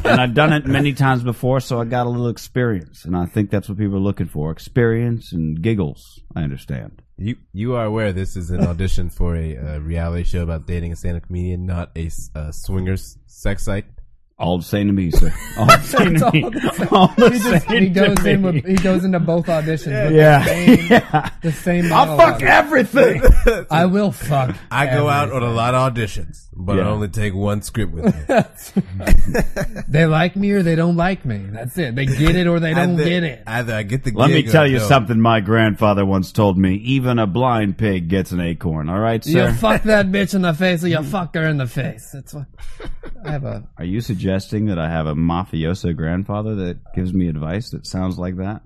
Speaker 5: and I've done it many times before, so I got a little experience, and I think that's what people are looking for: experience and giggles. I understand.
Speaker 7: You you are aware this is an audition (laughs) for a uh, reality show about dating a stand-up comedian, not a s- uh, swingers sex site.
Speaker 5: All the same to me, sir. All
Speaker 8: (laughs)
Speaker 5: the same to me. All the
Speaker 8: He, just,
Speaker 5: same
Speaker 8: he goes
Speaker 5: to
Speaker 8: in.
Speaker 5: me.
Speaker 8: With, he goes into both auditions. with (laughs)
Speaker 5: yeah. yeah.
Speaker 8: The same.
Speaker 5: I'll fuck
Speaker 7: (laughs)
Speaker 8: monologue.
Speaker 5: everything.
Speaker 8: I will fuck.
Speaker 7: I go out on a lot of auditions, but I
Speaker 5: Yeah.
Speaker 7: only take one script with (laughs) me.
Speaker 8: They like me or they don't like me. That's it. They get it or they don't
Speaker 7: either,
Speaker 8: get it.
Speaker 7: Either I get the.
Speaker 5: Let me
Speaker 7: gig or
Speaker 5: tell
Speaker 7: I
Speaker 5: you
Speaker 7: don't.
Speaker 5: something my grandfather once told me. Even a blind pig gets an acorn, all right,
Speaker 8: You
Speaker 5: sir?
Speaker 7: (laughs)
Speaker 8: fuck that bitch in the face or you fuck her in the face. That's what I have a
Speaker 5: Are you suggesting that I have a mafioso grandfather that gives me advice that sounds like that?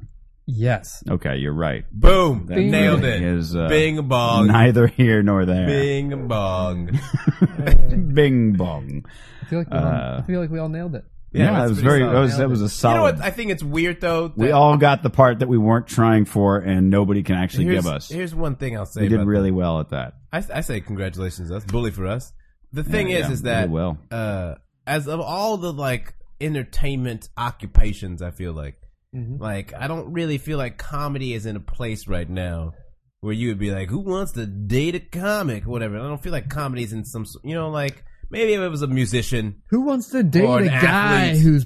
Speaker 8: yes.
Speaker 5: Okay, you're right.
Speaker 7: Boom!
Speaker 5: That
Speaker 7: Nailed
Speaker 5: really
Speaker 7: it.
Speaker 5: is, uh,
Speaker 7: Bing bong.
Speaker 5: Neither here nor
Speaker 7: (laughs)
Speaker 5: there.
Speaker 7: Bing bong.
Speaker 5: (laughs) Bing bong.
Speaker 8: I feel like we, all, I feel like we all nailed it.
Speaker 5: Yeah,
Speaker 7: that's
Speaker 5: that was
Speaker 7: pretty
Speaker 5: very.
Speaker 7: solid.
Speaker 5: That was, that was a
Speaker 7: You know
Speaker 5: solid.
Speaker 7: what? I think it's weird though. that-
Speaker 5: we all got the part that we weren't trying for, and nobody can actually
Speaker 7: here's,
Speaker 5: give us.
Speaker 7: Here's one thing I'll say.
Speaker 5: We did
Speaker 7: about
Speaker 5: really well at that.
Speaker 7: that. I, I say congratulations. That's bully for us. The thing
Speaker 5: Yeah,
Speaker 7: is,
Speaker 5: yeah,
Speaker 7: is
Speaker 5: we
Speaker 7: that
Speaker 5: did well.
Speaker 7: uh, as of all the like entertainment occupations, I feel like
Speaker 5: Mm-hmm.
Speaker 7: Like, I don't really feel like comedy is in a place right now where you would be like, who wants to date a comic? Whatever. I don't feel like comedy is in some, s- you know, like, maybe if it was a musician,
Speaker 8: Who wants to date
Speaker 7: Or
Speaker 8: a
Speaker 7: an
Speaker 8: guy
Speaker 7: athlete.
Speaker 8: who's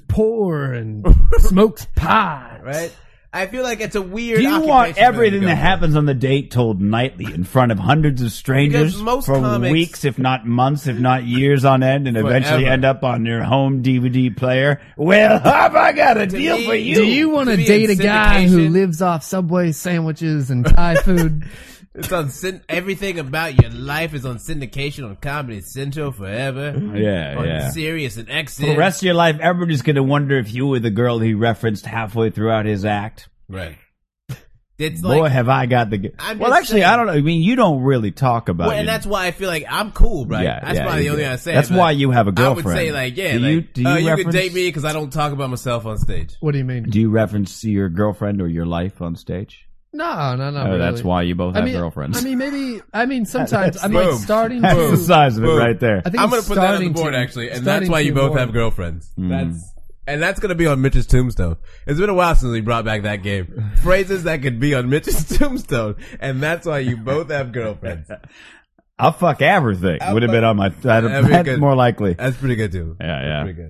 Speaker 7: (laughs)
Speaker 8: poor and smokes pot?
Speaker 7: right? I feel like it's a weird
Speaker 5: Do you want
Speaker 7: occupation for them to
Speaker 5: everything
Speaker 7: go
Speaker 5: that
Speaker 7: for.
Speaker 5: happens on the date told nightly in front of hundreds of strangers
Speaker 7: Because most
Speaker 5: for
Speaker 7: comics-
Speaker 5: weeks, if not months, if not years on end, and eventually
Speaker 7: Forever.
Speaker 5: end up on your home DVD player? Well, (laughs) have I got a
Speaker 7: To
Speaker 5: deal
Speaker 7: me-
Speaker 5: for you?
Speaker 8: Do you want to
Speaker 7: be in
Speaker 8: date a guy who
Speaker 7: syndication.
Speaker 8: lives off Subway sandwiches and
Speaker 7: (laughs)
Speaker 8: Thai food?
Speaker 7: It's on syn- everything about your life is on syndication on Comedy Central forever.
Speaker 5: Yeah,
Speaker 7: on
Speaker 5: yeah.
Speaker 7: Serious and
Speaker 5: for the
Speaker 7: Exit.
Speaker 5: rest of your life, everybody's going to wonder if you were the girl he referenced halfway throughout his act.
Speaker 7: (laughs) right. It's
Speaker 5: Boy,
Speaker 7: like,
Speaker 5: have I got the. G-
Speaker 7: I'm
Speaker 5: well,
Speaker 7: just
Speaker 5: actually,
Speaker 7: saying.
Speaker 5: I don't know. I mean, you don't really talk about
Speaker 7: well,
Speaker 5: it.
Speaker 7: and that's why I feel like I'm cool, right?
Speaker 5: Yeah,
Speaker 7: that's
Speaker 5: yeah,
Speaker 7: probably the
Speaker 5: you
Speaker 7: only
Speaker 5: do.
Speaker 7: thing I say.
Speaker 5: That's
Speaker 7: but
Speaker 5: why you have
Speaker 7: I
Speaker 5: a
Speaker 7: would
Speaker 5: girlfriend.
Speaker 7: say like, yeah,
Speaker 5: Do
Speaker 7: like,
Speaker 5: you- do you
Speaker 7: uh, you could
Speaker 5: reference-
Speaker 7: date me because I don't talk about myself on stage.
Speaker 8: What do you mean?
Speaker 5: Do you reference your girlfriend or your life on stage?
Speaker 8: No, no, no.
Speaker 5: Oh, that's why you both
Speaker 8: I
Speaker 5: have
Speaker 8: mean,
Speaker 5: girlfriends.
Speaker 8: I mean, maybe.
Speaker 7: (laughs)
Speaker 8: I mean, sometimes I'm like
Speaker 7: Boom.
Speaker 5: (laughs)
Speaker 8: starting
Speaker 5: That's the
Speaker 8: to.
Speaker 5: size of it
Speaker 7: Boom.
Speaker 5: right there.
Speaker 8: I think
Speaker 7: I'm
Speaker 8: it's
Speaker 7: gonna put that on the
Speaker 8: starting
Speaker 7: board
Speaker 8: to-
Speaker 7: actually, and that's
Speaker 8: starting
Speaker 7: why
Speaker 8: to
Speaker 7: you both
Speaker 8: more-
Speaker 7: have girlfriends.
Speaker 5: Mm-hmm.
Speaker 7: That's and that's gonna be on Mitch's tombstone. It's been a while since we brought back that
Speaker 5: (laughs)
Speaker 7: game. Phrases that could be on Mitch's (laughs) tombstone, and that's why you both have girlfriends.
Speaker 5: I'll fuck everything.
Speaker 7: I'll
Speaker 5: Would have been
Speaker 7: fuck
Speaker 5: on my. That'd,
Speaker 7: everything.
Speaker 5: that's more likely.
Speaker 7: That's pretty good too.
Speaker 5: Yeah, yeah.
Speaker 7: That's pretty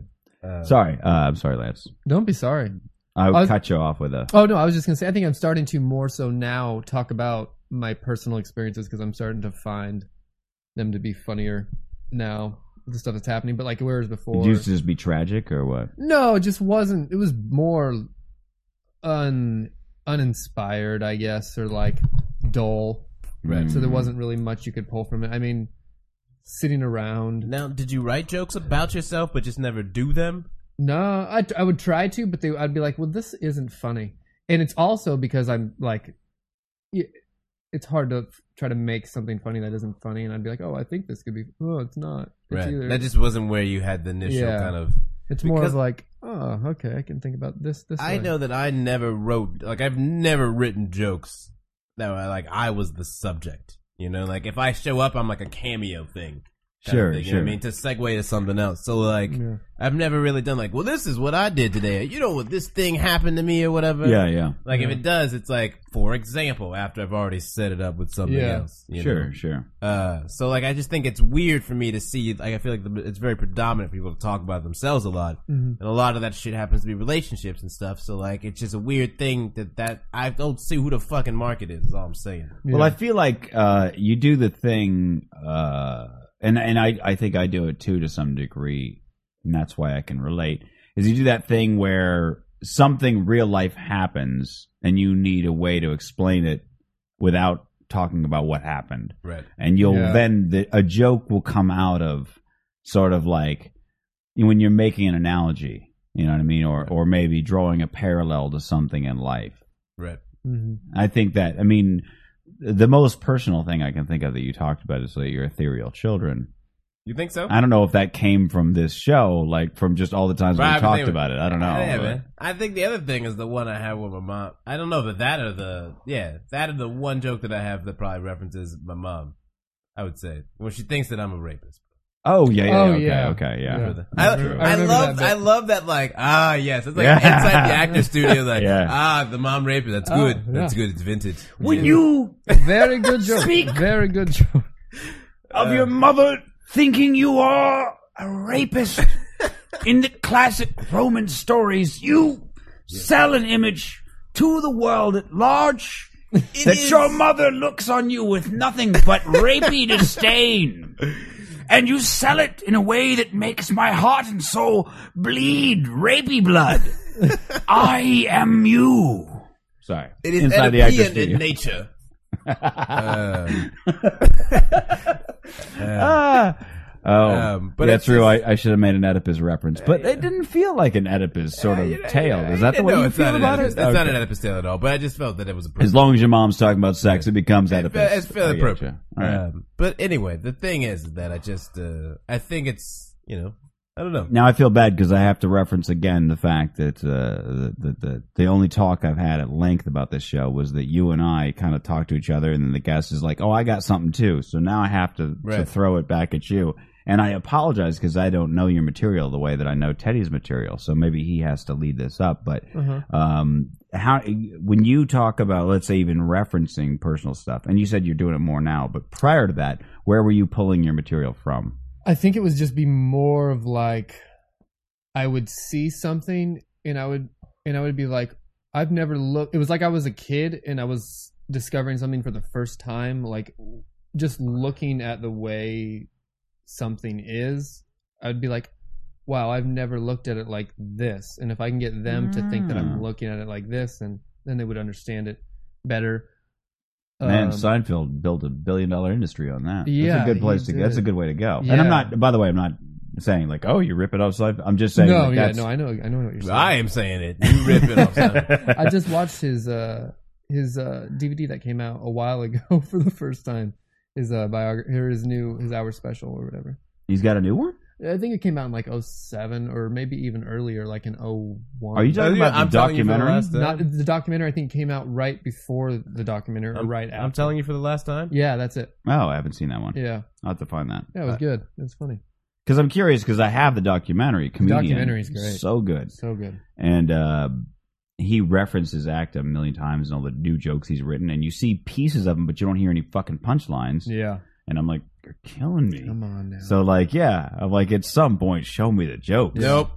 Speaker 7: good.
Speaker 5: Sorry, uh, I'm sorry, Lance.
Speaker 8: Don't be sorry.
Speaker 5: I
Speaker 8: I was-
Speaker 5: cut you off with a.
Speaker 8: Oh no, I was just gonna say. I think I'm starting to more so now talk about my personal experiences because I'm starting to find them to be funnier now. with The stuff that's happening, but like whereas before,
Speaker 5: It used to just be tragic or what?
Speaker 8: No, it just wasn't. It was more un uninspired, I guess, or like dull.
Speaker 5: Right.
Speaker 8: So there wasn't really much you could pull from it. I mean, sitting around.
Speaker 7: Now, did you write jokes about yourself but just never do them?
Speaker 8: No, I I would try to, but they, I'd be like, well, this isn't funny, and it's also because I'm like, y- it's hard to f- try to make something funny that isn't funny, and I'd be like, oh, I think this could be. Oh, it's not. It's either.
Speaker 7: That just wasn't where you had the initial
Speaker 8: Yeah.
Speaker 7: kind of.
Speaker 8: it's more
Speaker 7: because-
Speaker 8: of like, oh, okay, I can think about this. This
Speaker 7: I
Speaker 8: way."
Speaker 7: know that I never wrote like I've never written jokes that were like I was the subject. You know, like if I show up, I'm like a cameo thing. kind of
Speaker 5: Sure,
Speaker 7: thing, You know
Speaker 5: sure.
Speaker 7: what I mean, to segue to something else. So like,
Speaker 8: Yeah.
Speaker 7: I've never really done like, well, this is what I did today. You know what this thing happened to me or whatever.
Speaker 5: Yeah, yeah.
Speaker 7: Like if it does, it's like, for example, after I've already set it up with something
Speaker 8: Yeah.
Speaker 7: else. you
Speaker 5: Sure,
Speaker 7: know?
Speaker 5: sure.
Speaker 7: Uh, so like I just think it's weird for me to see. Like I feel like the, it's very predominant for people to talk about themselves a lot,
Speaker 8: Mm-hmm.
Speaker 7: and a lot of that shit happens to be relationships and stuff. So like it's just a weird thing that that I don't see who the fucking market is. Is all I'm saying.
Speaker 5: Well, I feel like uh, you do the thing, uh, and and I I think I do it too to some degree, and that's why I can relate. Is you do that thing where something real life happens, and you need a way to explain it without talking about what happened.
Speaker 7: Right.
Speaker 5: and you'll
Speaker 8: Yeah.
Speaker 5: then the, a joke will come out of sort of like when you're making an analogy you know what i mean or or maybe drawing a parallel to something in life
Speaker 7: Right.
Speaker 8: Mhm.
Speaker 5: i think that i mean the most personal thing i can think of that you talked about is like your ethereal children
Speaker 7: You think so?
Speaker 5: i don't know if that came from this show like from just all the times
Speaker 7: Right,
Speaker 5: we
Speaker 7: but
Speaker 5: talked
Speaker 7: they were-
Speaker 5: about it i don't know
Speaker 7: Yeah,
Speaker 5: but-
Speaker 7: man. I think the other thing is the one I have with my mom. I don't know if that or the yeah that or the one joke that I have that probably references my mom. I would say when she thinks that I'm a rapist.
Speaker 5: oh yeah yeah
Speaker 8: Oh,
Speaker 5: okay
Speaker 8: yeah.
Speaker 5: okay yeah,
Speaker 8: Yeah.
Speaker 7: I,
Speaker 8: True.
Speaker 7: I,
Speaker 8: I remember
Speaker 7: love
Speaker 8: that bit.
Speaker 7: I love that like ah yes it's like
Speaker 5: Yeah.
Speaker 7: inside the actor studio like
Speaker 5: Yeah.
Speaker 7: ah the mom raped her that's
Speaker 8: Oh,
Speaker 7: good
Speaker 8: yeah.
Speaker 7: that's good it's vintage
Speaker 5: when you
Speaker 8: Very good
Speaker 7: (laughs)
Speaker 8: joke. Very good joke. (laughs)
Speaker 5: of your mother thinking you are a
Speaker 7: (laughs)
Speaker 5: rapist. In the classic Roman stories, you sell an image to the world at large that your mother looks on you with
Speaker 7: (laughs)
Speaker 5: nothing but rapey disdain. And you sell it in a way that makes my heart and soul bleed rapey
Speaker 7: (laughs)
Speaker 5: blood. I am you. Sorry.
Speaker 7: it is Oedipean in nature
Speaker 5: Oh,
Speaker 7: Um, but
Speaker 5: yeah,
Speaker 7: it's
Speaker 5: true.
Speaker 7: just-
Speaker 5: I, I should have made an Oedipus reference, but it didn't feel like an Oedipus sort of tale. Is that the way
Speaker 7: no
Speaker 5: you
Speaker 7: it's
Speaker 5: feel
Speaker 7: not
Speaker 5: about
Speaker 7: an
Speaker 5: it?
Speaker 7: Oedipus, it's not
Speaker 5: Okay.
Speaker 7: an Oedipus tale at all but I just felt that it was a
Speaker 5: As long as your mom's talking about sex, it becomes Oedipus.
Speaker 7: It's
Speaker 5: I
Speaker 7: fairly
Speaker 5: get
Speaker 7: appropriate.
Speaker 5: you. All right.
Speaker 7: Um, but anyway, the thing is that I just uh, I think it's you know I don't know.
Speaker 5: Now I feel bad because I have to reference again the fact that uh, the, the the the only talk I've had at length about this show was that you and I kind of talked to each other, and then the guest is like, "Oh, I got something too," so now I have to, to
Speaker 7: Right.
Speaker 5: throw it back at you, And I apologize because I don't know your material the way that I know Teddy's material. So maybe he has to lead this up. But
Speaker 8: Uh-huh.
Speaker 5: um, how when you talk about, let's say, even referencing personal stuff, and you said you're doing it more now, but prior to that, where were you pulling your material from?
Speaker 8: I think it was just be more of like I would see something and I would and I would be like I've never looked it was like I was a kid and I was discovering something for the first time like just looking at the way something is I'd be like wow I've never looked at it like this and if I can get them to think that I'm
Speaker 5: Mm.
Speaker 8: looking at it like this and then they would understand it better
Speaker 5: Man,
Speaker 8: Um,
Speaker 5: Seinfeld built a billion dollar industry on that.
Speaker 8: Yeah,
Speaker 5: that's a good place
Speaker 8: he
Speaker 5: to. That's a
Speaker 8: did.
Speaker 5: good way to go. And I'm
Speaker 8: Yeah.
Speaker 5: not. By the way, I'm not saying like, oh, you rip it off Seinfeld. I'm just saying.
Speaker 8: no
Speaker 5: like,
Speaker 8: yeah
Speaker 5: that's-
Speaker 8: no I know I know what you're saying
Speaker 7: I am saying it. You rip it off.
Speaker 5: (laughs)
Speaker 7: son.
Speaker 8: I just watched his uh his uh DVD that came out a while (laughs) ago for the first time. His uh biography or his new his hour special or whatever.
Speaker 5: He's got a new one.
Speaker 8: I think it came out in like 07 or maybe even earlier, like in 01.
Speaker 5: Are you talking about
Speaker 7: I'm
Speaker 5: the
Speaker 7: telling you for the
Speaker 5: documentary?
Speaker 7: last time.
Speaker 8: Not the documentary. I think came out right before the documentary or
Speaker 7: I'm,
Speaker 8: right after.
Speaker 7: I'm telling you for the last time.
Speaker 8: Yeah, that's it.
Speaker 5: Oh, I haven't seen that one.
Speaker 8: Yeah,
Speaker 5: I'll have to find that.
Speaker 8: yeah, it was good. It was funny.
Speaker 5: Because I'm curious, because I have the documentary. Comedian.
Speaker 8: documentary's great.
Speaker 5: So good.
Speaker 8: So good.
Speaker 5: and uh, he references act a million times and all the new jokes he's written, and you see pieces of them, but you don't hear any fucking punchlines.
Speaker 8: Yeah.
Speaker 5: And I'm like, you're killing me.
Speaker 8: Come on now.
Speaker 5: So like, yeah, I'm like, at some point, show me the jokes.
Speaker 7: Nope.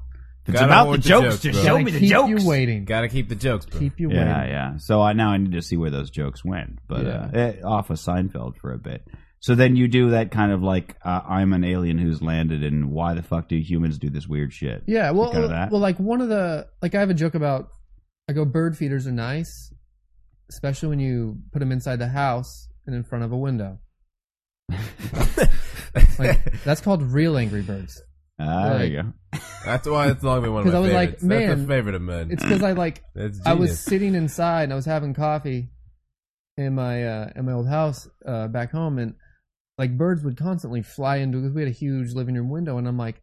Speaker 5: If it's
Speaker 7: Gotta
Speaker 5: about the
Speaker 7: hoard the
Speaker 5: jokes,
Speaker 7: jokes,
Speaker 5: just
Speaker 7: bro.
Speaker 5: show
Speaker 8: Gotta
Speaker 5: me the
Speaker 8: keep
Speaker 5: jokes.
Speaker 8: you waiting.
Speaker 7: Gotta keep the jokes, bro.
Speaker 8: Keep you
Speaker 5: Yeah,
Speaker 8: waiting.
Speaker 5: yeah. So I now I need to see where those jokes went, but uh, eh, off of Seinfeld for a bit. So then you do that kind of like uh, I'm an alien who's landed, and why the fuck do humans do this weird shit?
Speaker 8: Yeah, well,
Speaker 5: Because of that.
Speaker 8: well, like one of the like I have a joke about. I go bird feeders are nice, especially when you put them inside the house and in front of a window.
Speaker 5: (laughs)
Speaker 8: Like that's called real angry birds.
Speaker 5: Ah, there
Speaker 8: Like- (laughs)
Speaker 5: you go.
Speaker 7: (laughs)
Speaker 5: (laughs)
Speaker 7: That's why it's long been one of
Speaker 8: 'Cause
Speaker 7: my
Speaker 8: I was like,
Speaker 7: favorites. That's a
Speaker 8: man,
Speaker 7: favorite of mine.
Speaker 8: It's because I like
Speaker 7: That's genius.
Speaker 8: I was sitting inside and I was having coffee in my uh, in my old house uh, back home, and like birds would constantly fly into because we had a huge living room window, and I'm like,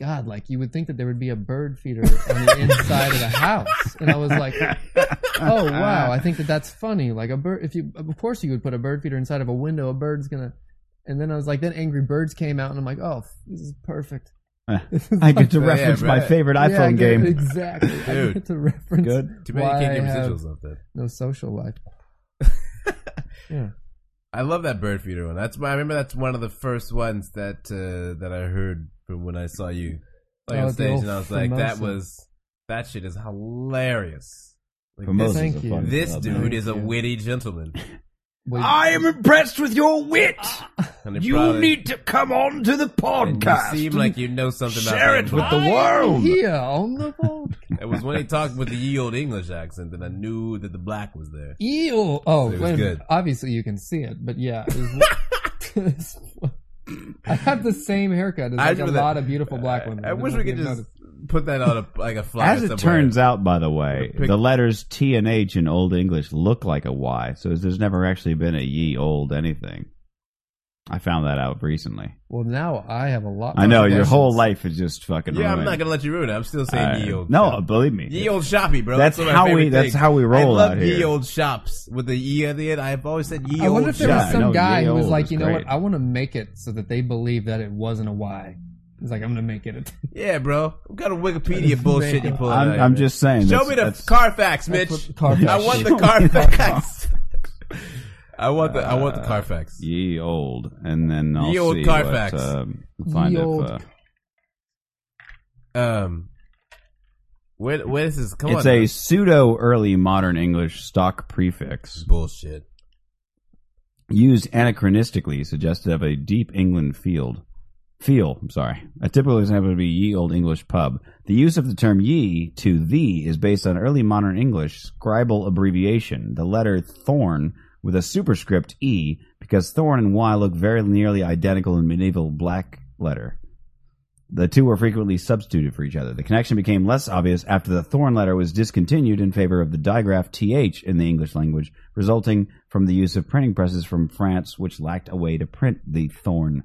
Speaker 8: God, like you would think that there would be a bird feeder on the inside of the house, and I was like, Oh wow, I think that that's funny. Like a bird, if you of course you would put a bird feeder inside of a window, a bird's gonna. And then I was like, then Angry Birds came out, and I'm like, oh, this is perfect.
Speaker 5: I get to
Speaker 7: Yeah,
Speaker 5: reference my
Speaker 7: right.
Speaker 5: favorite
Speaker 8: Yeah, I
Speaker 5: iPhone
Speaker 8: get-
Speaker 5: game.
Speaker 8: (laughs) exactly. I
Speaker 7: Dude.
Speaker 8: get to reference.
Speaker 5: Good.
Speaker 7: Too bad you
Speaker 8: why
Speaker 7: can't
Speaker 8: I
Speaker 7: get
Speaker 8: have-
Speaker 7: residuals off that.
Speaker 8: no social life. yeah.
Speaker 7: I love that bird feeder one. That's my, I remember that's one of the first ones that uh, that I heard from when I saw you like
Speaker 8: Oh,
Speaker 7: on
Speaker 8: the
Speaker 7: stage,
Speaker 8: old
Speaker 7: and I was like, that
Speaker 8: Formosa.
Speaker 7: was that shit is hilarious. Like,
Speaker 5: Formosa's
Speaker 7: this
Speaker 8: Thank
Speaker 5: a
Speaker 8: you.
Speaker 5: fun
Speaker 7: this
Speaker 5: club, Oh, man.
Speaker 7: dude is a
Speaker 8: you.
Speaker 7: witty gentleman.
Speaker 8: Wait,
Speaker 1: I am impressed with your wit.
Speaker 7: And it
Speaker 1: You
Speaker 7: probably-
Speaker 1: need to come on to the
Speaker 7: and
Speaker 1: podcast.
Speaker 7: You seem like you know something
Speaker 1: Share
Speaker 7: about
Speaker 1: it with
Speaker 7: that.
Speaker 1: the world.
Speaker 8: here on the phone.
Speaker 7: It was when he talked with the ye old English accent that I knew that the black was there.
Speaker 8: Ew. Oh,
Speaker 7: It was
Speaker 8: wait a
Speaker 7: good.
Speaker 8: minute. obviously you can see it, but yeah. it was- (laughs) I have the same haircut as
Speaker 7: I
Speaker 8: like a
Speaker 7: remember that.
Speaker 8: lot of beautiful black women.
Speaker 7: I wish
Speaker 8: don't
Speaker 7: we
Speaker 8: know if
Speaker 7: could
Speaker 8: you've
Speaker 7: just
Speaker 8: noticed.
Speaker 7: put that on a like a flyer.
Speaker 5: As it
Speaker 7: somewhere.
Speaker 5: turns out, by the way,
Speaker 7: Pick-
Speaker 5: the letters T and H in Old English look like a Y, so there's never actually been a ye old anything. I found that out recently.
Speaker 8: Well, now I have a lot.
Speaker 5: I know
Speaker 8: more
Speaker 5: your
Speaker 8: questions.
Speaker 5: whole life is just fucking.
Speaker 7: yeah, I'm
Speaker 5: ruined.
Speaker 7: not gonna let you ruin it. I'm still saying
Speaker 5: Uh,
Speaker 7: ye old.
Speaker 5: no,
Speaker 7: shop.
Speaker 5: believe me.
Speaker 7: ye old shoppy, bro.
Speaker 5: That's
Speaker 7: one of my
Speaker 5: how we-
Speaker 7: favorite
Speaker 5: that's
Speaker 7: things.
Speaker 5: how we roll
Speaker 7: I love
Speaker 5: out
Speaker 7: ye
Speaker 5: here.
Speaker 7: old shops with the e at the end. I've always said ye
Speaker 8: I
Speaker 7: old.
Speaker 8: wonder if there was
Speaker 5: Yeah,
Speaker 7: shop.
Speaker 8: some
Speaker 5: no,
Speaker 8: guy who
Speaker 5: Yale
Speaker 8: was like,
Speaker 5: is
Speaker 8: you know
Speaker 5: great.
Speaker 8: what? I want to make it so that they believe that it wasn't a Y. He's like, I'm gonna make it. A
Speaker 7: Yeah, bro. What kind of Wikipedia bullshit you pulling?
Speaker 5: I'm,
Speaker 7: out
Speaker 5: I'm
Speaker 7: here?
Speaker 5: just saying.
Speaker 7: uh, Show
Speaker 5: that's-
Speaker 7: me the
Speaker 5: that's-
Speaker 7: Carfax, Mitch.
Speaker 8: what Carfax
Speaker 7: I want
Speaker 8: is.
Speaker 7: the Carfax. (laughs) I want the I want the Carfax.
Speaker 5: Uh, Ye old, and then I'll
Speaker 7: Ye olde
Speaker 5: see
Speaker 7: Carfax.
Speaker 5: What, um, find
Speaker 8: Ye
Speaker 5: if,
Speaker 8: olde-
Speaker 5: uh,
Speaker 7: Um, where where is this? Come
Speaker 5: it's
Speaker 7: on,
Speaker 5: a
Speaker 7: now.
Speaker 5: pseudo early modern English stock prefix.
Speaker 7: bullshit.
Speaker 5: used anachronistically suggested of a deep England field. Feel, I'm sorry. A typical example would be ye old English pub. The use of the term ye to thee is based on early modern English scribal abbreviation, the letter thorn with a superscript e, because thorn and y look very nearly identical in medieval black letter. The two were frequently substituted for each other. The connection became less obvious after the thorn letter was discontinued in favor of the digraph th in the English language, resulting from the use of printing presses from France, which lacked a way to print the thorn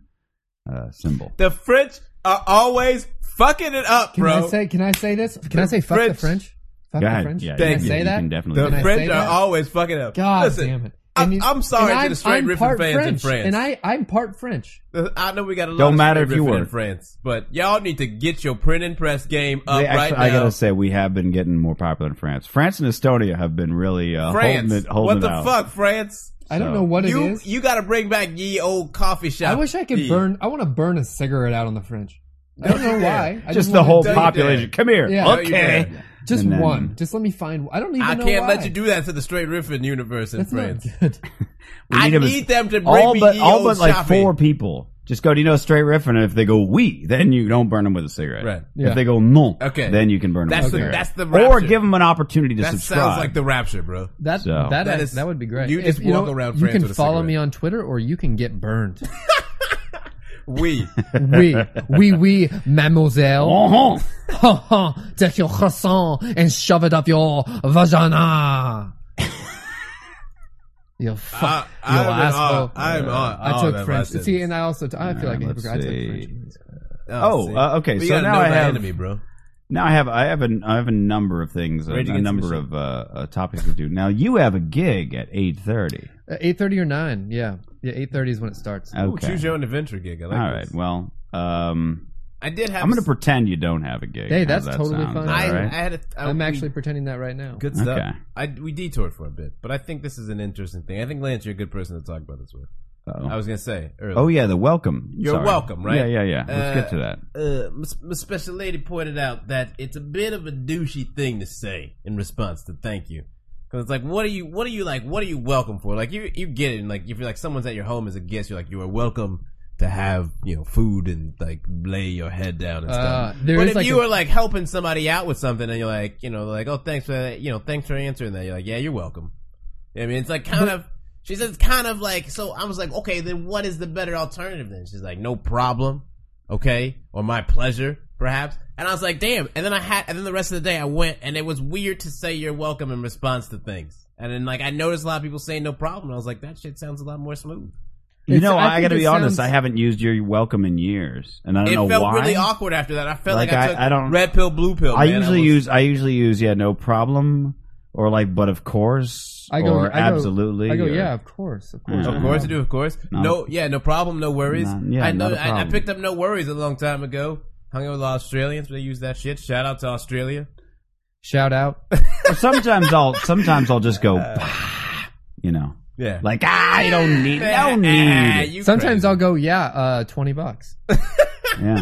Speaker 5: uh, symbol.
Speaker 7: The French are always fucking it up,
Speaker 8: Can
Speaker 7: bro.
Speaker 8: I say? Can I say this? Can I say fuck the
Speaker 7: French-
Speaker 8: French? Fuck
Speaker 5: Go
Speaker 8: the
Speaker 5: ahead.
Speaker 8: French.
Speaker 5: Yeah,
Speaker 8: can I
Speaker 5: you-
Speaker 8: say
Speaker 5: you
Speaker 8: that?
Speaker 5: can definitely
Speaker 7: the
Speaker 5: do that.
Speaker 8: I say
Speaker 7: French are
Speaker 8: that?
Speaker 7: always fucking it up.
Speaker 8: God
Speaker 7: Listen,
Speaker 8: damn it!
Speaker 7: I'm, I'm sorry
Speaker 8: And
Speaker 7: to
Speaker 8: I'm-
Speaker 7: the straight
Speaker 8: I'm
Speaker 7: riffing
Speaker 8: part
Speaker 7: fans in
Speaker 8: French,
Speaker 7: France.
Speaker 8: and I I'm part French.
Speaker 7: I know we got a lot
Speaker 5: Don't
Speaker 7: of
Speaker 5: matter
Speaker 7: straight
Speaker 5: if you
Speaker 7: riffing
Speaker 5: were.
Speaker 7: in France, but y'all need to get your print and press game up
Speaker 5: They
Speaker 7: uh, right
Speaker 5: actually-
Speaker 7: now.
Speaker 5: I gotta say, we have been getting more popular in France. France and Estonia have been really uh,
Speaker 7: France,
Speaker 5: holding it. Holding
Speaker 7: what the
Speaker 5: it out.
Speaker 7: fuck, France?
Speaker 8: I don't
Speaker 5: So-
Speaker 8: know what
Speaker 7: you
Speaker 8: it is.
Speaker 7: you got to bring back ye old coffee shop.
Speaker 8: I wish I could
Speaker 7: ye.
Speaker 8: burn. I want to burn a cigarette out on the French. I
Speaker 7: (laughs)
Speaker 8: don't know why. I
Speaker 5: Just, the
Speaker 8: wanna
Speaker 5: whole
Speaker 8: do it.
Speaker 5: population. Come here.
Speaker 8: Yeah. No,
Speaker 7: you
Speaker 5: okay.
Speaker 7: didn't.
Speaker 8: Just
Speaker 5: And then-
Speaker 8: one. Just let me find. I don't even.
Speaker 7: I
Speaker 8: know
Speaker 7: can't
Speaker 8: why.
Speaker 7: let you do that to the straight riffing universe in
Speaker 8: That's not
Speaker 7: France. (laughs)
Speaker 8: good.
Speaker 5: We
Speaker 7: I
Speaker 5: 'em as-
Speaker 7: need them to bring
Speaker 5: all
Speaker 7: me
Speaker 5: but
Speaker 7: ye
Speaker 5: all
Speaker 7: old
Speaker 5: but like
Speaker 7: shopping.
Speaker 5: four people. Just go. Do you know straight riff? And if they go we, then you don't burn them with a cigarette.
Speaker 7: Right.
Speaker 8: Yeah.
Speaker 5: If they go no,
Speaker 7: Okay.
Speaker 5: then you can burn them.
Speaker 7: That's
Speaker 5: with a
Speaker 7: the-
Speaker 5: cigarette.
Speaker 7: that's the
Speaker 5: or
Speaker 7: rapture.
Speaker 5: give them an opportunity to
Speaker 7: That
Speaker 5: subscribe.
Speaker 7: sounds like the rapture, bro.
Speaker 8: That
Speaker 5: So-
Speaker 8: that,
Speaker 7: That
Speaker 8: that,
Speaker 7: is-
Speaker 8: that would be great.
Speaker 7: you just walk around
Speaker 8: You
Speaker 7: France
Speaker 8: can
Speaker 7: with a
Speaker 8: follow
Speaker 7: cigarette.
Speaker 8: me on Twitter, or you can get burned. (laughs)
Speaker 5: (laughs)
Speaker 7: We
Speaker 8: oui, oui, oui, mademoiselle.
Speaker 5: Uh-huh.
Speaker 8: Ha ha! (laughs) Take your croissant and shove it up your
Speaker 7: (laughs)
Speaker 8: vagina. you fuck.
Speaker 7: I-
Speaker 8: you
Speaker 7: I'm in
Speaker 8: asshole.
Speaker 7: awe. I'm in awe.
Speaker 8: I
Speaker 7: Oh,
Speaker 8: took
Speaker 7: that
Speaker 8: French.
Speaker 7: last
Speaker 8: See,
Speaker 7: sentence.
Speaker 8: and I also t- I feel like a
Speaker 5: Alright, let's
Speaker 8: hypocrite. I took
Speaker 5: see.
Speaker 8: French.
Speaker 5: Oh,
Speaker 7: see.
Speaker 5: uh, okay,
Speaker 7: But
Speaker 5: so
Speaker 7: you gotta
Speaker 5: now
Speaker 7: know
Speaker 5: I
Speaker 7: the
Speaker 5: have-
Speaker 7: enemy, bro.
Speaker 5: Now I have I have an I have a number of things, a,
Speaker 7: Rage
Speaker 5: a
Speaker 7: Against the
Speaker 5: number
Speaker 7: Machine.
Speaker 5: of uh, uh, topics to do. Now you have a gig at eight thirty.
Speaker 8: Uh, Eight thirty or nine? Yeah, yeah. Eight thirty is when it starts.
Speaker 7: Ooh,
Speaker 5: Okay.
Speaker 7: choose your own adventure gig. I
Speaker 5: All
Speaker 7: like
Speaker 5: right.
Speaker 7: this.
Speaker 5: Well, um,
Speaker 7: I did have.
Speaker 5: I'm going
Speaker 7: s-
Speaker 5: to pretend you don't have a gig.
Speaker 8: Hey,
Speaker 5: How's
Speaker 8: that's
Speaker 5: that
Speaker 8: totally
Speaker 5: sound? Is
Speaker 8: fine.
Speaker 5: that
Speaker 7: I,
Speaker 5: all
Speaker 7: I
Speaker 5: right?
Speaker 7: had. A, I,
Speaker 8: I'm
Speaker 7: we-
Speaker 8: actually pretending that right now.
Speaker 7: good stuff.
Speaker 5: Okay.
Speaker 7: I we detoured for a bit, but I think this is an interesting thing. I think Lance, you're a good person to talk about this with.
Speaker 5: Uh-oh.
Speaker 7: I was gonna say. Earlier.
Speaker 5: Oh yeah, the welcome.
Speaker 7: You're
Speaker 5: Sorry.
Speaker 7: welcome, right?
Speaker 5: Yeah, yeah, yeah. Let's
Speaker 7: Uh,
Speaker 5: get to that.
Speaker 7: uh, Miss Miss Special Lady pointed out that it's a bit of a douchey thing to say in response to thank you. Cause it's like, what are you, what are you like, what are you welcome for? Like, you, you get it. And like, if you're like, someone's at your home as a guest, you're like, you are welcome to have, you know, food and like lay your head down and stuff.
Speaker 8: Uh, there
Speaker 7: but
Speaker 8: is
Speaker 7: if
Speaker 8: like
Speaker 7: you
Speaker 8: a-
Speaker 7: are like helping somebody out with something and you're like, you know, like, oh, thanks for that, you know, thanks for answering that. You're like, yeah, you're welcome. I mean, it's like kind of. She says, kind of like. So I was like, okay, then what is the better alternative? Then she's like, no problem, okay, or my pleasure, perhaps. And I was like, damn. And then I had, and then the rest of the day I went, and it was weird to say you're welcome in response to things. And then like I noticed a lot of people saying no problem. I was like, that shit sounds a lot more smooth.
Speaker 5: You
Speaker 8: It's-
Speaker 5: know,
Speaker 8: I
Speaker 5: I,
Speaker 8: think
Speaker 5: got to
Speaker 8: it
Speaker 5: be honest. I
Speaker 8: sounds-
Speaker 5: haven't used your welcome in years, and I don't
Speaker 7: It
Speaker 5: know
Speaker 7: felt
Speaker 5: why.
Speaker 7: really awkward after that. I felt like,
Speaker 5: Like,
Speaker 7: I,
Speaker 5: I-
Speaker 7: took
Speaker 5: I don't-
Speaker 7: red pill, blue pill.
Speaker 5: I
Speaker 7: man.
Speaker 5: usually
Speaker 7: was-
Speaker 5: use I usually use yeah, no problem, or like but of course,
Speaker 8: I go.
Speaker 5: or
Speaker 8: I go,
Speaker 5: absolutely.
Speaker 8: I go.
Speaker 5: or-
Speaker 8: Yeah, of course, of course.
Speaker 5: Yeah.
Speaker 7: Of course I do, of course. No,
Speaker 5: No.
Speaker 7: yeah, no problem, no worries.
Speaker 5: No, yeah,
Speaker 7: I know
Speaker 5: not a
Speaker 7: I, I
Speaker 5: problem.
Speaker 7: picked up no worries a long time ago. Hung out with a lot of Australians, they use that shit. Shout out to Australia.
Speaker 8: Shout out.
Speaker 5: Or sometimes I'll sometimes I'll just
Speaker 8: (laughs)
Speaker 5: go, you know,
Speaker 7: Yeah.
Speaker 5: like ah, you don't need, you
Speaker 7: (laughs)
Speaker 5: don't need.
Speaker 7: Ah,
Speaker 5: it.
Speaker 7: you
Speaker 8: Sometimes
Speaker 7: crazy.
Speaker 8: I'll go. Yeah, uh, twenty bucks.
Speaker 5: Yeah,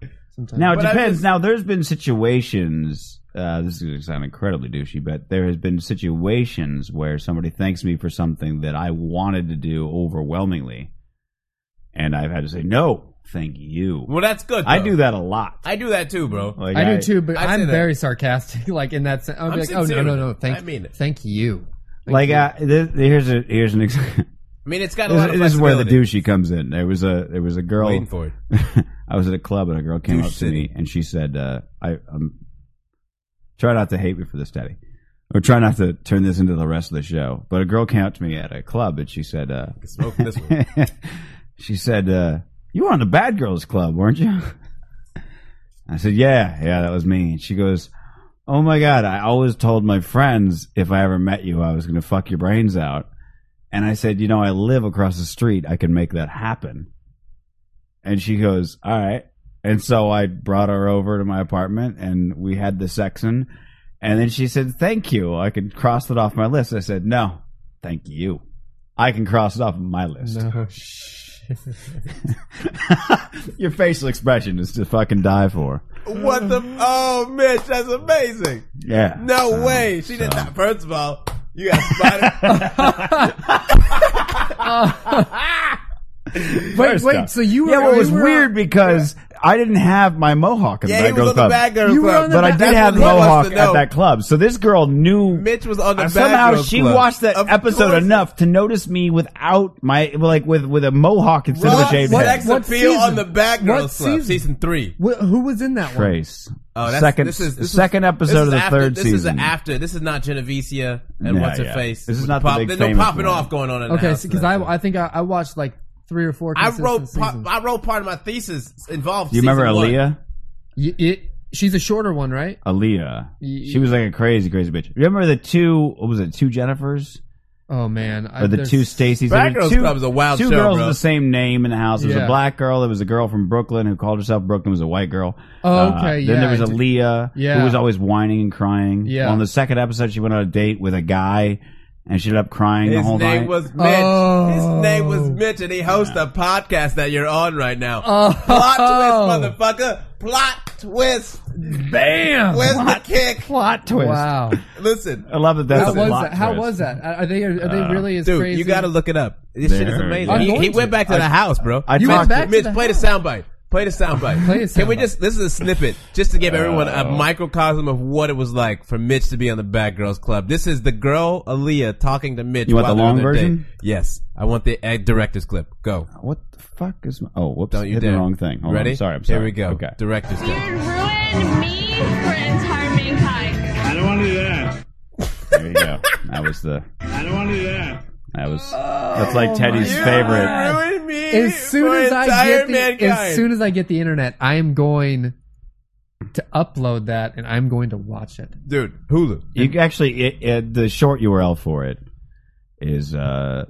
Speaker 5: yeah.
Speaker 8: Sometimes.
Speaker 5: Now it
Speaker 7: But I
Speaker 5: depends.
Speaker 7: just-
Speaker 5: now there's been situations. Uh, this is going to sound incredibly douchey, but there has been situations where somebody thanks me for something that I wanted to do overwhelmingly, and I've had to say no, thank you.
Speaker 7: Well, that's good.
Speaker 5: I
Speaker 7: though.
Speaker 5: do that a lot.
Speaker 7: I do that too, bro.
Speaker 5: Like,
Speaker 8: I do too, but
Speaker 7: I say
Speaker 8: I am
Speaker 7: that.
Speaker 8: very sarcastic. (laughs) Like in that sense, I'll
Speaker 7: I'm
Speaker 8: be like, "Oh no,
Speaker 7: sincere.
Speaker 8: no, no, thank,
Speaker 7: I mean it.
Speaker 8: thank you." Thank
Speaker 5: Like
Speaker 8: you.
Speaker 5: uh, th here's a here's an example.
Speaker 7: I mean, it's got a lot
Speaker 5: (laughs) this,
Speaker 7: of
Speaker 5: this is where the
Speaker 7: flexibility.
Speaker 5: douchey comes in. There was a there was a girl.
Speaker 7: waiting for it.
Speaker 5: (laughs) I was at a club and a girl came
Speaker 7: Douche
Speaker 5: up to me and she said, uh, "I um, try not to hate me for this, Daddy, or try not to turn this into the rest of the show." But a girl came up to me at a club and she said, uh,
Speaker 7: Smoke this one.
Speaker 5: (laughs) "She said uh, you were on the bad girls club, weren't you?" (laughs) I said, "Yeah, yeah, that was me." And she goes, "Oh my god, I always told my friends if I ever met you, I was going to fuck your brains out." And I said, "You know, I live across the street. I can make that happen." And she goes, All right. And so I brought her over to my apartment and we had the sexin. And then she said, Thank you. I can cross it off my list. I said, No, thank you. I can cross it off my list.
Speaker 7: (laughs)
Speaker 8: no shit.
Speaker 5: (laughs) Your facial expression is to fucking die for.
Speaker 7: (laughs) what the? Oh, Mitch, that's amazing.
Speaker 5: Yeah.
Speaker 7: No
Speaker 5: Um,
Speaker 7: way. She did not. First of all, you got
Speaker 5: (laughs)
Speaker 7: spotted.
Speaker 5: first
Speaker 8: wait,
Speaker 5: off-
Speaker 8: so you were-
Speaker 5: Yeah, well, it
Speaker 8: you
Speaker 5: was
Speaker 8: were-
Speaker 5: weird because I didn't have my mohawk at
Speaker 7: yeah,
Speaker 5: the
Speaker 7: he
Speaker 5: Bad Girls
Speaker 7: was on the
Speaker 5: Club.
Speaker 7: bad girl
Speaker 8: You were
Speaker 7: club.
Speaker 8: on the
Speaker 5: but I
Speaker 8: back-
Speaker 5: did
Speaker 7: That's
Speaker 5: have
Speaker 7: what he wants
Speaker 5: mohawk
Speaker 7: to know.
Speaker 5: at that club. So this girl knew
Speaker 7: Mitch was on the
Speaker 5: Uh,
Speaker 7: bad
Speaker 5: somehow
Speaker 7: girls
Speaker 5: she
Speaker 7: club.
Speaker 5: watched that
Speaker 7: Of
Speaker 5: episode
Speaker 7: course.
Speaker 5: enough to notice me without my like with with a mohawk instead of
Speaker 7: Raw
Speaker 5: a shaved
Speaker 7: sex
Speaker 5: head.
Speaker 8: what
Speaker 7: appeal on
Speaker 8: season?
Speaker 7: the back
Speaker 8: What
Speaker 7: girls club.
Speaker 8: season?
Speaker 7: Season three.
Speaker 8: Wh- who was in that one?
Speaker 5: Trace.
Speaker 7: Oh, that's,
Speaker 5: second
Speaker 7: this is, this is-
Speaker 5: second
Speaker 7: this
Speaker 5: episode
Speaker 7: is
Speaker 5: of the
Speaker 7: after-
Speaker 5: third
Speaker 7: this
Speaker 5: season.
Speaker 7: is after. This is not Genovese and
Speaker 5: Yeah,
Speaker 7: what's her
Speaker 5: yeah.
Speaker 7: face.
Speaker 5: This is
Speaker 7: with
Speaker 5: not the big
Speaker 7: There's no
Speaker 5: famous
Speaker 7: popping
Speaker 5: one.
Speaker 7: off going on. In the
Speaker 8: Okay,
Speaker 7: house
Speaker 8: because
Speaker 7: in that
Speaker 8: I
Speaker 7: thing.
Speaker 8: I think I, I watched like three or four.
Speaker 7: I
Speaker 8: consistent
Speaker 7: wrote part,
Speaker 8: seasons.
Speaker 7: I wrote part of my thesis involved.
Speaker 5: Do you remember
Speaker 7: season one.
Speaker 5: Aaliyah?
Speaker 8: Y- it, she's a shorter one, right?
Speaker 5: Aaliyah.
Speaker 8: Ye-
Speaker 5: She was like a crazy, crazy bitch. Remember the two? What was it? Two Jennifers.
Speaker 8: Oh man,
Speaker 5: Or the two Stacys. There
Speaker 8: Black
Speaker 5: were
Speaker 8: Girls
Speaker 5: two,
Speaker 8: Club is a wild
Speaker 5: Two
Speaker 8: show,
Speaker 5: girls
Speaker 8: bro.
Speaker 5: with the same name in the house. There was
Speaker 8: Yeah.
Speaker 5: a black girl. There was a girl from Brooklyn who called herself Brooklyn. Was a white girl. Uh,
Speaker 8: Oh, okay,
Speaker 5: Then
Speaker 8: yeah,
Speaker 5: there was
Speaker 8: I did-
Speaker 5: Aaliyah,
Speaker 8: Yeah.
Speaker 5: who was always whining and crying.
Speaker 8: Yeah.
Speaker 5: On the second episode, she went on a date with a guy, and she ended up crying the
Speaker 7: His
Speaker 5: whole
Speaker 7: name
Speaker 5: night.
Speaker 7: was Mitch. His name was Mitch, and he hosts a podcast that you're on right now.
Speaker 8: (laughs) Oh.
Speaker 7: Plot twist, motherfucker! Plot twist.
Speaker 5: Bam!
Speaker 7: Where's the kick?
Speaker 5: Plot twist.
Speaker 8: Wow.
Speaker 7: Listen,
Speaker 5: I love that. That's
Speaker 8: How
Speaker 5: a
Speaker 8: was
Speaker 5: plot
Speaker 8: that? How
Speaker 5: twist.
Speaker 8: was that? Are they are they really as
Speaker 7: dude,
Speaker 8: crazy?
Speaker 7: you gotta look it up. This shit is
Speaker 5: There.
Speaker 7: amazing.
Speaker 8: I'm
Speaker 7: He,
Speaker 8: going
Speaker 7: he went
Speaker 8: to.
Speaker 7: back to the house, bro.
Speaker 5: I
Speaker 8: You went
Speaker 5: talked-
Speaker 8: back to
Speaker 7: Mitch,
Speaker 8: the
Speaker 7: play the
Speaker 8: house.
Speaker 7: soundbite. Play the soundbite.
Speaker 8: Play the
Speaker 7: Can we
Speaker 8: soundbite.
Speaker 7: just? This is a snippet, just to give everyone
Speaker 5: Oh.
Speaker 7: a microcosm of what it was like for Mitch to be on the Bad Girls Club. This is the girl Aaliyah talking to Mitch.
Speaker 5: You want
Speaker 7: while
Speaker 5: the
Speaker 7: they're on
Speaker 5: long
Speaker 7: their date.
Speaker 5: version?
Speaker 7: Yes, I want the uh, director's clip. Go.
Speaker 5: What the fuck is my? Oh, whoops!
Speaker 7: Don't you
Speaker 5: hit
Speaker 7: dare.
Speaker 5: the wrong thing. Hold on,
Speaker 7: Ready?
Speaker 5: I'm sorry. I'm
Speaker 7: Here
Speaker 5: sorry.
Speaker 7: we go.
Speaker 5: Okay.
Speaker 7: Director's
Speaker 4: You
Speaker 7: clip.
Speaker 4: ruined me for entire mankind.
Speaker 12: I don't want to do that.
Speaker 5: There you go. That was the.
Speaker 12: I don't want to do that.
Speaker 5: That was. That's like
Speaker 7: Oh,
Speaker 5: Teddy's favorite.
Speaker 7: Ruined me
Speaker 8: as soon
Speaker 7: for
Speaker 8: as I
Speaker 7: entire
Speaker 8: get the, as
Speaker 7: mankind.
Speaker 8: soon as I get the internet, I am going to upload that and I'm going to watch it.
Speaker 7: dude, Hulu.
Speaker 5: You can actually it, it, the short URL for it is uh,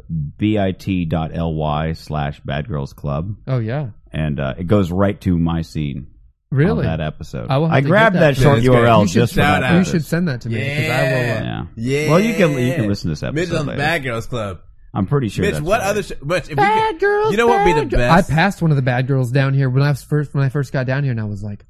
Speaker 5: bit.ly slash Bad Girls Club,
Speaker 8: Oh yeah,
Speaker 5: and uh, it goes right to my scene.
Speaker 8: Really?
Speaker 5: on that episode.
Speaker 8: I will have
Speaker 5: I
Speaker 8: to
Speaker 5: grabbed
Speaker 8: get
Speaker 5: that,
Speaker 8: that.
Speaker 5: short
Speaker 7: Yeah, it's great.
Speaker 5: URL
Speaker 7: You should
Speaker 5: just for
Speaker 7: shout
Speaker 5: that
Speaker 7: out.
Speaker 8: you
Speaker 5: purpose.
Speaker 8: should send that to me because I will. Uh,
Speaker 5: Yeah.
Speaker 7: Yeah.
Speaker 5: Well, you can you can listen to this episode.
Speaker 7: Mitch on the
Speaker 5: later.
Speaker 7: Bad Girls Club.
Speaker 5: I'm pretty sure.
Speaker 7: Mitch,
Speaker 5: that's
Speaker 7: what
Speaker 5: right.
Speaker 7: other? Sh- Mitch, if we could, You know what would be the
Speaker 8: I
Speaker 7: best?
Speaker 8: passed one of the bad girls down here when I was first when I first got down here, and I was like,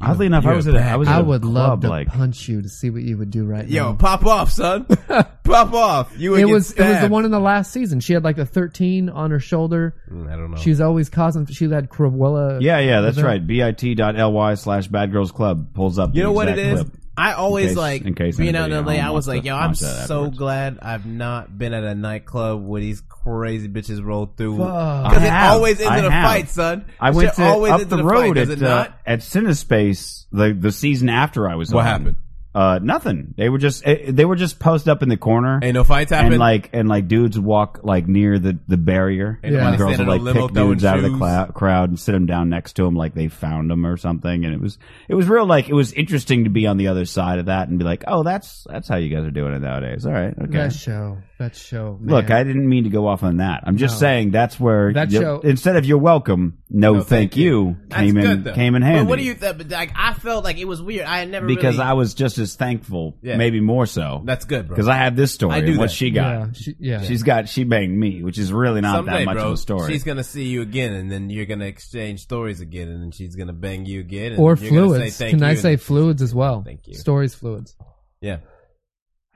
Speaker 5: Oddly enough, I
Speaker 7: You're
Speaker 5: was
Speaker 7: a
Speaker 5: at a,
Speaker 7: bad-
Speaker 5: I was at
Speaker 8: I
Speaker 5: a
Speaker 8: would
Speaker 5: club,
Speaker 8: love to
Speaker 5: like
Speaker 8: punch you to see what you would do right
Speaker 7: Yo,
Speaker 8: now.
Speaker 7: pop off,
Speaker 8: (laughs)
Speaker 7: son. pop off. You would
Speaker 8: It
Speaker 7: get
Speaker 8: was it was the
Speaker 7: stabbed.
Speaker 8: one in the last season. She had like a thirteen on her shoulder.
Speaker 7: Mm, I don't know.
Speaker 8: She was always causing. She had Cruella.
Speaker 5: Yeah, yeah, that's
Speaker 8: Is that-
Speaker 5: right. bit.ly slash bad girls club pulls up.
Speaker 7: you
Speaker 5: the
Speaker 7: know what it
Speaker 5: exact
Speaker 7: is?
Speaker 5: clip.
Speaker 7: I always
Speaker 5: In case-
Speaker 7: like
Speaker 5: in case
Speaker 7: being out in
Speaker 5: anybody
Speaker 7: LA.
Speaker 5: at
Speaker 7: I
Speaker 5: home
Speaker 7: was
Speaker 5: wants
Speaker 7: like,
Speaker 5: to
Speaker 7: yo, I'm
Speaker 5: watch that
Speaker 7: so
Speaker 5: afterwards.
Speaker 7: glad I've not been at a nightclub where these crazy bitches roll through.
Speaker 8: Fuck.
Speaker 7: Because
Speaker 5: I
Speaker 7: it
Speaker 5: have.
Speaker 7: always ends
Speaker 5: I
Speaker 7: in a
Speaker 5: have.
Speaker 7: fight, son.
Speaker 5: I
Speaker 7: It
Speaker 5: went
Speaker 7: should
Speaker 5: to
Speaker 7: always
Speaker 5: up
Speaker 7: ends
Speaker 5: the
Speaker 7: in a fight,
Speaker 5: road
Speaker 7: does
Speaker 5: at
Speaker 7: it
Speaker 5: uh,
Speaker 7: not?
Speaker 5: at CineSpace the the season after I was.
Speaker 7: What
Speaker 5: on.
Speaker 7: happened?
Speaker 5: Uh, nothing. They were just eh, they were just posted up in the corner
Speaker 7: Ain't no fights
Speaker 5: and
Speaker 7: happen.
Speaker 5: like and like dudes would walk like near the the barrier
Speaker 7: Ain't
Speaker 8: nobody
Speaker 5: and girls would
Speaker 7: standing
Speaker 5: like
Speaker 7: on a limo
Speaker 5: pick dudes
Speaker 7: throwing
Speaker 5: out of the
Speaker 7: shoes.
Speaker 5: clou- crowd and sit them down next to them like they found them or something. And it was it was real like it was interesting to be on the other side of that and be like, oh, that's that's how you guys are doing it nowadays. All right, okay.
Speaker 8: that show. That show. man.
Speaker 5: Look, I didn't mean to go off on that. I'm just
Speaker 8: No.
Speaker 5: saying that's where
Speaker 8: That
Speaker 5: you-
Speaker 8: show-
Speaker 5: instead of you're welcome, no, thank, you, came
Speaker 7: That's
Speaker 5: in
Speaker 7: good, though.
Speaker 5: came in handy.
Speaker 7: But what do you? Th- but, like, I felt like it was weird. I had never
Speaker 5: because
Speaker 7: really-
Speaker 5: I was just as thankful,
Speaker 7: Yeah.
Speaker 5: maybe more so.
Speaker 7: That's good, bro.
Speaker 5: because I have this story.
Speaker 7: I do
Speaker 5: and what
Speaker 7: that.
Speaker 5: she
Speaker 8: yeah,
Speaker 5: got,
Speaker 8: she, yeah.
Speaker 5: she's got she banged me, which is really not
Speaker 7: Someday,
Speaker 5: that much
Speaker 7: bro,
Speaker 5: of a story.
Speaker 7: She's gonna see you again, and then you're gonna exchange stories again, and then she's gonna bang you again, and
Speaker 8: or
Speaker 7: you're gonna
Speaker 8: fluids.
Speaker 7: Say, Thank
Speaker 8: Can
Speaker 7: you,
Speaker 8: I
Speaker 7: and-
Speaker 8: say fluids as well?
Speaker 7: Thank you.
Speaker 8: Stories, fluids.
Speaker 7: Yeah.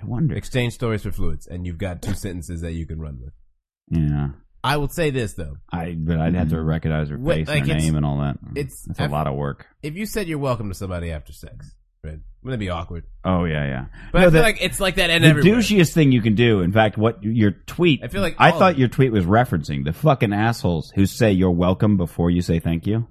Speaker 5: I wonder.
Speaker 7: Exchange stories for fluids, and you've got two sentences that you can run with.
Speaker 5: Yeah,
Speaker 7: I would say this though:
Speaker 5: I but I'd have to recognize her
Speaker 7: Wait,
Speaker 5: face,
Speaker 7: Mm-hmm. like,
Speaker 5: and her
Speaker 7: it's-
Speaker 5: name, and all that.
Speaker 7: it's-
Speaker 5: that's a
Speaker 7: I've-
Speaker 5: lot of work.
Speaker 7: if you said you're welcome to somebody after sex, right? I'm gonna be awkward,
Speaker 5: Oh yeah, yeah.
Speaker 7: but I
Speaker 5: No,
Speaker 7: feel
Speaker 5: that-
Speaker 7: like it's like that and
Speaker 5: the
Speaker 7: everywhere.
Speaker 5: douchiest thing you can do. In fact, what your tweet?
Speaker 7: I feel like
Speaker 5: I
Speaker 7: all
Speaker 5: thought
Speaker 7: of it.
Speaker 5: your tweet was referencing the fucking assholes who say you're welcome before you say thank you,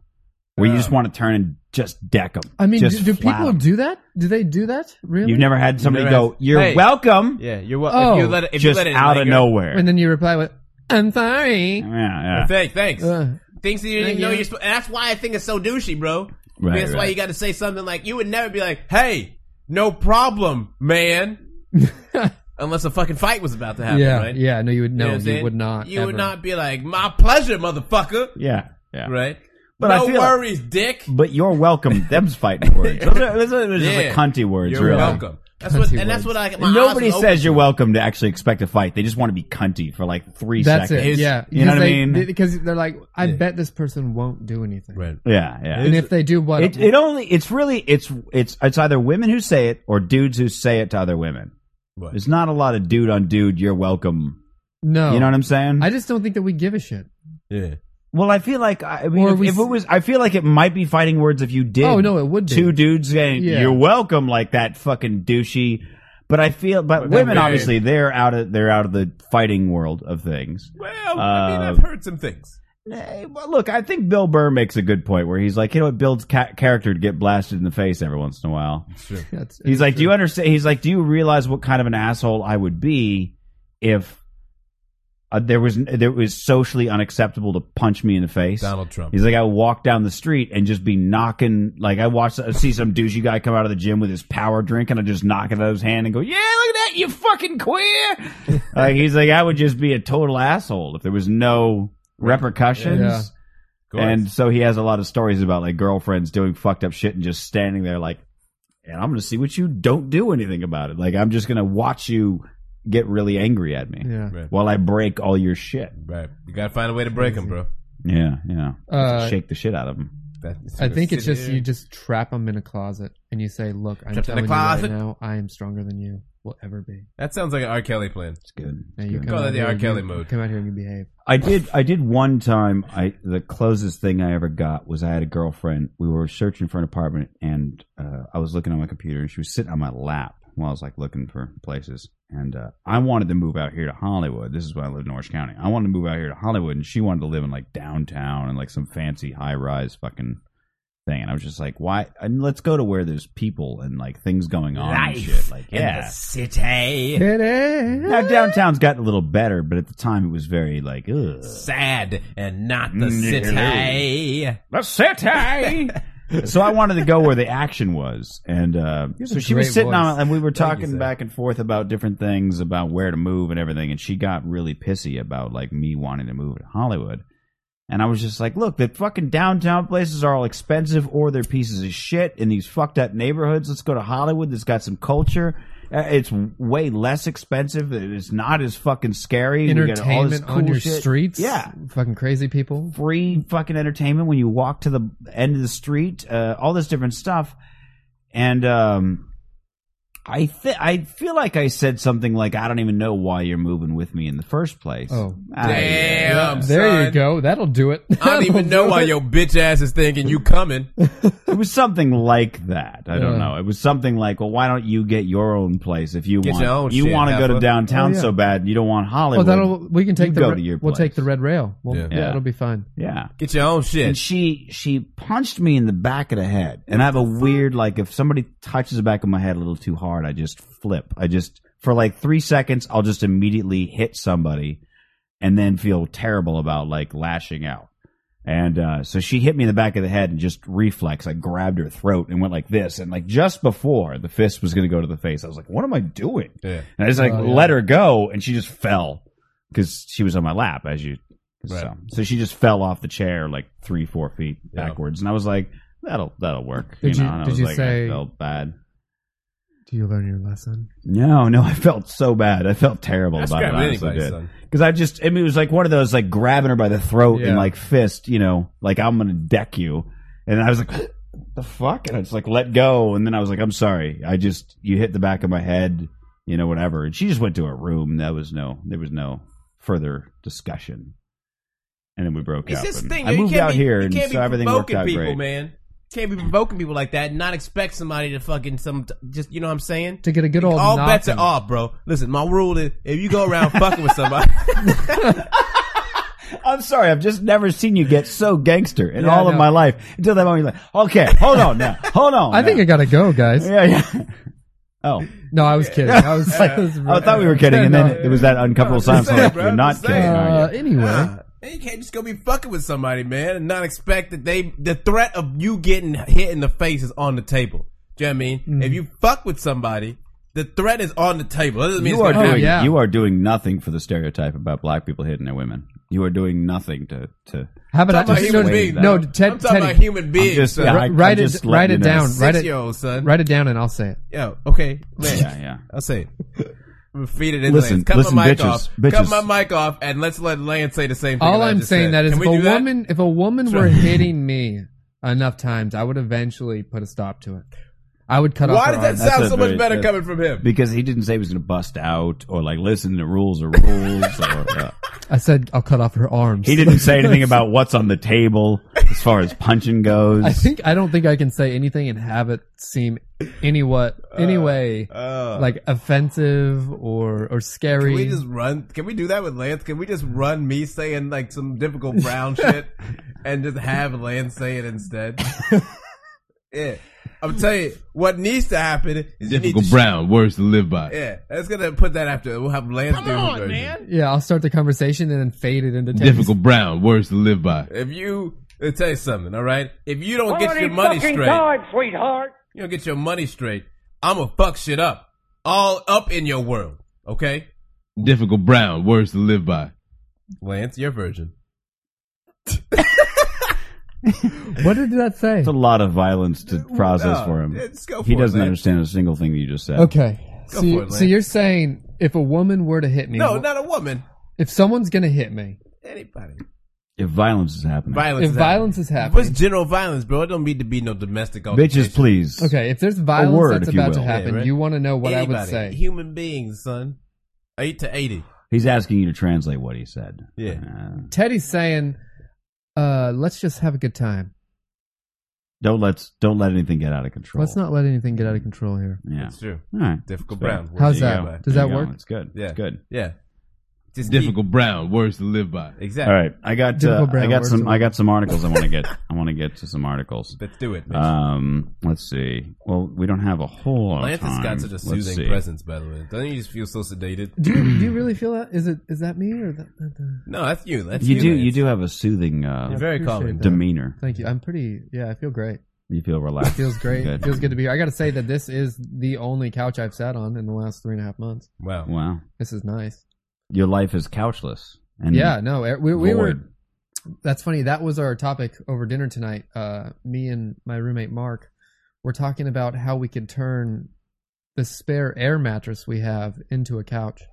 Speaker 5: where you
Speaker 7: Um,
Speaker 5: just want to turn and just deck them.
Speaker 8: I mean, do,
Speaker 5: just
Speaker 8: do
Speaker 5: flat
Speaker 8: people
Speaker 5: 'em.
Speaker 8: do that? Do they do that? Really?
Speaker 5: You've never had somebody
Speaker 7: never
Speaker 5: go,
Speaker 7: asked-
Speaker 5: "You're
Speaker 7: Hey.
Speaker 5: welcome,"
Speaker 7: yeah, you're welcome. if you
Speaker 8: Oh,
Speaker 7: let it, if you
Speaker 5: just
Speaker 7: let it
Speaker 5: out of
Speaker 7: linger-
Speaker 5: nowhere.
Speaker 8: And then you reply with, "I'm sorry."
Speaker 5: yeah, yeah.
Speaker 7: Thanks, thanks.
Speaker 8: Uh,
Speaker 7: Things that you didn't
Speaker 8: Thank
Speaker 7: even know
Speaker 8: you.
Speaker 7: you're supposed. That's why I think it's so douchey, bro.
Speaker 5: Right,
Speaker 7: that's why
Speaker 5: right.
Speaker 7: you got to say something like, "You would never be like, hey, no problem, man,"
Speaker 8: (laughs)
Speaker 7: unless a fucking fight was about to happen,
Speaker 8: yeah,
Speaker 7: right?
Speaker 8: yeah. No, you would
Speaker 7: You know
Speaker 8: no,
Speaker 7: what I'm
Speaker 8: you
Speaker 7: saying?
Speaker 8: would not.
Speaker 7: You would
Speaker 8: ever.
Speaker 7: not be like, "My pleasure, motherfucker,"
Speaker 5: yeah, yeah.
Speaker 7: right?
Speaker 5: But
Speaker 7: no
Speaker 5: I feel-
Speaker 7: worries, dick.
Speaker 5: But you're welcome. Them's fighting words. Those are, those are
Speaker 7: (laughs)
Speaker 5: just
Speaker 7: Yeah.
Speaker 5: like cunty words.
Speaker 7: You're
Speaker 5: really.
Speaker 7: welcome. That's what,
Speaker 8: Cunty
Speaker 7: and that's
Speaker 8: words.
Speaker 7: what I. my eyes
Speaker 5: Nobody
Speaker 7: was open.
Speaker 5: says you're welcome to actually expect a fight. They just want to be cunty for like three
Speaker 8: That's
Speaker 5: seconds.
Speaker 8: it. Yeah,
Speaker 5: you know what I
Speaker 8: Because they-
Speaker 5: mean?
Speaker 8: they- Because they're like, I bet this person won't do anything.
Speaker 7: Right.
Speaker 5: Yeah, yeah.
Speaker 8: And if they do, what?
Speaker 5: It, it only it's really it's it's it's either women who say it or dudes who say it to other women.
Speaker 7: Right.
Speaker 5: There's not a lot of dude on dude. You're welcome.
Speaker 8: no,
Speaker 5: You know what I'm saying?
Speaker 8: Oh. I just don't think that we give a shit.
Speaker 7: Yeah.
Speaker 5: well, I feel like I I mean,
Speaker 8: Or
Speaker 5: if,
Speaker 8: we
Speaker 5: if
Speaker 8: s-
Speaker 5: it was, I feel like it might be fighting words if you did.
Speaker 8: Oh, no, it would be.
Speaker 5: Two dudes saying
Speaker 8: Yeah.
Speaker 5: "you're welcome" like that fucking douchey. But I feel, but,
Speaker 7: But they're
Speaker 5: women
Speaker 7: married.
Speaker 5: obviously they're out of they're out of the fighting world of things.
Speaker 7: Well, I mean,
Speaker 5: Uh,
Speaker 7: I've heard some things.
Speaker 5: Eh, well, look, I think Bill Burr makes a good point where he's like, you know, it builds ca- character to get blasted in the face every once in a while.
Speaker 8: That's,
Speaker 5: He's like, do you understand? He's like, do you realize what kind of an asshole I would be if uh, there was there was socially unacceptable to punch me in the face.
Speaker 7: Donald Trump.
Speaker 5: He's like, I would walk down the street and just be knocking. Like I watch, I see some douchey guy come out of the gym with his power drink, and I just knock it out of his hand and go, "Yeah, look at that, you fucking queer."
Speaker 8: (laughs)
Speaker 5: like he's like, I would just be a total asshole if there was no repercussions.
Speaker 8: Yeah. course.
Speaker 5: And so he has a lot of stories about like girlfriends doing fucked up shit and just standing there like, and I'm gonna see what you don't do anything about it. Like I'm just gonna watch you get really angry at me
Speaker 8: Yeah.
Speaker 7: Right.
Speaker 5: while I break all your shit.
Speaker 7: Right. You gotta find a way to break them, bro.
Speaker 5: Yeah, yeah.
Speaker 8: Uh,
Speaker 5: Shake the shit out of him.
Speaker 7: That's-
Speaker 8: I think it's
Speaker 7: Sit
Speaker 8: just
Speaker 7: here.
Speaker 8: you just trap them in a closet and you say, "Look,
Speaker 7: Trap
Speaker 8: I'm
Speaker 7: 'em in
Speaker 8: telling
Speaker 7: a
Speaker 8: you right
Speaker 7: closet."
Speaker 8: now, I am stronger than you will ever be."
Speaker 7: That sounds like an R. Kelly plan.
Speaker 5: It's good.
Speaker 8: Now you come
Speaker 7: Call that
Speaker 8: out
Speaker 7: the
Speaker 8: here
Speaker 7: R.
Speaker 8: and
Speaker 7: Kelly
Speaker 8: you-
Speaker 7: mode.
Speaker 8: Come out here and you behave.
Speaker 5: I did. I did one time. I the closest thing I ever got was I had a girlfriend. We were searching for an apartment, and uh, I was looking on my computer, and she was sitting on my lap while I was like looking for places. And uh, I wanted to move out here to Hollywood. This is when I lived in Orange County. I wanted to move out here to Hollywood, and she wanted to live in like downtown and like some fancy high rise fucking thing. And I was just like, why? And let's go to where there's people and like things going on and shit. Like, yeah,
Speaker 7: city.
Speaker 5: Now downtown's gotten a little better, but at the time it was very like, ugh.
Speaker 7: Sad and not
Speaker 5: the city. The city. (laughs) so I wanted to go where the action was, and uh,
Speaker 8: have
Speaker 5: so
Speaker 8: a
Speaker 5: she was
Speaker 8: great
Speaker 5: sitting on,
Speaker 8: voice.
Speaker 5: and we were
Speaker 7: Thank you,
Speaker 5: talking
Speaker 7: sir.
Speaker 5: back and forth about different things, about where to move and everything, and she got really pissy about like me wanting to move to Hollywood. And I was just like, look, the fucking downtown places are all expensive or they're pieces of shit in these fucked up neighborhoods. Let's go to Hollywood that's got some culture. Uh, It's way less expensive. It's not as fucking scary. We got all this
Speaker 8: Entertainment on
Speaker 5: cool
Speaker 8: your
Speaker 5: shit.
Speaker 8: streets.
Speaker 5: Yeah
Speaker 8: fucking crazy people.
Speaker 5: free fucking entertainment when you walk to the end of the street, uh, all this different stuff. And um, I th- I feel like I said something like, I don't even know why you're moving with me in the first place. Ah,
Speaker 8: Oh.
Speaker 5: I-
Speaker 7: Damn,
Speaker 8: There you
Speaker 7: son.
Speaker 8: go. (laughs) That'll do it.
Speaker 7: I don't even know why your bitch ass is thinking you coming.
Speaker 5: It was something like that. I don't
Speaker 8: Yeah.
Speaker 5: know. It was something like, well, why don't you get your own place if you
Speaker 7: Get
Speaker 5: want
Speaker 7: your own
Speaker 5: you
Speaker 7: shit,
Speaker 5: want to go to
Speaker 7: heifer.
Speaker 5: downtown
Speaker 8: Oh, yeah.
Speaker 5: so bad and you don't want
Speaker 8: Well,
Speaker 5: Hollywood.
Speaker 8: that'll we can take
Speaker 5: You
Speaker 8: the
Speaker 5: go
Speaker 8: re-
Speaker 5: to your
Speaker 8: we'll
Speaker 5: place.
Speaker 8: take the red rail. We'll,
Speaker 7: Yeah.
Speaker 8: yeah.
Speaker 5: Yeah.
Speaker 8: it'll be fine.
Speaker 5: yeah.
Speaker 7: Get your own shit.
Speaker 5: and (laughs) she she punched me in the back of the head and i have a weird like if somebody touches the back of my head a little too hard i just flip i just for like three seconds i'll just immediately hit somebody and then feel terrible about like lashing out and uh, so she hit me in the back of the head and just reflex i grabbed her throat and went like this and like just before the fist was going to go to the face i was like what am i doing
Speaker 7: Yeah.
Speaker 5: and i just like
Speaker 8: Oh, yeah.
Speaker 5: let her go and she just fell because she was on my lap as you so,
Speaker 7: Right.
Speaker 5: so she just fell off the chair like three, four feet
Speaker 7: Yeah.
Speaker 5: backwards, and I was like, "That'll that'll work."
Speaker 8: Did
Speaker 5: you
Speaker 8: you-
Speaker 5: know, and I
Speaker 8: did
Speaker 5: was
Speaker 8: you
Speaker 5: like,
Speaker 8: say-
Speaker 5: I felt bad?
Speaker 8: Do you learn your lesson?
Speaker 5: No, no, (laughs) I felt so bad. I felt terrible
Speaker 7: That's
Speaker 5: about it.
Speaker 7: grabbing
Speaker 5: Honestly,
Speaker 7: anybody, son.
Speaker 5: because I just, I mean, it was like one of those like grabbing her by the throat
Speaker 8: Yeah.
Speaker 5: and like fist, you know, like I'm gonna deck you, and I was like, "The fuck," and I just like let go, and then I was like, "I'm sorry, I just you hit the back of my head, you know, whatever." And she just went to her room. That was no, there was no further discussion. And then we broke
Speaker 7: It's
Speaker 5: up.
Speaker 7: this
Speaker 5: and
Speaker 7: thing.
Speaker 5: I
Speaker 7: you
Speaker 5: moved
Speaker 7: can't
Speaker 5: out
Speaker 7: be,
Speaker 5: here,
Speaker 7: you
Speaker 5: and
Speaker 7: can't
Speaker 5: so
Speaker 7: be
Speaker 5: everything worked
Speaker 7: provoking
Speaker 5: out
Speaker 7: people,
Speaker 5: great.
Speaker 7: man. Can't be provoking people like that. and Not expect somebody to fucking some. Just you know what I'm saying.
Speaker 8: To get a good
Speaker 5: Oh,
Speaker 8: old
Speaker 7: All bets are
Speaker 8: knocking.
Speaker 7: off, bro. Listen, my rule is if you go around fucking with
Speaker 5: (laughs)
Speaker 7: somebody,
Speaker 5: I'm sorry, I've just never seen you get so gangster in
Speaker 8: Yeah,
Speaker 5: all
Speaker 8: I
Speaker 5: of
Speaker 8: know.
Speaker 5: my life until that moment. You're like, okay, hold on
Speaker 8: (laughs)
Speaker 5: now, hold on.
Speaker 8: I think
Speaker 5: now.
Speaker 8: I gotta go, guys.
Speaker 5: Yeah, yeah. (laughs)
Speaker 8: (laughs)
Speaker 5: Oh,
Speaker 8: No, I was kidding. I was. I, was-
Speaker 5: I thought we were kidding, and then
Speaker 8: No.
Speaker 5: it was that
Speaker 8: (laughs)
Speaker 5: uncomfortable
Speaker 7: No, I'm
Speaker 5: silence.
Speaker 7: just saying,
Speaker 5: I'm like,
Speaker 7: bro,
Speaker 5: You're
Speaker 7: I'm
Speaker 5: not
Speaker 7: just
Speaker 5: kidding,
Speaker 7: saying.
Speaker 5: are
Speaker 8: Uh,
Speaker 5: you?
Speaker 8: anyway,
Speaker 7: Ah, man, you can't just go be fucking with somebody, man, and not expect that they the threat of you getting hit in the face is on the table. Do you know what I mean?
Speaker 5: Mm-hmm.
Speaker 7: If you fuck with somebody, the threat is on the table. That doesn't mean
Speaker 8: Uh,
Speaker 5: You
Speaker 7: it's
Speaker 5: are
Speaker 7: gonna
Speaker 5: doing.
Speaker 7: happen.
Speaker 8: yeah.
Speaker 5: You are doing nothing for the stereotype about black people hitting their women. You are doing nothing to to.
Speaker 8: how about I
Speaker 7: Talking
Speaker 8: just
Speaker 7: about human
Speaker 8: no,
Speaker 7: beings.
Speaker 8: no,
Speaker 7: I'm
Speaker 8: Ted,
Speaker 7: talking about
Speaker 8: Teddy,
Speaker 7: human beings.
Speaker 5: just-
Speaker 7: son.
Speaker 5: yeah, I- I'm
Speaker 8: uh, write it,
Speaker 5: just
Speaker 8: write
Speaker 5: letting you
Speaker 8: it
Speaker 5: know.
Speaker 8: down, write
Speaker 7: Six
Speaker 8: it,
Speaker 7: year old son.
Speaker 8: write it down, and I'll say it.
Speaker 7: Yo, okay, man.
Speaker 5: (laughs) Yeah, yeah.
Speaker 7: I'll say it. I'm gonna feed it in
Speaker 5: Listen,
Speaker 7: Lance. Cut
Speaker 5: listen,
Speaker 7: my mic
Speaker 5: bitches,
Speaker 7: off.
Speaker 5: bitches.
Speaker 7: Cut my mic off, and let's let Lance say the same thing.
Speaker 8: All
Speaker 7: I
Speaker 8: I'm
Speaker 7: just
Speaker 8: saying
Speaker 7: said.
Speaker 8: that is,
Speaker 7: Can
Speaker 8: if
Speaker 7: we do
Speaker 8: a
Speaker 7: that?
Speaker 8: woman, if a woman were hitting me enough times, I would eventually put a stop to it. I would cut off.
Speaker 7: Why
Speaker 8: her
Speaker 7: does that
Speaker 8: arm.
Speaker 5: That's
Speaker 7: sound
Speaker 5: a
Speaker 7: so much
Speaker 5: very-
Speaker 7: better
Speaker 5: that-
Speaker 7: coming from him?
Speaker 5: Because he didn't say he was going to bust out or like listen to rules or rules. or, uh,
Speaker 8: I said I'll cut off her arms.
Speaker 5: he didn't say anything about what's on the table as far as punching goes.
Speaker 8: I think I don't think I can say anything and have it seem any what
Speaker 7: Uh,
Speaker 8: anyway
Speaker 5: Uh,
Speaker 8: like offensive or or scary.
Speaker 7: Can we just run? Can we do that with Lance? Can we just run me saying like some difficult
Speaker 13: (laughs)
Speaker 7: brown shit and just have Lance say it instead? yeah. I'm telling you, what needs to happen is you need to
Speaker 13: Difficult Brown, words to live by.
Speaker 7: Yeah, that's gonna put that after. We'll have Lance do his version.
Speaker 8: Yeah, I'll start the conversation and then fade it into text.
Speaker 13: Difficult Brown, words to live by.
Speaker 7: If you, let me tell you something, all right? If you don't get
Speaker 14: Already
Speaker 7: your money
Speaker 14: fucking
Speaker 7: straight,
Speaker 14: died, sweetheart.
Speaker 7: you don't get your money straight. I'm gonna fuck shit up, all up in your world. Okay,
Speaker 13: Difficult Brown, words to live by.
Speaker 7: Lance, your version.
Speaker 8: What did that say? It's
Speaker 5: a lot of violence to process
Speaker 7: No,
Speaker 5: for him.
Speaker 7: yeah, just go
Speaker 5: he
Speaker 7: for it,
Speaker 5: doesn't
Speaker 7: man.
Speaker 5: understand a single thing you just said.
Speaker 8: Okay.
Speaker 7: Go
Speaker 8: so, you-
Speaker 7: for it,
Speaker 8: so
Speaker 7: Lance.
Speaker 8: you're saying if a woman were to hit me,
Speaker 7: No, not a woman.
Speaker 8: if someone's gonna hit me,
Speaker 7: Anybody.
Speaker 5: If violence is happening,
Speaker 7: Violence.
Speaker 8: If
Speaker 7: is
Speaker 8: violence
Speaker 7: happening.
Speaker 8: is happening.
Speaker 7: what's general violence, bro? It don't need to be no domestic. altercation.
Speaker 5: bitches, please.
Speaker 8: okay, if there's violence
Speaker 5: word,
Speaker 8: that's
Speaker 5: if you
Speaker 8: about to
Speaker 5: will.
Speaker 8: happen,
Speaker 7: Yeah, right?
Speaker 8: you want to know what I would
Speaker 7: Anybody.
Speaker 8: say.
Speaker 7: Human beings, son. Eight to eighty.
Speaker 5: He's asking you to translate what he said.
Speaker 7: Yeah.
Speaker 5: Uh,
Speaker 8: Teddy's saying, uh, "Let's just have a good time.
Speaker 5: don't let's don't let anything get out of control.
Speaker 8: Let's not let anything get out of
Speaker 5: (clears throat)
Speaker 8: control here."
Speaker 5: Yeah.
Speaker 7: That's true.
Speaker 5: All right.
Speaker 7: Difficult
Speaker 5: Fair.
Speaker 7: Brown.
Speaker 8: How's
Speaker 7: There you
Speaker 8: that?
Speaker 7: go.
Speaker 8: Does
Speaker 5: There
Speaker 8: that
Speaker 5: you go.
Speaker 8: work?
Speaker 5: It's good.
Speaker 7: Yeah.
Speaker 5: It's good.
Speaker 7: Yeah. Just keep-
Speaker 13: Difficult Brown, words to live by.
Speaker 7: Exactly.
Speaker 5: All right. I got uh,
Speaker 8: Difficult
Speaker 5: I
Speaker 8: Brown
Speaker 5: got
Speaker 8: words
Speaker 5: some
Speaker 8: to-
Speaker 5: I got some articles I want to get I want to get to some articles.
Speaker 7: Let's do it. Mitch.
Speaker 5: Um, let's see. Well, we don't have a whole lot
Speaker 7: Lance
Speaker 5: of
Speaker 7: has
Speaker 5: time.
Speaker 7: got such a
Speaker 5: Let's
Speaker 7: soothing
Speaker 5: see.
Speaker 7: presence, by the way. Doesn't he just feel so sedated?
Speaker 8: Do you, do you really feel that? Is it is that me or that? that- that-
Speaker 7: No, that's you. That's
Speaker 5: You
Speaker 7: you
Speaker 5: do
Speaker 7: Lance.
Speaker 5: you do have a soothing uh,
Speaker 8: I
Speaker 7: Very
Speaker 8: appreciate
Speaker 7: calming
Speaker 8: that.
Speaker 5: demeanor.
Speaker 8: Thank you. I'm pretty. Yeah, I feel great.
Speaker 5: You feel relaxed.
Speaker 8: Feels great.
Speaker 5: Good.
Speaker 8: Feels good to be here. I got to say that this is the only couch I've sat on in the last three and a half months.
Speaker 7: Wow.
Speaker 5: Wow.
Speaker 8: This is nice.
Speaker 5: Your life is couchless. And
Speaker 8: yeah, no, eh, we, we were.
Speaker 5: void.
Speaker 8: That's funny. That was our topic over dinner tonight. Uh, me and my roommate Mark were talking about how we could turn the spare air mattress we have into a couch.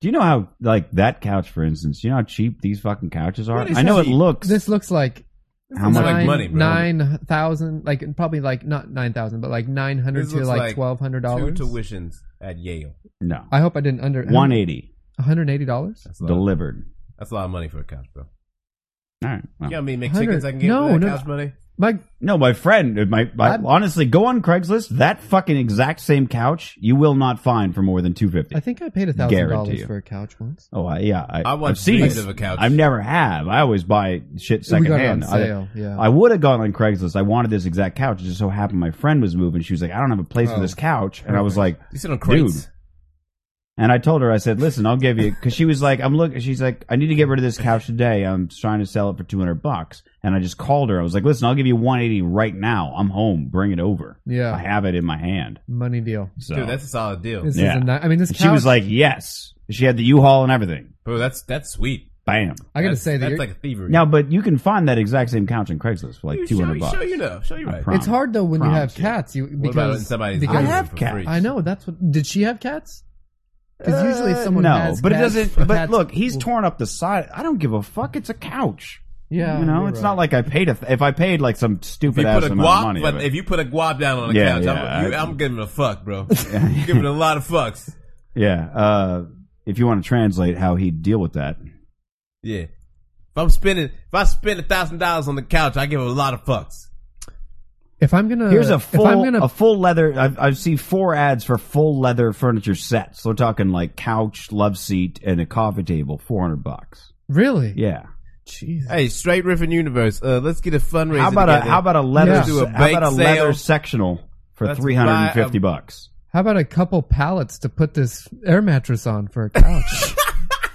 Speaker 5: Do you know how like that couch, for instance? You know how cheap these fucking couches are.
Speaker 7: What is
Speaker 5: I know it
Speaker 7: cheap?
Speaker 5: looks
Speaker 8: This looks like
Speaker 5: how
Speaker 7: is
Speaker 5: much.
Speaker 7: like
Speaker 8: nine,
Speaker 7: money, bro.
Speaker 8: nine thousand, like probably like not nine thousand, but like nine hundred
Speaker 7: This
Speaker 8: to
Speaker 7: looks
Speaker 8: like twelve hundred dollars.
Speaker 7: Two tuitions at Yale.
Speaker 5: no,
Speaker 8: I hope I didn't under
Speaker 5: one eighty
Speaker 8: one hundred eighty dollars.
Speaker 7: That's a lot.
Speaker 5: delivered.
Speaker 7: That's a lot of money for a couch, bro.
Speaker 5: All right.
Speaker 7: You
Speaker 5: well.
Speaker 7: know how many
Speaker 8: Hundred-
Speaker 7: McChickens I can get
Speaker 8: No,
Speaker 7: for that
Speaker 8: no.
Speaker 7: couch money?
Speaker 8: My
Speaker 5: No, my friend, uh, my, my
Speaker 8: I'm-
Speaker 5: honestly, go on Craigslist. That fucking exact same couch you will not find for more than two fifty.
Speaker 8: I think I paid a thousand
Speaker 5: Guarantee
Speaker 8: dollars
Speaker 5: you.
Speaker 8: for a couch once.
Speaker 5: Oh I, yeah, I,
Speaker 7: I want
Speaker 5: I've seen
Speaker 7: dreams
Speaker 5: it.
Speaker 7: of a couch.
Speaker 5: I've never have. I always buy shit
Speaker 8: We got it on
Speaker 5: secondhand.
Speaker 8: sale,
Speaker 5: I,
Speaker 8: yeah.
Speaker 5: I would have gone on Craigslist. I wanted this exact couch. It just so happened my friend was moving. She was like, "I don't have a place for
Speaker 8: Oh,
Speaker 5: this couch," and I was like,
Speaker 7: You sit on
Speaker 5: "Dude."
Speaker 7: crates.
Speaker 5: And I told her, I said, "Listen, I'll give you," (laughs) because she was like, "I'm looking." She's like, "I need to get rid of this couch today. I'm trying to sell it for two hundred bucks." And I just called her. I was like, "Listen, I'll give you one eighty right now. I'm home. Bring it over.
Speaker 8: Yeah.
Speaker 5: I have it in my hand."
Speaker 8: Money deal.
Speaker 5: So
Speaker 7: Dude, that's a solid deal.
Speaker 8: This
Speaker 5: Yeah.
Speaker 8: is a ni- I mean, this
Speaker 5: And
Speaker 8: couch.
Speaker 5: she was like, "Yes." She had the U-Haul and everything.
Speaker 7: Bro, that's that's sweet.
Speaker 5: Bam.
Speaker 8: I gotta
Speaker 7: That's-
Speaker 8: say that
Speaker 7: that's
Speaker 8: you're,
Speaker 7: like a thievery.
Speaker 5: Now, but you can find that exact same couch on Craigslist for like
Speaker 7: Dude,
Speaker 5: two hundred
Speaker 7: show,
Speaker 5: bucks.
Speaker 7: show you know. Show you
Speaker 5: I
Speaker 7: right.
Speaker 5: promise.
Speaker 8: it's hard though when you have
Speaker 5: Promise, yeah.
Speaker 8: cats. You
Speaker 7: What about
Speaker 8: because
Speaker 7: in somebody's
Speaker 8: because-
Speaker 5: I
Speaker 7: living room
Speaker 5: have
Speaker 7: for
Speaker 5: cats.
Speaker 7: free?
Speaker 8: I know that's what. Did she have cats? Because usually
Speaker 5: Uh,
Speaker 8: someone
Speaker 5: no,
Speaker 8: has
Speaker 5: but it
Speaker 8: cats,
Speaker 5: doesn't. But
Speaker 8: cats
Speaker 5: look, he's
Speaker 8: will-
Speaker 5: torn up the side. I don't give a fuck. It's a couch.
Speaker 8: Yeah,
Speaker 5: you know,
Speaker 8: you're
Speaker 5: it's
Speaker 8: right.
Speaker 5: not like I paid. A th- if I paid like some
Speaker 7: If you
Speaker 5: stupid
Speaker 7: put
Speaker 5: ass
Speaker 7: a
Speaker 5: amount
Speaker 7: guap,
Speaker 5: of money,
Speaker 7: but
Speaker 5: but-
Speaker 7: if you put a guap down on a
Speaker 5: Yeah,
Speaker 7: couch,
Speaker 5: yeah,
Speaker 7: I'm, you,
Speaker 5: I-
Speaker 7: I'm giving a fuck,
Speaker 5: (laughs)
Speaker 7: bro. I'm giving a lot of fucks.
Speaker 5: yeah, uh, if you want to translate how he'd deal with that,
Speaker 7: Yeah. If I'm spending, if I spend a thousand dollars on the couch, I give a lot of fucks.
Speaker 8: If I'm gonna,
Speaker 5: here's a full
Speaker 8: Uh, If I'm gonna,
Speaker 5: a full leather. I've, I've seen four ads for full leather furniture sets. We're talking like couch, love seat, and a coffee table, four hundred bucks.
Speaker 8: really,
Speaker 5: Yeah.
Speaker 8: Jesus.
Speaker 7: Hey, straight riffing universe. Uh, let's get a fundraiser.
Speaker 5: How about a
Speaker 7: together.
Speaker 5: how about a leather
Speaker 8: Yeah.
Speaker 5: se-
Speaker 7: Do a
Speaker 5: how about a
Speaker 7: bake
Speaker 5: leather
Speaker 7: sale.
Speaker 5: sectional for
Speaker 7: Let's
Speaker 5: three hundred and fifty bucks?
Speaker 8: How about a couple pallets to put this air mattress on for
Speaker 5: (laughs)
Speaker 8: a couch?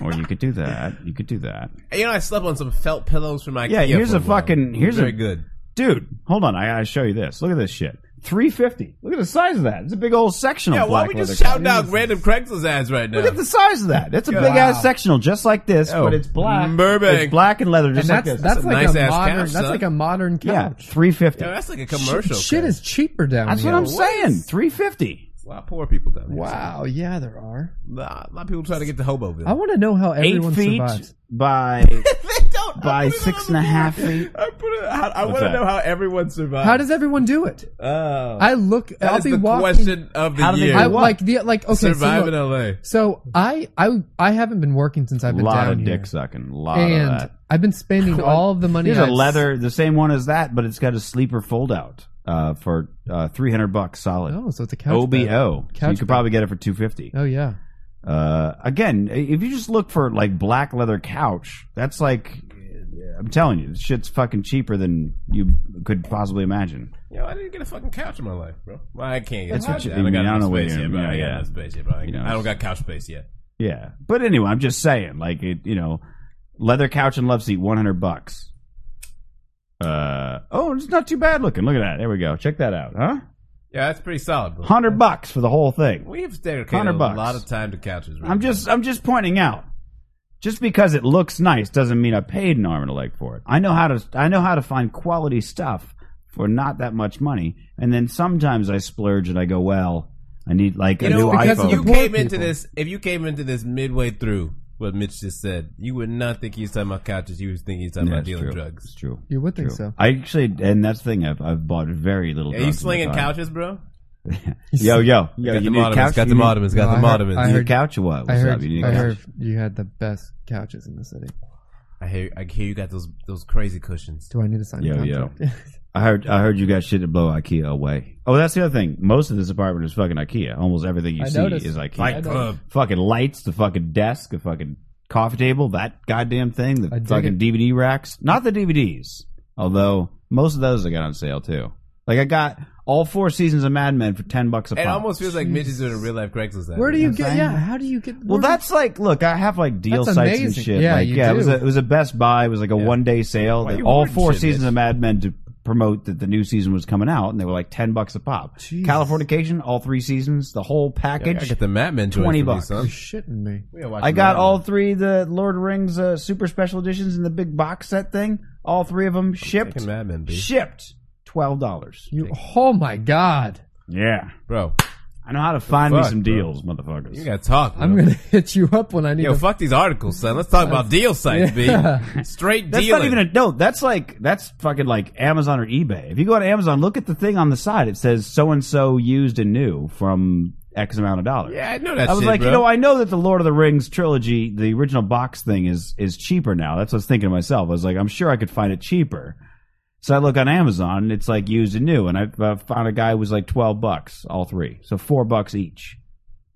Speaker 5: Or you could do that. You could do that.
Speaker 7: You know, I slept on some felt pillows from IKEA.
Speaker 5: Yeah, here's
Speaker 7: for
Speaker 5: a
Speaker 7: while.
Speaker 5: fucking- here's
Speaker 7: very
Speaker 5: a-
Speaker 7: good.
Speaker 5: Dude, hold on. I gotta show you this. Look at this shit. Three fifty. Look at the size of that. It's a big old sectional.
Speaker 7: Yeah, why
Speaker 5: black
Speaker 7: we just
Speaker 5: leather
Speaker 7: shouting
Speaker 5: couch.
Speaker 7: out random Craigslist ads right now?
Speaker 5: Look at the size of that. It's a big ass sectional, just like this,
Speaker 7: Oh,
Speaker 5: but it's black.
Speaker 7: Burbank.
Speaker 5: It's black and leather,
Speaker 8: and
Speaker 5: just like this.
Speaker 8: that's that's
Speaker 7: That's a
Speaker 8: like a
Speaker 7: nice-ass
Speaker 8: modern.
Speaker 7: couch,
Speaker 8: that's
Speaker 7: son.
Speaker 8: like a modern
Speaker 5: yeah,
Speaker 8: couch.
Speaker 5: three fifty.
Speaker 7: Yeah, that's like a commercial.
Speaker 8: Shit
Speaker 7: couch.
Speaker 8: is cheaper down
Speaker 5: That's
Speaker 8: here.
Speaker 5: what I'm saying. Three fifty.
Speaker 7: a lot of poor people down there.
Speaker 8: Wow. Yeah, there are.
Speaker 7: A lot a lot of people trying to get to Hoboville.
Speaker 8: I want to know how
Speaker 5: Eight
Speaker 8: everyone
Speaker 5: feet
Speaker 8: survives.
Speaker 5: by
Speaker 7: (laughs) they don't. I
Speaker 5: by
Speaker 7: put it
Speaker 5: six
Speaker 7: on
Speaker 5: and
Speaker 7: the
Speaker 5: a half
Speaker 7: board.
Speaker 5: feet.
Speaker 7: I put it. I, I
Speaker 5: What's
Speaker 7: want to
Speaker 5: that?
Speaker 7: know how everyone survived.
Speaker 8: How does everyone do it?
Speaker 7: Oh,
Speaker 8: I look.
Speaker 7: that
Speaker 8: I'll
Speaker 7: is
Speaker 8: be
Speaker 7: the
Speaker 8: walking.
Speaker 7: question of the
Speaker 5: How do they
Speaker 7: year.
Speaker 8: I
Speaker 5: What?
Speaker 8: like the like. Okay,
Speaker 7: survive
Speaker 8: so,
Speaker 7: in
Speaker 8: look,
Speaker 7: LA.
Speaker 8: so I I I haven't been working since I've
Speaker 5: A
Speaker 8: been
Speaker 5: lot
Speaker 8: down
Speaker 5: of
Speaker 8: here,
Speaker 5: dick sucking. A lot of
Speaker 8: and
Speaker 5: that.
Speaker 8: I've been
Speaker 5: (laughs)
Speaker 8: spending all of the money.
Speaker 5: Here's
Speaker 8: on
Speaker 5: a leather, the same one as that, but it's got a sleeper fold out uh, for uh, 300 bucks solid.
Speaker 8: Oh, so it's a couch.
Speaker 5: OBO.
Speaker 8: bed.
Speaker 5: So you
Speaker 8: Couch
Speaker 5: could
Speaker 8: bed.
Speaker 5: probably get it for 250.
Speaker 8: Oh yeah.
Speaker 5: Uh, again, if you just look for like black leather couch, that's uh, like I'm telling you, this shit's fucking cheaper than you could possibly imagine.
Speaker 7: Yo, I didn't get a fucking couch in my life, bro. Well, I can't get
Speaker 5: That's
Speaker 7: a
Speaker 5: what
Speaker 7: couch.
Speaker 5: you-
Speaker 7: I don't got
Speaker 5: I
Speaker 7: enough
Speaker 5: know what
Speaker 7: space
Speaker 5: you-
Speaker 7: yet, bro.
Speaker 5: yeah,
Speaker 7: I ain't
Speaker 5: yeah.
Speaker 7: got enough space yet, bro. I, ain't-
Speaker 5: You know,
Speaker 7: I don't
Speaker 5: it's-
Speaker 7: got couch space yet.
Speaker 5: Yeah, but anyway, I'm just saying, like it, you know, leather couch and love seat, 100 bucks. Uh oh, it's not too bad looking. Look at that. There we go. Check that out, huh?
Speaker 7: Yeah, that's pretty solid, bro.
Speaker 5: 100 bucks for the whole thing.
Speaker 7: We have dedicated a
Speaker 5: 100 bucks.
Speaker 7: lot of time to couches. Bro.
Speaker 5: I'm just I'm just pointing out. Just because it looks nice doesn't mean I paid an arm and a leg for it. I know how to I know how to find quality stuff for not that much money, and then sometimes I splurge and I go, well, I need like
Speaker 7: You
Speaker 5: a
Speaker 7: know,
Speaker 5: new
Speaker 7: because
Speaker 5: iPhone.
Speaker 7: if you came into this, if you came into this midway through what Mitch just said, you would not think he was talking about couches. You would think he was talking
Speaker 5: Yeah,
Speaker 7: about
Speaker 5: it's
Speaker 7: dealing
Speaker 5: true.
Speaker 7: drugs.
Speaker 5: It's true.
Speaker 8: You would think
Speaker 5: True.
Speaker 8: so.
Speaker 5: I actually, and that's the thing. I've I've bought very little.
Speaker 7: Are
Speaker 5: drugs in
Speaker 7: you
Speaker 5: my
Speaker 7: slinging
Speaker 5: time.
Speaker 7: couches, bro?
Speaker 5: Yo, yo, yo!
Speaker 7: Got
Speaker 5: you
Speaker 7: them
Speaker 5: need a
Speaker 7: ottomans,
Speaker 5: couch?
Speaker 7: got
Speaker 5: You
Speaker 7: them
Speaker 5: need-
Speaker 7: ottomans, got
Speaker 8: No, I
Speaker 7: them
Speaker 8: heard-
Speaker 7: ottomans.
Speaker 8: I
Speaker 5: You need
Speaker 8: heard-
Speaker 5: a couch or what?
Speaker 8: I
Speaker 5: What's
Speaker 8: heard,
Speaker 5: up? You need a
Speaker 8: I
Speaker 5: couch?
Speaker 8: heard you had the best couches in the city.
Speaker 7: I hear, I hear you got those those crazy cushions.
Speaker 8: Do I need to sign a
Speaker 5: Yo, yo.
Speaker 8: contract? (laughs)
Speaker 5: I heard, I heard you got shit to blow IKEA away. Oh, that's the other thing. Most of this apartment is fucking IKEA. Almost everything you
Speaker 8: I
Speaker 5: see
Speaker 8: noticed.
Speaker 5: is
Speaker 8: Fight I
Speaker 5: IKEA.
Speaker 8: noticed. Club.
Speaker 5: Fucking lights, the fucking desk, the fucking coffee table, that goddamn thing, the
Speaker 8: dig
Speaker 5: fucking
Speaker 8: it.
Speaker 5: DVD racks. Not the DVDs, although most of those I got on sale too. Like I got all four seasons of Mad Men for ten bucks a
Speaker 7: It
Speaker 5: pop.
Speaker 7: almost feels like Mitch is doing a real life Craigslist. ad.
Speaker 8: Where do you
Speaker 5: what I'm
Speaker 8: get?
Speaker 5: saying?
Speaker 8: Yeah, how do you get?
Speaker 5: Well,
Speaker 8: where do-
Speaker 5: that's like, look, I have like deal
Speaker 8: That's
Speaker 5: sites
Speaker 8: amazing.
Speaker 5: and shit.
Speaker 8: Yeah,
Speaker 5: like,
Speaker 8: you
Speaker 5: yeah, it was
Speaker 8: do.
Speaker 5: a it was a Best Buy. It was like a one day sale.
Speaker 7: Why
Speaker 5: They-
Speaker 7: you
Speaker 5: all
Speaker 7: hoarding
Speaker 5: four
Speaker 7: shit,
Speaker 5: seasons
Speaker 7: bitch?
Speaker 5: of Mad Men to promote that the new season was coming out, and they were like ten bucks a pop. Californication, all three seasons, the whole
Speaker 7: I gotta
Speaker 5: package.
Speaker 7: get the Mad Men joint
Speaker 5: 20
Speaker 7: for me,
Speaker 5: bucks.
Speaker 7: son.
Speaker 8: You're shitting me.
Speaker 7: We gotta watch
Speaker 5: I
Speaker 7: the
Speaker 5: got
Speaker 7: Mad
Speaker 5: all
Speaker 7: Men.
Speaker 5: three the Lord of the Rings uh, super special editions in the big box set thing. All three of them shipped.
Speaker 7: Fucking Mad Men, B.
Speaker 5: Shipped twelve dollars.
Speaker 8: You. (laughs) Oh my god.
Speaker 5: Yeah,
Speaker 7: bro.
Speaker 5: I know how to find me
Speaker 7: fuck,
Speaker 5: some
Speaker 7: bro?
Speaker 5: deals, motherfuckers.
Speaker 7: You gotta talk. Bro.
Speaker 8: I'm gonna (laughs) hit you up when I need.
Speaker 7: Yo,
Speaker 8: to,
Speaker 7: fuck these articles, son. Let's talk about deal sites,
Speaker 5: (laughs)
Speaker 7: B. Straight
Speaker 5: That's
Speaker 7: dealing.
Speaker 5: not even a no. That's like that's fucking like Amazon or eBay. If you go on Amazon, look at the thing on the side. It says so and so used and new from X amount of dollars.
Speaker 7: yeah, I know that.
Speaker 5: I was
Speaker 7: shit,
Speaker 5: like,
Speaker 7: bro.
Speaker 5: you know, I know that the Lord of the Rings trilogy, the original box thing, is is cheaper now. That's what I was thinking to myself. I was like, I'm sure I could find it cheaper. So I look on Amazon, and it's like used and new, and I uh, found a guy who was like twelve bucks, all three, so four bucks each.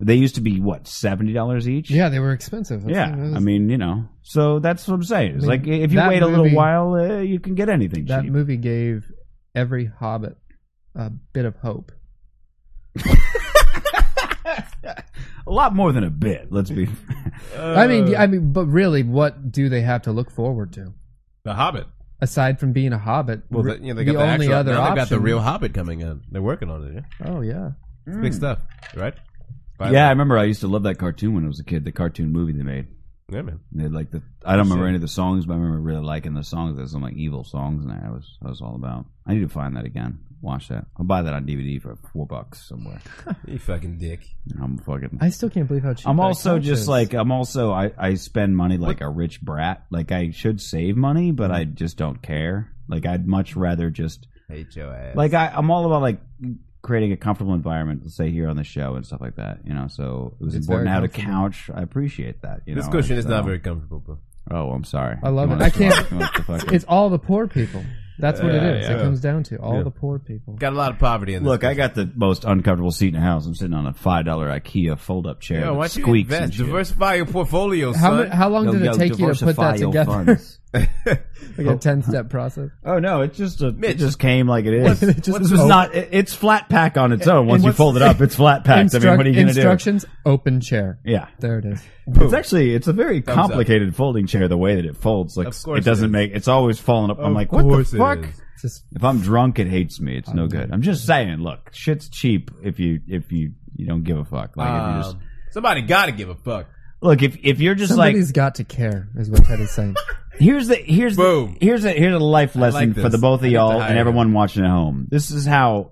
Speaker 5: They used to be what seventy dollars each.
Speaker 8: (laughs) yeah, they were expensive. That's-
Speaker 5: Yeah,
Speaker 8: that was-
Speaker 5: I mean, you know, so that's what I'm saying. It's
Speaker 8: I mean,
Speaker 5: like if you
Speaker 8: that
Speaker 5: wait a little
Speaker 8: movie-
Speaker 5: while, uh, you can get anything
Speaker 8: that
Speaker 5: cheap.
Speaker 8: movie gave every Hobbit a bit of hope.
Speaker 5: a lot more than a bit. Let's
Speaker 8: (laughs)
Speaker 5: be.
Speaker 8: I mean,
Speaker 5: Uh,
Speaker 8: I mean, but really, what do they have to look forward to
Speaker 7: The Hobbit.
Speaker 8: aside from being a Hobbit?
Speaker 7: Well,
Speaker 8: re-
Speaker 7: the, you know, they got the,
Speaker 8: only
Speaker 7: actual,
Speaker 8: other
Speaker 7: now
Speaker 8: option.
Speaker 7: They got the real Hobbit coming in. They're working on it. Yeah,
Speaker 8: Oh yeah.
Speaker 7: it's big stuff, right?
Speaker 5: Mm. (laughs) yeah, I remember I used to love that cartoon when I was a kid. The cartoon movie they made.
Speaker 7: yeah, man.
Speaker 5: They had, like the. I don't remember any of the songs, but I remember really liking the songs. There's some like evil songs, and I was I was all about. I need to find that again. Watch that. I'll buy that on DVD for four bucks somewhere.
Speaker 7: You fucking dick.
Speaker 5: I'm fucking.
Speaker 8: I still can't believe how cheap.
Speaker 5: I'm
Speaker 8: that
Speaker 5: also
Speaker 8: couch
Speaker 5: just
Speaker 8: is.
Speaker 5: like I'm also I I spend money like a rich brat. Like I should save money, but I just don't care. Like I'd much rather just
Speaker 7: Hate your ass.
Speaker 5: like I, I'm all about like creating a comfortable environment, let's say here on the show and stuff like that. You know, so it was
Speaker 8: It's
Speaker 5: important to
Speaker 8: very
Speaker 5: have a
Speaker 8: comfortable.
Speaker 5: couch. I appreciate that. You
Speaker 7: this
Speaker 5: know,
Speaker 7: cushion
Speaker 5: and
Speaker 7: is
Speaker 5: so-
Speaker 7: not very comfortable, bro.
Speaker 5: Oh, I'm sorry.
Speaker 8: I love
Speaker 5: You
Speaker 8: it.
Speaker 5: want
Speaker 8: I
Speaker 5: us to-
Speaker 7: (laughs)
Speaker 8: can't-
Speaker 5: you want us to
Speaker 8: (laughs)
Speaker 5: fucking-
Speaker 8: it's all the poor people. That's what
Speaker 7: Yeah,
Speaker 8: it is.
Speaker 7: yeah.
Speaker 8: It comes down to all
Speaker 7: Yeah.
Speaker 8: the poor people.
Speaker 7: Got a lot of poverty in this.
Speaker 5: Look, I got the most uncomfortable seat in the house. I'm sitting on a five dollar IKEA fold up chair.
Speaker 7: Yeah,
Speaker 5: that
Speaker 7: why don't you
Speaker 5: squeaks and
Speaker 7: invest?
Speaker 5: shit.
Speaker 7: Diversify your portfolio,
Speaker 8: How,
Speaker 7: son.
Speaker 8: mu- how long
Speaker 5: Yo,
Speaker 8: did
Speaker 5: yo,
Speaker 8: it take you to put
Speaker 5: diversify
Speaker 8: that
Speaker 5: your
Speaker 8: together?
Speaker 5: funds.
Speaker 8: (laughs) like a ten step process.
Speaker 5: Oh no, it's just a.
Speaker 7: Mitch.
Speaker 5: It just came like it is.
Speaker 8: (laughs) What's-
Speaker 5: It just,
Speaker 8: what's-
Speaker 5: was
Speaker 8: oh.
Speaker 5: not. It, it's flat pack on its own. Once you
Speaker 8: what's-
Speaker 5: fold it up, it's flat packed. I mean, what are you
Speaker 8: Instruct-
Speaker 5: going to do?
Speaker 8: instructions: open chair.
Speaker 5: Yeah,
Speaker 8: There it is.
Speaker 5: it's actually it's a very
Speaker 7: up.
Speaker 5: complicated folding chair. The way that it folds, like
Speaker 7: Of course
Speaker 5: it doesn't
Speaker 7: it is.
Speaker 5: make. It's always falling up. I'm
Speaker 7: Of
Speaker 5: like, what the
Speaker 7: course it
Speaker 5: fuck?
Speaker 7: is.
Speaker 8: Just
Speaker 5: If I'm drunk, it hates me. It's
Speaker 8: Um,
Speaker 5: no good. I'm just saying. Look, shit's cheap if you if you you don't give a fuck. Like if you just
Speaker 7: Um, somebody got to give a fuck.
Speaker 5: look if if you're just like
Speaker 8: somebody's got to care, is what Ted
Speaker 5: (laughs)
Speaker 8: is saying.
Speaker 5: Here's the here's
Speaker 7: Boom.
Speaker 5: the here's a here's a life lesson
Speaker 7: like
Speaker 5: for
Speaker 7: this.
Speaker 5: the
Speaker 7: I
Speaker 5: both of
Speaker 7: need to
Speaker 5: y'all
Speaker 7: hire
Speaker 5: and
Speaker 7: you.
Speaker 5: everyone watching at home. This is how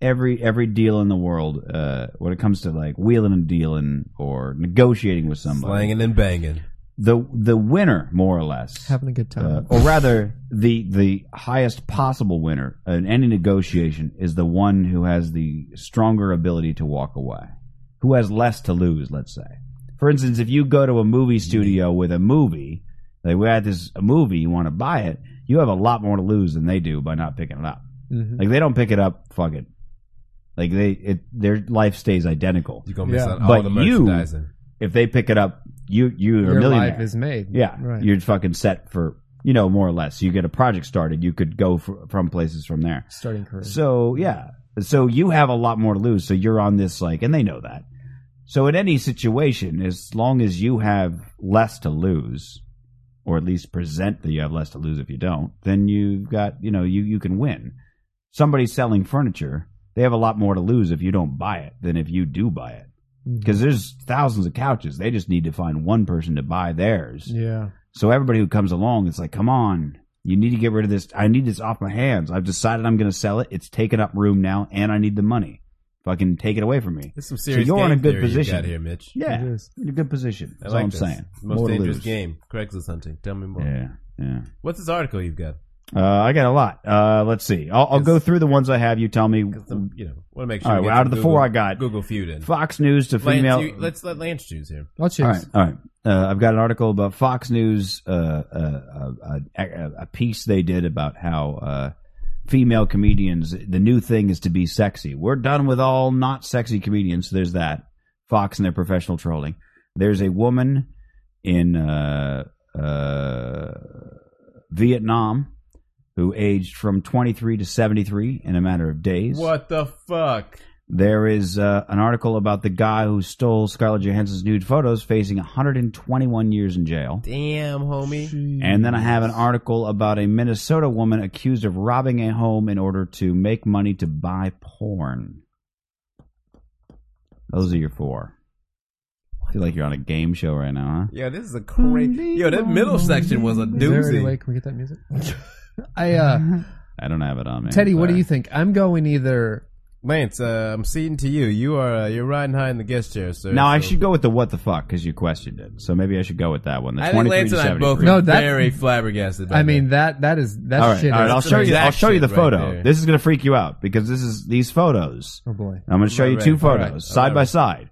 Speaker 5: every every deal in the world, uh, when it comes to like wheeling and dealing or negotiating with somebody,
Speaker 7: Slanging and banging.
Speaker 5: the the winner more or less,
Speaker 8: Having a good
Speaker 5: uh,
Speaker 8: time.
Speaker 5: or rather the the highest possible winner in any negotiation is the one who has the stronger ability to walk away, who has less to lose. Let's say, for instance, if you go to a movie studio with a movie, like we had this a movie, you want to buy it, you have a lot more to lose than they do by not picking it up.
Speaker 8: Mhm.
Speaker 5: Like they don't pick it up, fuck it. Like they, it, their life stays identical.
Speaker 7: You're going to miss
Speaker 8: Yeah.
Speaker 7: out on all
Speaker 5: But
Speaker 7: the
Speaker 5: you-
Speaker 7: merchandising.
Speaker 5: If they pick it up, you you are a
Speaker 8: Your
Speaker 5: millionaire.
Speaker 8: life is made.
Speaker 5: Yeah,
Speaker 8: Right.
Speaker 5: you're fucking set for you know, more or less. You get a project started, you could go fr- from places from there.
Speaker 8: Starting career.
Speaker 5: So yeah, so you have a lot more to lose. So you're on this like, and they know that. So in any situation, as long as you have less to lose, or at least present that you have less to lose if you don't, then you've got you know you you can win. Somebody's selling furniture; they have a lot more to lose if you don't buy it than if you do buy it. Because there's thousands of couches, they just need to find one person to buy theirs.
Speaker 8: Yeah.
Speaker 5: So everybody who comes along, it's like, come on, you need to get rid of this. I need this off my hands. I've decided I'm going to sell it. It's taking up room now, and I need the money. Fucking take it away from me.
Speaker 7: It's some serious
Speaker 5: So you're in a
Speaker 7: game
Speaker 5: good
Speaker 7: theory you got
Speaker 5: position
Speaker 7: here, Mitch.
Speaker 5: Yeah,
Speaker 7: It
Speaker 5: you're
Speaker 7: is.
Speaker 5: in a good
Speaker 7: I
Speaker 5: position. That's
Speaker 7: like
Speaker 5: all I'm
Speaker 7: this.
Speaker 5: saying.
Speaker 7: Most
Speaker 5: More to
Speaker 7: dangerous
Speaker 5: lose.
Speaker 7: game. Craigslist hunting. Tell me more.
Speaker 5: Yeah, yeah.
Speaker 7: What's this article you've got?
Speaker 5: Uh, I got a lot. Uh, let's see. I'll, I'll go through the ones I have. You tell me.
Speaker 7: You know, want to make sure.
Speaker 5: All right,
Speaker 7: we
Speaker 5: well,
Speaker 7: get
Speaker 5: out of the
Speaker 7: some Google-
Speaker 5: four I got
Speaker 7: Google feud in.
Speaker 5: Fox News to
Speaker 7: Lance,
Speaker 5: female.
Speaker 7: you- let's let Lance choose here.
Speaker 5: All right, all right. Uh, I've got an article about Fox News, uh, uh, uh, a, a- a piece they did about how uh, female comedians, the new thing is to be sexy. We're done with all not sexy comedians. So there's that. Fox and their professional trolling. There's a woman in uh, uh, Vietnam who aged from 23 to 73 in a matter of days.
Speaker 7: What the fuck?
Speaker 5: There is uh, an article about the guy who stole Scarlett Johansson's nude photos facing 121 years in jail.
Speaker 7: Damn, homie.
Speaker 5: And then I have an article about a Minnesota woman accused of robbing a home in order to make money to buy porn. Those are your four. I feel like you're on a game show right now, huh?
Speaker 7: Yeah, this is a crazy. Yo, that middle section was a
Speaker 8: Is there any
Speaker 7: doozy.
Speaker 8: way can we get
Speaker 5: (laughs)
Speaker 8: that music? (laughs) I uh
Speaker 5: I don't have it on me.
Speaker 8: Teddy, what do you think? I'm going either
Speaker 7: Lance, uh, I'm ceding to you. You are uh, you're riding high in the guest chair, sir.
Speaker 5: Now I
Speaker 7: so-
Speaker 5: should go with the what the fuck because you questioned it. So maybe I should go with that one. The
Speaker 7: I think
Speaker 5: 23
Speaker 7: Lance
Speaker 5: to
Speaker 7: and I
Speaker 5: 73.
Speaker 7: both are
Speaker 8: No, that-
Speaker 7: very flabbergasted. By
Speaker 8: I mean that that is that
Speaker 5: all right,
Speaker 8: shit
Speaker 5: all right.
Speaker 8: is
Speaker 5: I'll show you. I'll show you the
Speaker 7: Exact shit right
Speaker 5: photo.
Speaker 7: there.
Speaker 5: this is gonna freak you out because this is these photos.
Speaker 8: Oh boy.
Speaker 5: I'm gonna show you
Speaker 7: Alright,
Speaker 5: two
Speaker 7: alright,
Speaker 5: photos side by
Speaker 7: alright.
Speaker 5: side.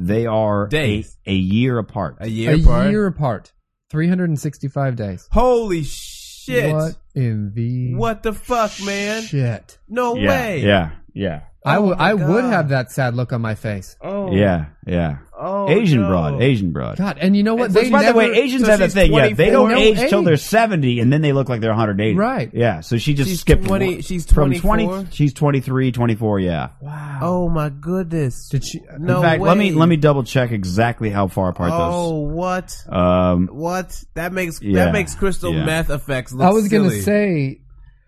Speaker 5: They are a,
Speaker 7: Days.
Speaker 5: a year apart.
Speaker 7: that. a year
Speaker 8: a
Speaker 7: apart.
Speaker 8: year apart. 365 days.
Speaker 7: Holy shit!
Speaker 8: What
Speaker 7: What,
Speaker 8: in the
Speaker 7: the fuck, man?
Speaker 8: shit?
Speaker 7: No
Speaker 5: yeah,
Speaker 7: way.
Speaker 5: Yeah, yeah,
Speaker 8: I
Speaker 7: Oh
Speaker 8: would
Speaker 7: my
Speaker 8: I would
Speaker 7: God.
Speaker 8: have that sad look on my face.
Speaker 7: Oh
Speaker 5: yeah, yeah.
Speaker 7: Oh,
Speaker 5: Asian
Speaker 7: no.
Speaker 5: broad, Asian broad.
Speaker 8: God, and you know what?
Speaker 7: And
Speaker 5: Which,
Speaker 8: They
Speaker 5: by
Speaker 8: never-
Speaker 5: the way, Asians
Speaker 7: so
Speaker 5: have that
Speaker 7: she's
Speaker 5: thing. Yeah, they
Speaker 7: 24.
Speaker 5: don't
Speaker 7: No
Speaker 5: age till they're
Speaker 8: age.
Speaker 5: 70, and then they look like they're 180.
Speaker 8: Right.
Speaker 5: Yeah. So she just
Speaker 7: She's
Speaker 5: skipped
Speaker 7: 20
Speaker 5: one.
Speaker 7: she's
Speaker 5: from
Speaker 7: 24?
Speaker 5: 20. She's 23, 24. Yeah.
Speaker 8: Wow.
Speaker 7: Oh my goodness.
Speaker 8: Did she?
Speaker 7: No
Speaker 5: In fact,
Speaker 7: way.
Speaker 5: let me let me double check exactly how far apart
Speaker 7: Oh what?
Speaker 5: those. Um.
Speaker 7: What? That makes
Speaker 5: Yeah,
Speaker 7: that makes crystal
Speaker 5: yeah.
Speaker 7: meth effects look
Speaker 8: I was
Speaker 7: silly.
Speaker 8: gonna say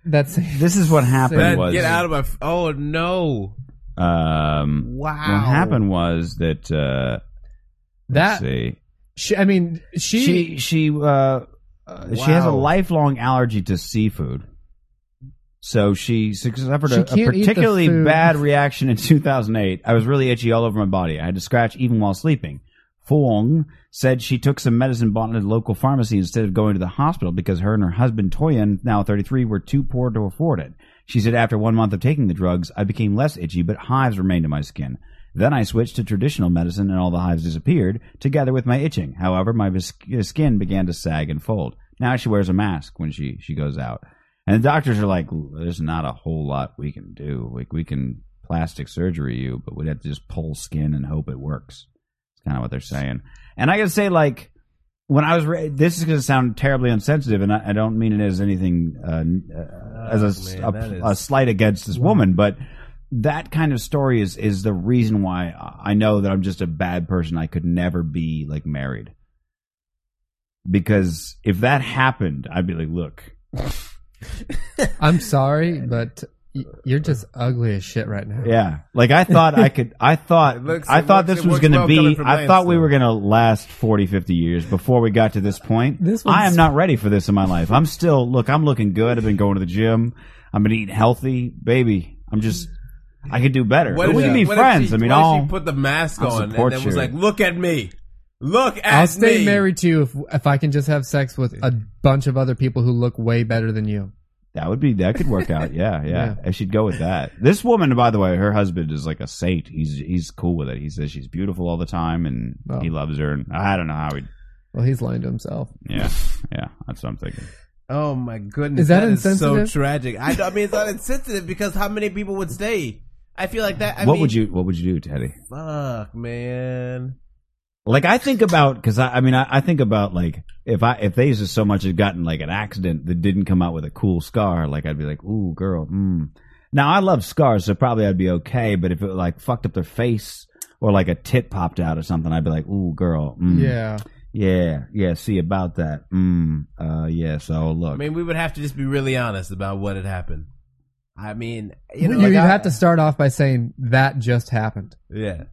Speaker 8: that's
Speaker 5: This is what happened.
Speaker 7: that,
Speaker 5: was
Speaker 7: get out of my f- Oh no.
Speaker 5: um.
Speaker 7: Wow.
Speaker 5: What happened was that. Uh,
Speaker 8: (laughs) that.
Speaker 5: see.
Speaker 8: She, I mean,
Speaker 5: she
Speaker 8: she,
Speaker 5: she uh, uh she has a
Speaker 7: Wow.
Speaker 5: lifelong allergy to seafood. So she suffered
Speaker 8: She
Speaker 5: a, a
Speaker 8: can't eat the
Speaker 5: particularly
Speaker 8: food.
Speaker 5: bad reaction in (laughs) 2008. I was really itchy all over my body. I had to scratch even while sleeping. Fong said she took some medicine bought at a local pharmacy instead of going to the hospital because her and her husband Toyin, now 33, were too poor to afford it. She said after one month of taking the drugs, I became less itchy, but hives remained in my skin. Then I switched to traditional medicine and all the hives disappeared, together with my itching. However, my vis- skin began to sag and fold. Now she wears a mask when she, she goes out. And the doctors are like, there's not a whole lot we can do. Like, we can plastic surgery you, but we'd have to just pull skin and hope it works. It's kind of what they're saying. And I gotta say, like, when I was, ra- this is gonna sound terribly insensitive, and I, I don't mean it as anything, uh, n- uh, as a, s-
Speaker 7: man,
Speaker 5: a-
Speaker 7: that is-
Speaker 5: a slight against this woman, but that kind of story is, is the reason why I- I know that I'm just a bad person. I could never be, like, married. Because if that happened, I'd be like, look,
Speaker 8: I'm sorry, but y- you're just ugly as shit right now.
Speaker 5: Yeah, like I thought I could. I
Speaker 7: (laughs)
Speaker 5: thought
Speaker 7: It looks-
Speaker 5: I
Speaker 7: it
Speaker 5: thought
Speaker 7: looks-
Speaker 5: this
Speaker 7: it
Speaker 5: was
Speaker 7: works
Speaker 5: going to
Speaker 7: well
Speaker 5: be.
Speaker 7: coming from
Speaker 5: I
Speaker 7: Lance,
Speaker 5: thought we
Speaker 7: though.
Speaker 5: were going to last 40, 50 years before we got to this point.
Speaker 8: This
Speaker 5: I
Speaker 8: one's-
Speaker 5: am not ready for this in my life. I'm still look. I'm looking good. I've been going to the gym. I've been eating healthy, baby. I'm just. I could do better.
Speaker 7: What
Speaker 5: But
Speaker 7: if
Speaker 5: we can
Speaker 7: she-
Speaker 5: be
Speaker 7: what if
Speaker 5: friends.
Speaker 7: she-
Speaker 5: I mean,
Speaker 7: what if
Speaker 5: all
Speaker 7: she put the mask
Speaker 5: I'll
Speaker 7: on and
Speaker 5: support
Speaker 7: then was
Speaker 5: you.
Speaker 7: like, "Look at me, look at
Speaker 8: I'll stay
Speaker 7: me."
Speaker 8: married to you if if I can just have sex with a bunch of other people who look way better than you.
Speaker 5: that would be that could work out.
Speaker 7: (laughs)
Speaker 5: Yeah, yeah. I should go with that. This woman, by the way, her husband is like a saint. He's he's cool with it. He says she's beautiful all the time and
Speaker 8: Wow.
Speaker 5: he loves her. And I don't know how he.
Speaker 8: Well, he's lying to himself.
Speaker 5: Yeah, yeah. That's something.
Speaker 7: Oh my goodness,
Speaker 8: Is that
Speaker 7: so
Speaker 8: insensitive?
Speaker 7: tragic. I, I mean, it's not insensitive because how many people would stay? I feel like that. I
Speaker 5: what
Speaker 7: mean,
Speaker 5: would you What would you do, Teddy?
Speaker 7: Fuck, man.
Speaker 5: Like I think about because I, I mean I, I think about like if I if they used to so much had gotten like an accident that didn't come out with a cool scar, like I'd be like, ooh, girl, hmm. Now I love scars, so probably I'd be okay. But if it like fucked up their face or like a tit popped out or something, I'd be like, ooh, girl, mm.
Speaker 8: Yeah.
Speaker 5: yeah, yeah. See about that. Mm, uh, yeah. So
Speaker 7: I
Speaker 5: look,
Speaker 7: mean, we would have to just be really honest about what had happened. I mean, you know,
Speaker 8: you,
Speaker 7: like
Speaker 8: you
Speaker 7: I-
Speaker 8: have to start off by saying that just happened.
Speaker 7: Yeah.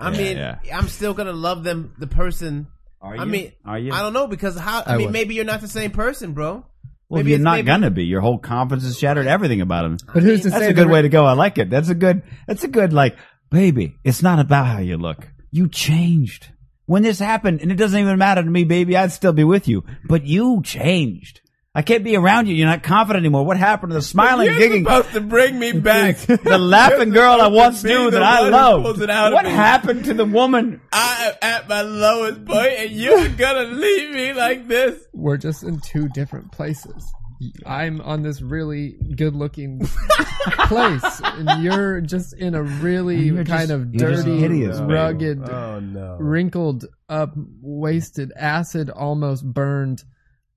Speaker 7: I
Speaker 5: Yeah,
Speaker 7: mean,
Speaker 5: yeah.
Speaker 7: I'm still gonna love them. The person.
Speaker 5: Are
Speaker 7: I
Speaker 5: you?
Speaker 7: mean,
Speaker 5: Are you?
Speaker 7: I don't know because how? I,
Speaker 5: I
Speaker 7: mean,
Speaker 5: would.
Speaker 7: maybe you're not the same person, bro.
Speaker 5: well,
Speaker 7: maybe
Speaker 5: you're
Speaker 7: it's-
Speaker 5: not
Speaker 7: maybe-
Speaker 5: gonna be. Your whole confidence is shattered. Everything about him.
Speaker 8: But who's to
Speaker 5: that's
Speaker 8: say
Speaker 5: a good
Speaker 8: that-
Speaker 5: way to go. I like it. That's a good. That's a good. Like, baby, it's not about how you look. You changed when this happened, and it doesn't even matter to me, baby. I'd still be with you, but you changed. I can't be around you. You're not confident anymore. What happened to the smiling,
Speaker 7: You're
Speaker 5: giggling,
Speaker 7: supposed to bring
Speaker 8: (laughs)
Speaker 7: me back.
Speaker 5: (laughs) the
Speaker 7: (laughs)
Speaker 5: laughing girl I once
Speaker 7: Be the
Speaker 5: knew that I
Speaker 7: one who
Speaker 5: loved?
Speaker 7: pulls it out of
Speaker 5: What
Speaker 7: me.
Speaker 5: happened to the woman?
Speaker 7: I am at my lowest point, and you're gonna leave me like this.
Speaker 8: We're just in two different places. I'm on this really
Speaker 7: (laughs)
Speaker 8: good looking place, and you're just in a really
Speaker 5: And you're
Speaker 8: kind
Speaker 5: just-
Speaker 8: of
Speaker 5: you're just
Speaker 8: dirty,
Speaker 5: hideous, baby.
Speaker 8: rugged,
Speaker 7: Oh no.
Speaker 8: wrinkled up, wasted, acid almost burned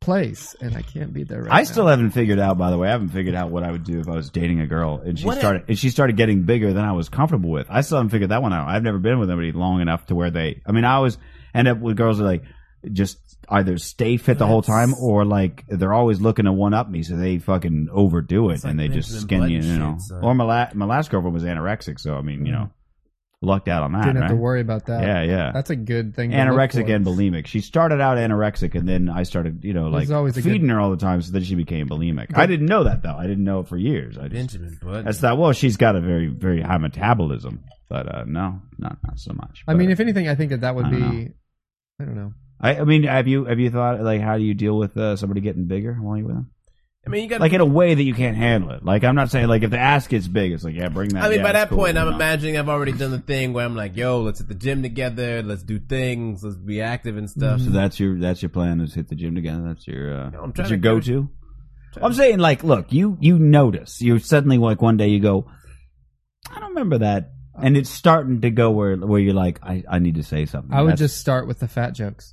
Speaker 8: place, and I can't be there right
Speaker 5: I
Speaker 8: now.
Speaker 5: still haven't figured out. By the way, I haven't figured out what I would do if I was dating a girl and she
Speaker 7: What if-
Speaker 5: started and she started getting bigger than I was comfortable with. I still haven't figured that one out. I've never been with anybody long enough to where they. I mean, I always end up with girls that like just either stay fit the whole time or like they're always looking to one up me, so they fucking overdo it
Speaker 7: It's
Speaker 5: and
Speaker 7: like
Speaker 5: they
Speaker 7: Benjamin
Speaker 5: just skin you,
Speaker 7: Button
Speaker 5: you know.
Speaker 7: shit, son.
Speaker 5: Or my la- my last girlfriend was anorexic, so I mean, you know, lucked out on that.
Speaker 8: didn't
Speaker 5: right?
Speaker 8: have to worry about that.
Speaker 5: Yeah, yeah.
Speaker 8: That's a good thing. to look
Speaker 5: anorexic
Speaker 8: for.
Speaker 5: and bulimic. She started out anorexic, and then I started, you know,
Speaker 8: There's
Speaker 5: like
Speaker 8: always a good-
Speaker 5: feeding her all the time, so then she became bulimic. I didn't know that though. I didn't know it for years. I just,
Speaker 7: Benjamin Button.
Speaker 5: that's not well. She's got a very, very high metabolism, but uh, no, not not so much.
Speaker 8: I
Speaker 5: But
Speaker 8: mean, if anything, I think that that would
Speaker 5: I
Speaker 8: be.
Speaker 5: don't
Speaker 8: I don't know.
Speaker 5: I, I mean, have you have you thought like how do you deal with uh, somebody getting bigger while you're with them?
Speaker 7: I mean, you got
Speaker 5: Like in a way that you can't handle it. Like I'm not saying like if the ass gets big, it's like yeah, bring that.
Speaker 7: I mean,
Speaker 5: yeah,
Speaker 7: by
Speaker 5: it's
Speaker 7: that
Speaker 5: cool,
Speaker 7: point,
Speaker 5: you
Speaker 7: I'm
Speaker 5: know?
Speaker 7: imagining I've already done the thing where I'm like, "Yo, let's hit the gym together. Let's do things. Let's be active and stuff."
Speaker 5: So that's your that's your plan is hit the gym together. That's your uh,
Speaker 7: Um, I'm trying
Speaker 5: that's
Speaker 7: to
Speaker 5: your go to. I'm saying like, look, you you notice you suddenly like one day you go, I don't remember that, and it's starting to go where where you're like, I I need to say something.
Speaker 8: I would
Speaker 5: That's-
Speaker 8: just start with the fat jokes.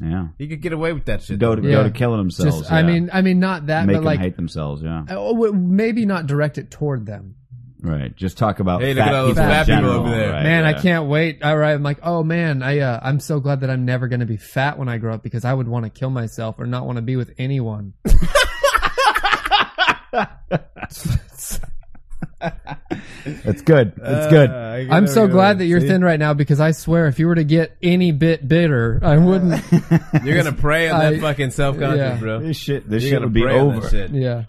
Speaker 5: yeah
Speaker 7: You could get away with that shit.
Speaker 5: go to
Speaker 8: Yeah.
Speaker 5: go to killing themselves.
Speaker 8: Just, I
Speaker 5: yeah.
Speaker 8: mean, I mean, not that,
Speaker 5: make
Speaker 8: but
Speaker 5: them
Speaker 8: like,
Speaker 5: hate themselves. Yeah,
Speaker 8: oh, w- maybe not direct it toward them.
Speaker 5: right. Just talk about
Speaker 7: Hey, look
Speaker 5: fat
Speaker 7: at all those
Speaker 5: people in
Speaker 7: fat people
Speaker 5: general,
Speaker 7: over there.
Speaker 5: right,
Speaker 8: man, I
Speaker 5: yeah.
Speaker 8: can't wait. All right, I'm like, oh man, I uh, I'm so glad that I'm never gonna be fat when I grow up because I would want to kill myself or not want to be with anyone.
Speaker 5: It's good. It's good.
Speaker 7: Uh,
Speaker 8: I'm so glad that you're thin right now because I swear, if you were to get any bit bitter,
Speaker 5: (laughs)
Speaker 8: I wouldn't.
Speaker 7: You're gonna pray on that
Speaker 8: I-
Speaker 7: fucking self conscious,
Speaker 8: yeah.
Speaker 7: bro.
Speaker 5: this shit. This
Speaker 7: You're
Speaker 5: shit
Speaker 7: gonna
Speaker 5: would be
Speaker 7: pray on that
Speaker 5: over.
Speaker 7: shit.
Speaker 8: yeah,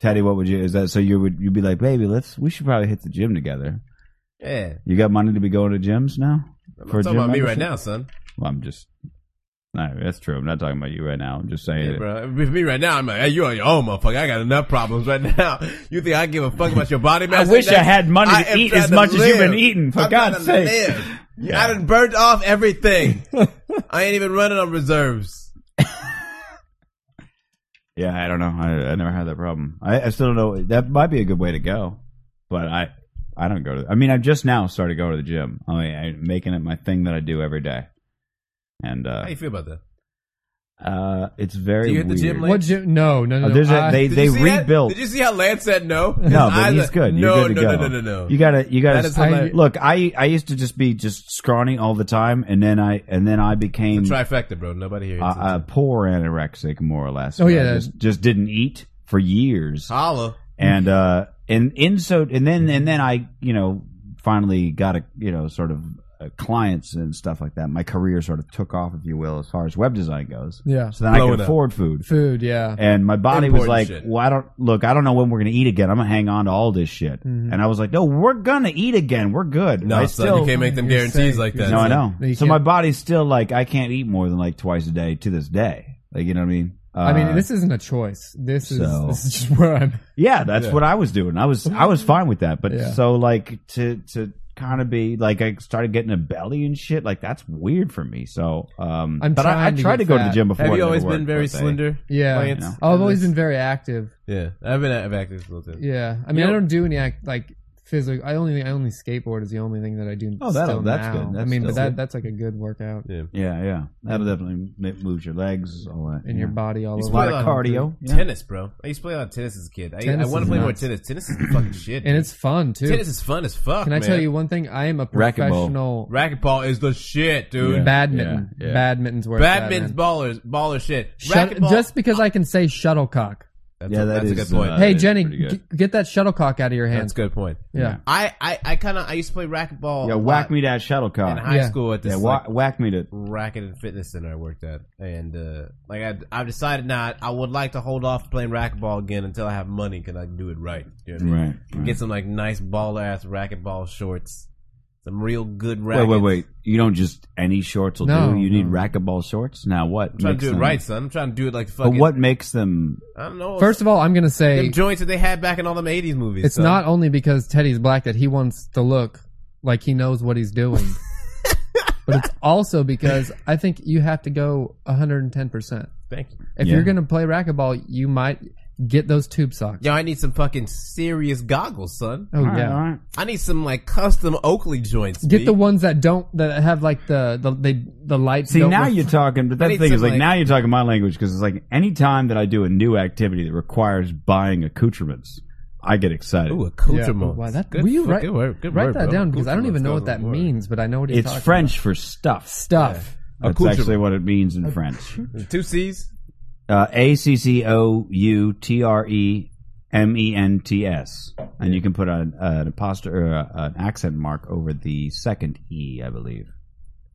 Speaker 5: Teddy, what would you? Is that so? You would you'd be like, baby, let's. We should probably hit the gym together.
Speaker 7: Yeah.
Speaker 5: You got money to be going to gyms now? For
Speaker 7: I'm talking about me right
Speaker 5: membership?
Speaker 7: now, son.
Speaker 5: Well, I'm just. No, that's true. I'm not talking about you right now. I'm just saying.
Speaker 7: Yeah,
Speaker 5: it.
Speaker 7: bro. With me right now, I'm like, hey, you're on your own, motherfucker. I got enough problems right now. (laughs) You think I give a fuck about your body
Speaker 5: I
Speaker 7: mass?
Speaker 5: wish I
Speaker 7: index?
Speaker 5: had money
Speaker 7: I
Speaker 5: to
Speaker 7: am
Speaker 5: eat
Speaker 7: trying
Speaker 5: as
Speaker 7: to
Speaker 5: much as you've
Speaker 7: live.
Speaker 5: been eating. For
Speaker 7: I'm
Speaker 5: God's
Speaker 7: trying to
Speaker 5: sake. (laughs)
Speaker 7: live. I done burnt off everything. I ain't even running on reserves.
Speaker 5: Yeah, I don't know. I, I never had that problem. I, I still don't know. That might be a good way to go, but I I don't go to. I mean, I've just now started going to the gym. I mean, I'm making it my thing that I do every day, and
Speaker 7: How
Speaker 5: uh,
Speaker 7: you feel about that?
Speaker 5: uh it's very.
Speaker 7: Do you hit the
Speaker 5: weird.
Speaker 7: gym late?
Speaker 8: what? You, no, no, no.
Speaker 5: Uh,
Speaker 8: no.
Speaker 5: there's a,
Speaker 8: I-
Speaker 5: they
Speaker 7: Did
Speaker 5: they
Speaker 7: you see that?
Speaker 5: rebuilt.
Speaker 7: Did you see how Lance said no? (laughs) His
Speaker 5: No, but
Speaker 7: eyes
Speaker 5: he's
Speaker 7: are-
Speaker 5: good. You're
Speaker 7: No,
Speaker 5: good to
Speaker 7: no,
Speaker 5: go.
Speaker 7: no, no, no, no.
Speaker 5: You gotta, you gotta.
Speaker 7: That is
Speaker 8: hilarious.
Speaker 5: look, I, I used to just be just scrawny all the time, and then I, and then I became
Speaker 7: Trifecta, bro. Nobody here.
Speaker 5: uh, uh, poor anorexic, more or less.
Speaker 8: Oh,
Speaker 5: where
Speaker 8: yeah.
Speaker 5: I just, just didn't eat for years,
Speaker 7: Holla.
Speaker 5: and uh, and in so, and then and then I, you know, finally got a, you know, sort of uh, clients and stuff like that. My career sort of took off, if you will, as far as web design goes.
Speaker 8: yeah,
Speaker 5: So then I
Speaker 7: Blow
Speaker 5: could
Speaker 7: it up.
Speaker 5: afford food.
Speaker 8: food. Yeah,
Speaker 5: And my body was
Speaker 7: Important
Speaker 5: like,
Speaker 7: shit.
Speaker 5: "Well, I don't look. I don't know when we're gonna eat again. I'm gonna hang on to all this shit." And I was like, "No, we're gonna eat again. We're good."
Speaker 7: No,
Speaker 5: I
Speaker 7: son, you can't make them
Speaker 8: You're
Speaker 7: guarantees
Speaker 8: safe.
Speaker 7: like
Speaker 8: You're
Speaker 7: that.
Speaker 5: no, I
Speaker 7: son.
Speaker 5: know.
Speaker 8: You
Speaker 5: So my
Speaker 8: can't-
Speaker 5: body's still like, I can't eat more than like twice a day to this day. Like, you know what I mean? Uh,
Speaker 8: I mean, this isn't a choice. This is
Speaker 5: so-
Speaker 8: this is just (laughs) where I'm.
Speaker 5: yeah, that's what I was doing. I was I was fine with that, but
Speaker 8: Yeah.
Speaker 5: so like to to kind of be like I started getting a belly and shit. Like that's weird for me. So um,
Speaker 8: I'm
Speaker 5: but I, I
Speaker 8: trying to
Speaker 5: tried to,
Speaker 8: get
Speaker 5: go to the
Speaker 8: fat.
Speaker 5: gym before.
Speaker 7: Have
Speaker 5: it
Speaker 7: you
Speaker 5: never
Speaker 7: always
Speaker 5: worked,
Speaker 7: been very
Speaker 5: but they-
Speaker 7: slender?
Speaker 8: Yeah,
Speaker 7: Lance?
Speaker 5: You know.
Speaker 8: I've always been very active.
Speaker 7: Yeah, I've been active a little too.
Speaker 8: Yeah, I mean, I don't do any act like physical. I only I only skateboard is the only thing that I do.
Speaker 5: Oh, that'll-
Speaker 8: still
Speaker 5: that's
Speaker 8: now.
Speaker 5: good. That's
Speaker 8: I mean,
Speaker 5: still
Speaker 8: but that
Speaker 5: good.
Speaker 8: that's like a good workout.
Speaker 5: Yeah, yeah, yeah. That'll definitely m- move your legs, all that,
Speaker 8: And your body all
Speaker 5: it's
Speaker 8: over.
Speaker 5: A lot of cardio. Yeah.
Speaker 7: Tennis, bro. I used to play a lot of tennis as a kid. I,
Speaker 8: Tennis
Speaker 7: I want to
Speaker 8: is
Speaker 7: play more
Speaker 8: nuts.
Speaker 7: tennis. Tennis is the
Speaker 5: (clears throat)
Speaker 7: fucking shit.
Speaker 8: and
Speaker 7: dude.
Speaker 8: it's fun too.
Speaker 7: Tennis is fun as fuck.
Speaker 8: Can I
Speaker 7: man.
Speaker 8: tell you one thing? I am a professional.
Speaker 7: Racquetball is the shit, dude.
Speaker 8: Yeah. Badminton. Yeah, yeah. Badminton's where it's at,
Speaker 7: Badminton's
Speaker 8: man.
Speaker 7: ballers, baller shit.
Speaker 8: Shut-
Speaker 7: Racquetball.
Speaker 8: just because I can say shuttlecock.
Speaker 7: that's
Speaker 5: Yeah,
Speaker 7: a,
Speaker 5: that
Speaker 7: that's a
Speaker 5: is,
Speaker 7: good point.
Speaker 5: uh,
Speaker 8: hey
Speaker 5: that is
Speaker 8: Jenny,
Speaker 5: pretty
Speaker 8: g-
Speaker 5: good.
Speaker 8: get that shuttlecock out of your hand.
Speaker 7: that's a good point.
Speaker 8: Yeah.
Speaker 7: I, I, I kind of I used to play racquetball.
Speaker 5: Yeah,
Speaker 7: a
Speaker 5: whack
Speaker 7: lot
Speaker 5: me that shuttlecock.
Speaker 7: in high
Speaker 5: yeah.
Speaker 7: school at this
Speaker 5: Yeah,
Speaker 7: like,
Speaker 5: wha- whack me to.
Speaker 7: racket and fitness center I worked at, and uh, like I, I've decided not. I would like to hold off playing racquetball again until I have money because I can do it right. You know what I mean?
Speaker 5: Right, right.
Speaker 8: Mm-hmm.
Speaker 7: Get some like nice baller ass racquetball shorts, some real good
Speaker 5: Wait,
Speaker 7: rackets.
Speaker 5: wait, wait. You don't just any shorts will
Speaker 8: No,
Speaker 5: do. You need
Speaker 8: no.
Speaker 5: racquetball shorts. Now what?
Speaker 7: I'm trying
Speaker 5: makes
Speaker 7: to do it
Speaker 5: them-
Speaker 7: right, son. I'm trying to do it like
Speaker 5: But
Speaker 7: fucking.
Speaker 5: what makes them?
Speaker 7: I don't know.
Speaker 8: First of all, I'm gonna
Speaker 7: them
Speaker 8: say
Speaker 7: joints that they had back in all them '80s movies.
Speaker 8: it's
Speaker 7: son.
Speaker 8: not only because Teddy's black that he wants to look like he knows what he's doing, but it's also because I think you have to go 110. percent
Speaker 7: Thank you.
Speaker 8: If
Speaker 5: Yeah.
Speaker 8: you're gonna play racquetball, you might get those tube socks.
Speaker 7: Yo, I need some fucking serious goggles, son.
Speaker 8: Oh
Speaker 5: All right,
Speaker 8: yeah.
Speaker 5: all right.
Speaker 7: I need some like custom Oakley joints.
Speaker 8: Get
Speaker 7: B.
Speaker 8: the ones that don't that have like the the they, the lights.
Speaker 5: See
Speaker 8: don't
Speaker 5: now
Speaker 8: ref-
Speaker 5: you're talking,
Speaker 7: I
Speaker 5: but that
Speaker 7: need
Speaker 5: thing is
Speaker 7: some,
Speaker 5: like,
Speaker 7: like-
Speaker 5: now you're talking my language because it's like any time that I do a new activity that requires buying accoutrements, I get excited.
Speaker 7: Ooh,
Speaker 8: Yeah,
Speaker 7: accoutrements.
Speaker 8: why that?
Speaker 7: Good
Speaker 8: will you
Speaker 7: fuck-
Speaker 8: write,
Speaker 7: good word- good
Speaker 8: write
Speaker 7: word,
Speaker 8: that
Speaker 7: bro.
Speaker 8: down because I don't even know what
Speaker 7: Accoutrements does
Speaker 8: that
Speaker 7: the word.
Speaker 8: means, but I know what he's
Speaker 5: it's
Speaker 8: talking
Speaker 5: French for stuff.
Speaker 8: about. stuff.
Speaker 5: That's
Speaker 7: Accoutrement.
Speaker 5: actually what it means
Speaker 7: (laughs)
Speaker 5: in French.
Speaker 7: Two C's.
Speaker 5: Uh, A C C O U T R E M E N T S, and you can put an, an apostrophe or a, an accent mark over the second E, I believe,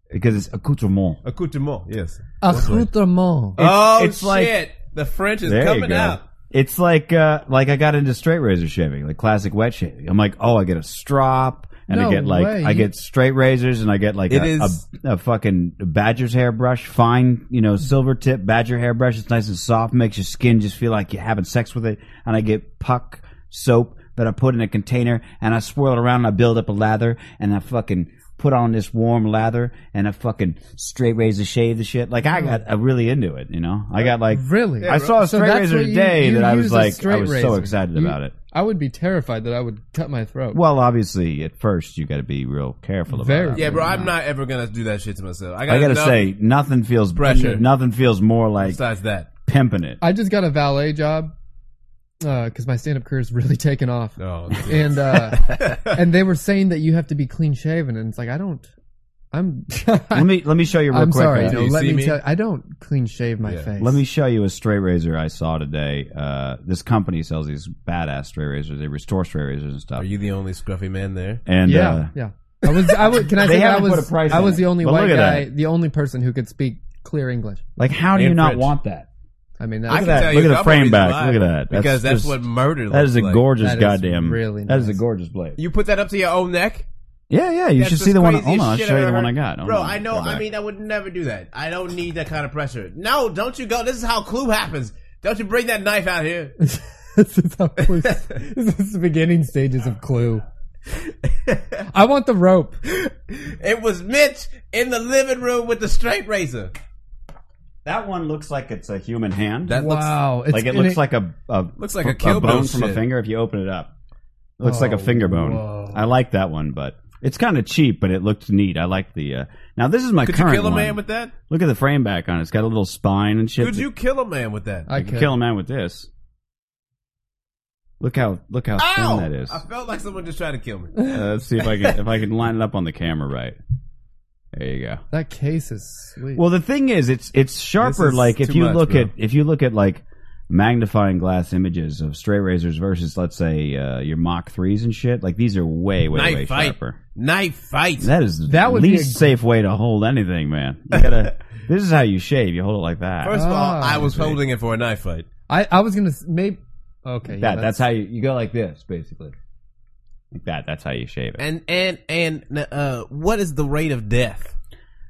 Speaker 5: because it's accoutrement.
Speaker 7: Accoutrement. Oh, Yes.
Speaker 8: Accoutrement.
Speaker 7: oh
Speaker 5: it's
Speaker 7: shit!
Speaker 5: like-
Speaker 7: the French is
Speaker 5: There you
Speaker 7: coming
Speaker 5: go.
Speaker 7: out.
Speaker 5: It's like uh, like I got into straight razor shaving, like classic wet shaving. I'm like, oh, I get a strop, and
Speaker 8: No
Speaker 5: I get like
Speaker 8: way.
Speaker 5: I get straight razors, and I get like
Speaker 7: It
Speaker 5: a,
Speaker 7: is-
Speaker 5: a, a fucking badger's hairbrush, fine, you know, silver tip badger hairbrush. It's nice and soft, makes your skin just feel like you're having sex with it. And I get puck soap that I put in a container, and I swirl it around, and I build up a lather, and I fucking. Put on this warm lather and I fucking straight razor shave the shit. Like I got, I really into it, you know. I got like
Speaker 8: Really?
Speaker 5: I saw a
Speaker 8: So
Speaker 5: straight
Speaker 8: that's
Speaker 5: razor
Speaker 8: what you-
Speaker 5: today
Speaker 8: you
Speaker 5: that I
Speaker 8: use
Speaker 5: was
Speaker 8: a
Speaker 5: like, I
Speaker 8: straight
Speaker 5: was so
Speaker 8: razor.
Speaker 5: excited
Speaker 8: You-
Speaker 5: about it.
Speaker 8: I would be terrified that I would cut my throat.
Speaker 5: Well, obviously, at first you got to be real careful about
Speaker 8: Very.
Speaker 5: it.
Speaker 7: Yeah, bro, I'm not ever gonna do that shit to myself. I
Speaker 5: I
Speaker 7: got
Speaker 5: gotta
Speaker 7: to
Speaker 5: say, nothing feels
Speaker 7: Pressure.
Speaker 5: Nothing feels more like
Speaker 7: Besides that, (laughs)
Speaker 5: pimping it.
Speaker 8: I just got a valet job because my stand-up career is really (laughs) taken
Speaker 7: (laughs)
Speaker 8: off,
Speaker 7: no.
Speaker 5: (laughs)
Speaker 8: and uh, and they were saying that you have to be clean shaven, and it's like I don't. I'm. (laughs)
Speaker 5: let me let me show you real
Speaker 8: I'm
Speaker 5: quick.
Speaker 8: sorry.
Speaker 5: uh,
Speaker 8: No,
Speaker 7: you
Speaker 8: let
Speaker 7: see
Speaker 8: me,
Speaker 7: me?
Speaker 8: tell. I don't clean shave my face.
Speaker 5: Let me show you a straight razor I saw today. Uh, this company sells these badass straight razors. They restore straight razors and stuff.
Speaker 7: Are you the only scruffy man there?
Speaker 5: and
Speaker 8: yeah,
Speaker 5: uh,
Speaker 8: yeah. I was.
Speaker 5: (laughs)
Speaker 8: I was. Can I
Speaker 5: They
Speaker 8: say that I
Speaker 5: haven't
Speaker 8: was?
Speaker 5: put a price
Speaker 8: I
Speaker 5: on
Speaker 8: was
Speaker 5: it,
Speaker 8: the only
Speaker 5: but
Speaker 8: white
Speaker 5: look at
Speaker 8: guy,
Speaker 5: that.
Speaker 8: the only person who could speak clear English.
Speaker 5: like, how do
Speaker 7: And
Speaker 5: you not
Speaker 7: French.
Speaker 5: want that?
Speaker 8: I mean,
Speaker 5: Look
Speaker 7: I
Speaker 5: at
Speaker 7: can
Speaker 8: that's,
Speaker 5: that.
Speaker 7: tell
Speaker 5: Look
Speaker 7: you
Speaker 5: at
Speaker 7: a
Speaker 5: the
Speaker 7: couple
Speaker 5: frame
Speaker 7: reasons
Speaker 5: back.
Speaker 7: why.
Speaker 5: Look at that. That's
Speaker 7: because that's
Speaker 5: just-
Speaker 7: what murder.
Speaker 5: That
Speaker 7: looks
Speaker 5: is a
Speaker 7: like.
Speaker 5: gorgeous
Speaker 8: That is
Speaker 5: goddamn.
Speaker 8: really
Speaker 5: That is a
Speaker 8: nice.
Speaker 5: gorgeous blade.
Speaker 7: You put that up to your own neck.
Speaker 5: yeah, yeah. You
Speaker 7: That's
Speaker 5: should
Speaker 7: the
Speaker 5: see the one.
Speaker 7: craziest
Speaker 5: Hold on, I'll
Speaker 7: shit
Speaker 5: show
Speaker 7: I've
Speaker 5: you the
Speaker 7: ever
Speaker 5: one I
Speaker 7: heard.
Speaker 5: got. Hold
Speaker 7: Bro,
Speaker 5: on,
Speaker 7: I know.
Speaker 5: go back.
Speaker 7: I mean, I would never do that. I don't need that kind of pressure. No, don't you go. This is how Clue happens. Don't you bring that knife out
Speaker 5: (laughs)
Speaker 7: here.
Speaker 8: (laughs) this is how close- this is the beginning stages
Speaker 5: (laughs)
Speaker 8: of Clue. I want the rope.
Speaker 7: it was Mitch in the living room with the straight razor.
Speaker 5: That one looks like it's a human hand.
Speaker 7: That
Speaker 8: wow, it's
Speaker 5: like it
Speaker 8: and
Speaker 5: looks like a, a
Speaker 7: Looks like a
Speaker 5: f-
Speaker 7: kill
Speaker 5: bone
Speaker 7: bone
Speaker 5: from a
Speaker 7: shit.
Speaker 5: finger if you open it up. It looks like a
Speaker 8: Oh,
Speaker 5: finger bone.
Speaker 8: whoa.
Speaker 5: I like that one, but it's kind of cheap, but it looked neat. I like the. Uh, now this is my
Speaker 7: Could you
Speaker 5: current
Speaker 7: kill a
Speaker 5: one.
Speaker 7: man with that?
Speaker 5: Look at the frame back on it. It's got a little spine and shit.
Speaker 7: Could you kill a man with that?
Speaker 8: I
Speaker 5: You could
Speaker 8: could.
Speaker 5: kill a man with this? Look how look how
Speaker 7: Ow!
Speaker 5: thin that
Speaker 7: (laughs)
Speaker 5: is.
Speaker 7: I felt like someone just tried to kill me.
Speaker 5: Uh, let's see if I can if I can line it up on the camera right. There you go.
Speaker 8: That case is sweet.
Speaker 5: Well, the thing is, it's it's sharper.
Speaker 7: is
Speaker 5: like if
Speaker 7: too
Speaker 5: you
Speaker 7: much,
Speaker 5: look
Speaker 7: bro.
Speaker 5: at if you look at like magnifying glass images of straight razors versus let's say uh, your Mach threes and shit. Like these are way way
Speaker 7: Knife
Speaker 5: way
Speaker 7: fight.
Speaker 5: sharper.
Speaker 7: Knife fight.
Speaker 5: That is
Speaker 8: That
Speaker 5: the
Speaker 8: would be
Speaker 5: least
Speaker 8: a-
Speaker 5: safe way to hold anything, man. You gotta. this is how you shave. You hold it like that.
Speaker 7: First of all,
Speaker 5: Oh,
Speaker 8: Ah.
Speaker 7: I was holding it for a knife fight.
Speaker 8: I, I was gonna s- maybe. Okay, yeah,
Speaker 5: that that's, how you you go like this basically. Like that. That's how you shave it.
Speaker 7: And and and uh, what is the rate of death?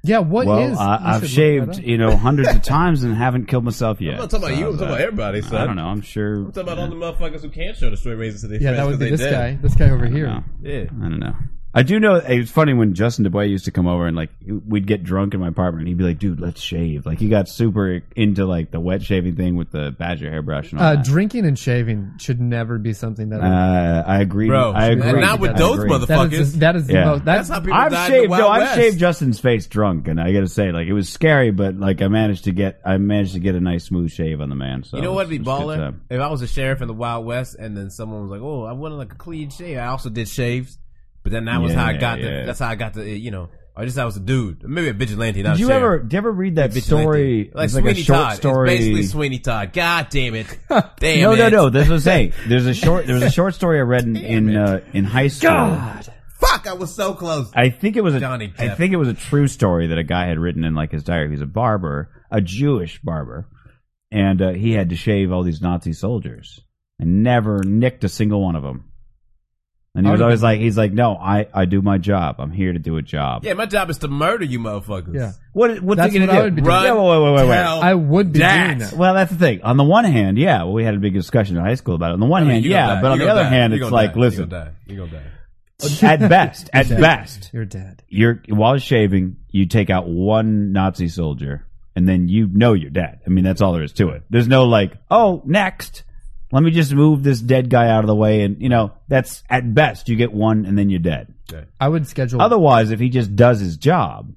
Speaker 8: yeah. What is?
Speaker 5: well, I, I've shaved you know hundreds of (laughs) times and haven't killed myself yet.
Speaker 7: I'm not talking about you. I'm talking about everybody, son.
Speaker 5: I don't know. I'm sure.
Speaker 7: I'm talking about all the motherfuckers who can't show the straight razors to their
Speaker 8: Yeah,
Speaker 7: friends
Speaker 8: that would be
Speaker 7: 'cause
Speaker 8: this
Speaker 7: they
Speaker 8: guy. This guy over here.
Speaker 5: Yeah. I don't know. uh, I do know it was funny when Justin DeBoy used to come over and like we'd get drunk in my apartment and he'd be like, "Dude, let's shave." Like he got super into like the wet shaving thing with the badger hairbrush and all
Speaker 8: Uh,
Speaker 5: that.
Speaker 8: drinking and shaving should never be something that.
Speaker 5: Uh, I agree.
Speaker 8: Bro,
Speaker 5: I agree.
Speaker 8: not with
Speaker 5: I
Speaker 8: those
Speaker 5: agree.
Speaker 8: motherfuckers. That is- that is the most- that's- That's how people
Speaker 5: I've
Speaker 8: died in the
Speaker 5: shaved.
Speaker 8: Wild
Speaker 5: no, I've
Speaker 8: West.
Speaker 5: shaved Justin's face drunk, and I got to say, like it was scary, but like I managed to get, I managed to get a nice smooth shave on the man. So
Speaker 7: you know what would be
Speaker 5: it was
Speaker 7: baller?
Speaker 5: a good time.
Speaker 7: If I was a sheriff in the Wild West and then someone was like, oh, I wanted like a clean shave. I also did shaves, but then that was how I
Speaker 5: Yeah,
Speaker 7: got the,
Speaker 5: yeah.
Speaker 7: that's how I got the, you know, I just, I was a dude. Maybe a vigilante, not
Speaker 5: Did
Speaker 7: a
Speaker 5: you
Speaker 7: sheriff.
Speaker 5: ever? Did you ever read that
Speaker 7: Vigilante.
Speaker 5: story? It
Speaker 7: Like
Speaker 5: was
Speaker 7: Sweeney
Speaker 5: a short
Speaker 7: Todd.
Speaker 5: story.
Speaker 7: It's basically Sweeney Todd. God damn it. Damn
Speaker 5: (laughs) no,
Speaker 7: it.
Speaker 5: no, no. This
Speaker 7: (laughs)
Speaker 5: was hey. There's a short. There was a short story I read in in, uh, in high school.
Speaker 7: God. Fuck, I was so close.
Speaker 5: I think it was a
Speaker 7: Johnny
Speaker 5: I
Speaker 7: Depp.
Speaker 5: think it was a true story that a guy had written in like his diary. He's a barber, a Jewish barber, and uh, he had to shave all these Nazi soldiers and never nicked a single one of them. And he was
Speaker 7: I'd
Speaker 5: always like, he's like, no, I, I do my job. I'm here to do a job.
Speaker 7: Yeah, my job is to murder you motherfuckers.
Speaker 8: Yeah.
Speaker 5: What, what's
Speaker 7: That's
Speaker 5: he gonna
Speaker 7: what I would
Speaker 5: do?
Speaker 7: be
Speaker 5: Run,
Speaker 7: doing.
Speaker 5: Yeah, wait, wait, wait, wait.
Speaker 7: Tell I would be that. doing that.
Speaker 5: Well, that's the thing. On the one hand, yeah, well, we had a big discussion in high school about it. On the one
Speaker 7: I mean,
Speaker 5: hand,
Speaker 7: you gonna
Speaker 5: yeah,
Speaker 7: die.
Speaker 5: but on
Speaker 7: You
Speaker 5: the
Speaker 7: gonna
Speaker 5: other
Speaker 7: die.
Speaker 5: hand,
Speaker 7: You
Speaker 5: it's
Speaker 7: gonna
Speaker 5: like,
Speaker 7: die.
Speaker 5: listen,
Speaker 7: You gonna die. You gonna die.
Speaker 5: (laughs) at best, at
Speaker 7: You're dead.
Speaker 5: best,
Speaker 8: You're dead.
Speaker 5: You're while shaving, you take out one Nazi soldier, and then you know you're dead. I mean, that's all there is to it. There's no like, oh, next, let me just move this dead guy out of the way, and you know, that's at best you get one, and then you're dead.
Speaker 8: I would schedule.
Speaker 5: Otherwise, if he just does his job.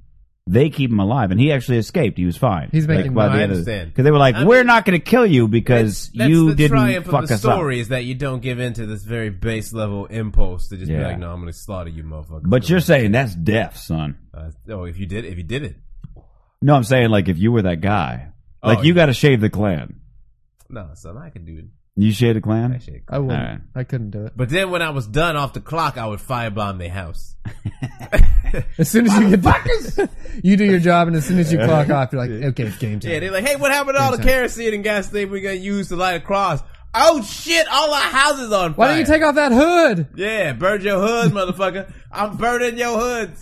Speaker 5: They keep him alive, and he actually escaped. He was fine.
Speaker 8: He's making money. I understand.
Speaker 5: because they were like,
Speaker 7: I
Speaker 5: "We're not going to kill you because
Speaker 7: That's
Speaker 5: you
Speaker 7: the
Speaker 5: didn't
Speaker 7: triumph
Speaker 5: fuck
Speaker 7: of the
Speaker 5: us up."
Speaker 7: story is that you don't give in to this very base level impulse to just be
Speaker 5: Yeah.
Speaker 7: like, no, I'm gonna slaughter you, motherfucker.
Speaker 5: But you're saying that's death, son.
Speaker 7: Uh, oh, if you did, if you did it,
Speaker 5: No, I'm saying like if you were that guy, like
Speaker 7: Oh,
Speaker 5: you
Speaker 7: yeah.
Speaker 5: got to shave the clan.
Speaker 7: no, son, I could do it.
Speaker 5: You shave the clan. I,
Speaker 7: shave
Speaker 8: I wouldn't. I couldn't do it.
Speaker 7: But then when I was done off the clock, I would firebomb their house.
Speaker 8: As soon as you get (laughs) you do your job, and as soon as you clock off, you're like, okay, it's game time.
Speaker 7: Yeah, they're like, hey, what happened to all the
Speaker 8: Anytime.
Speaker 7: kerosene and gas thing we gonna use to light a cross? Oh shit, all our houses on fire.
Speaker 8: Why don't you take off that hood?
Speaker 7: Yeah, burn your hoods, motherfucker. I'm burning your hoods.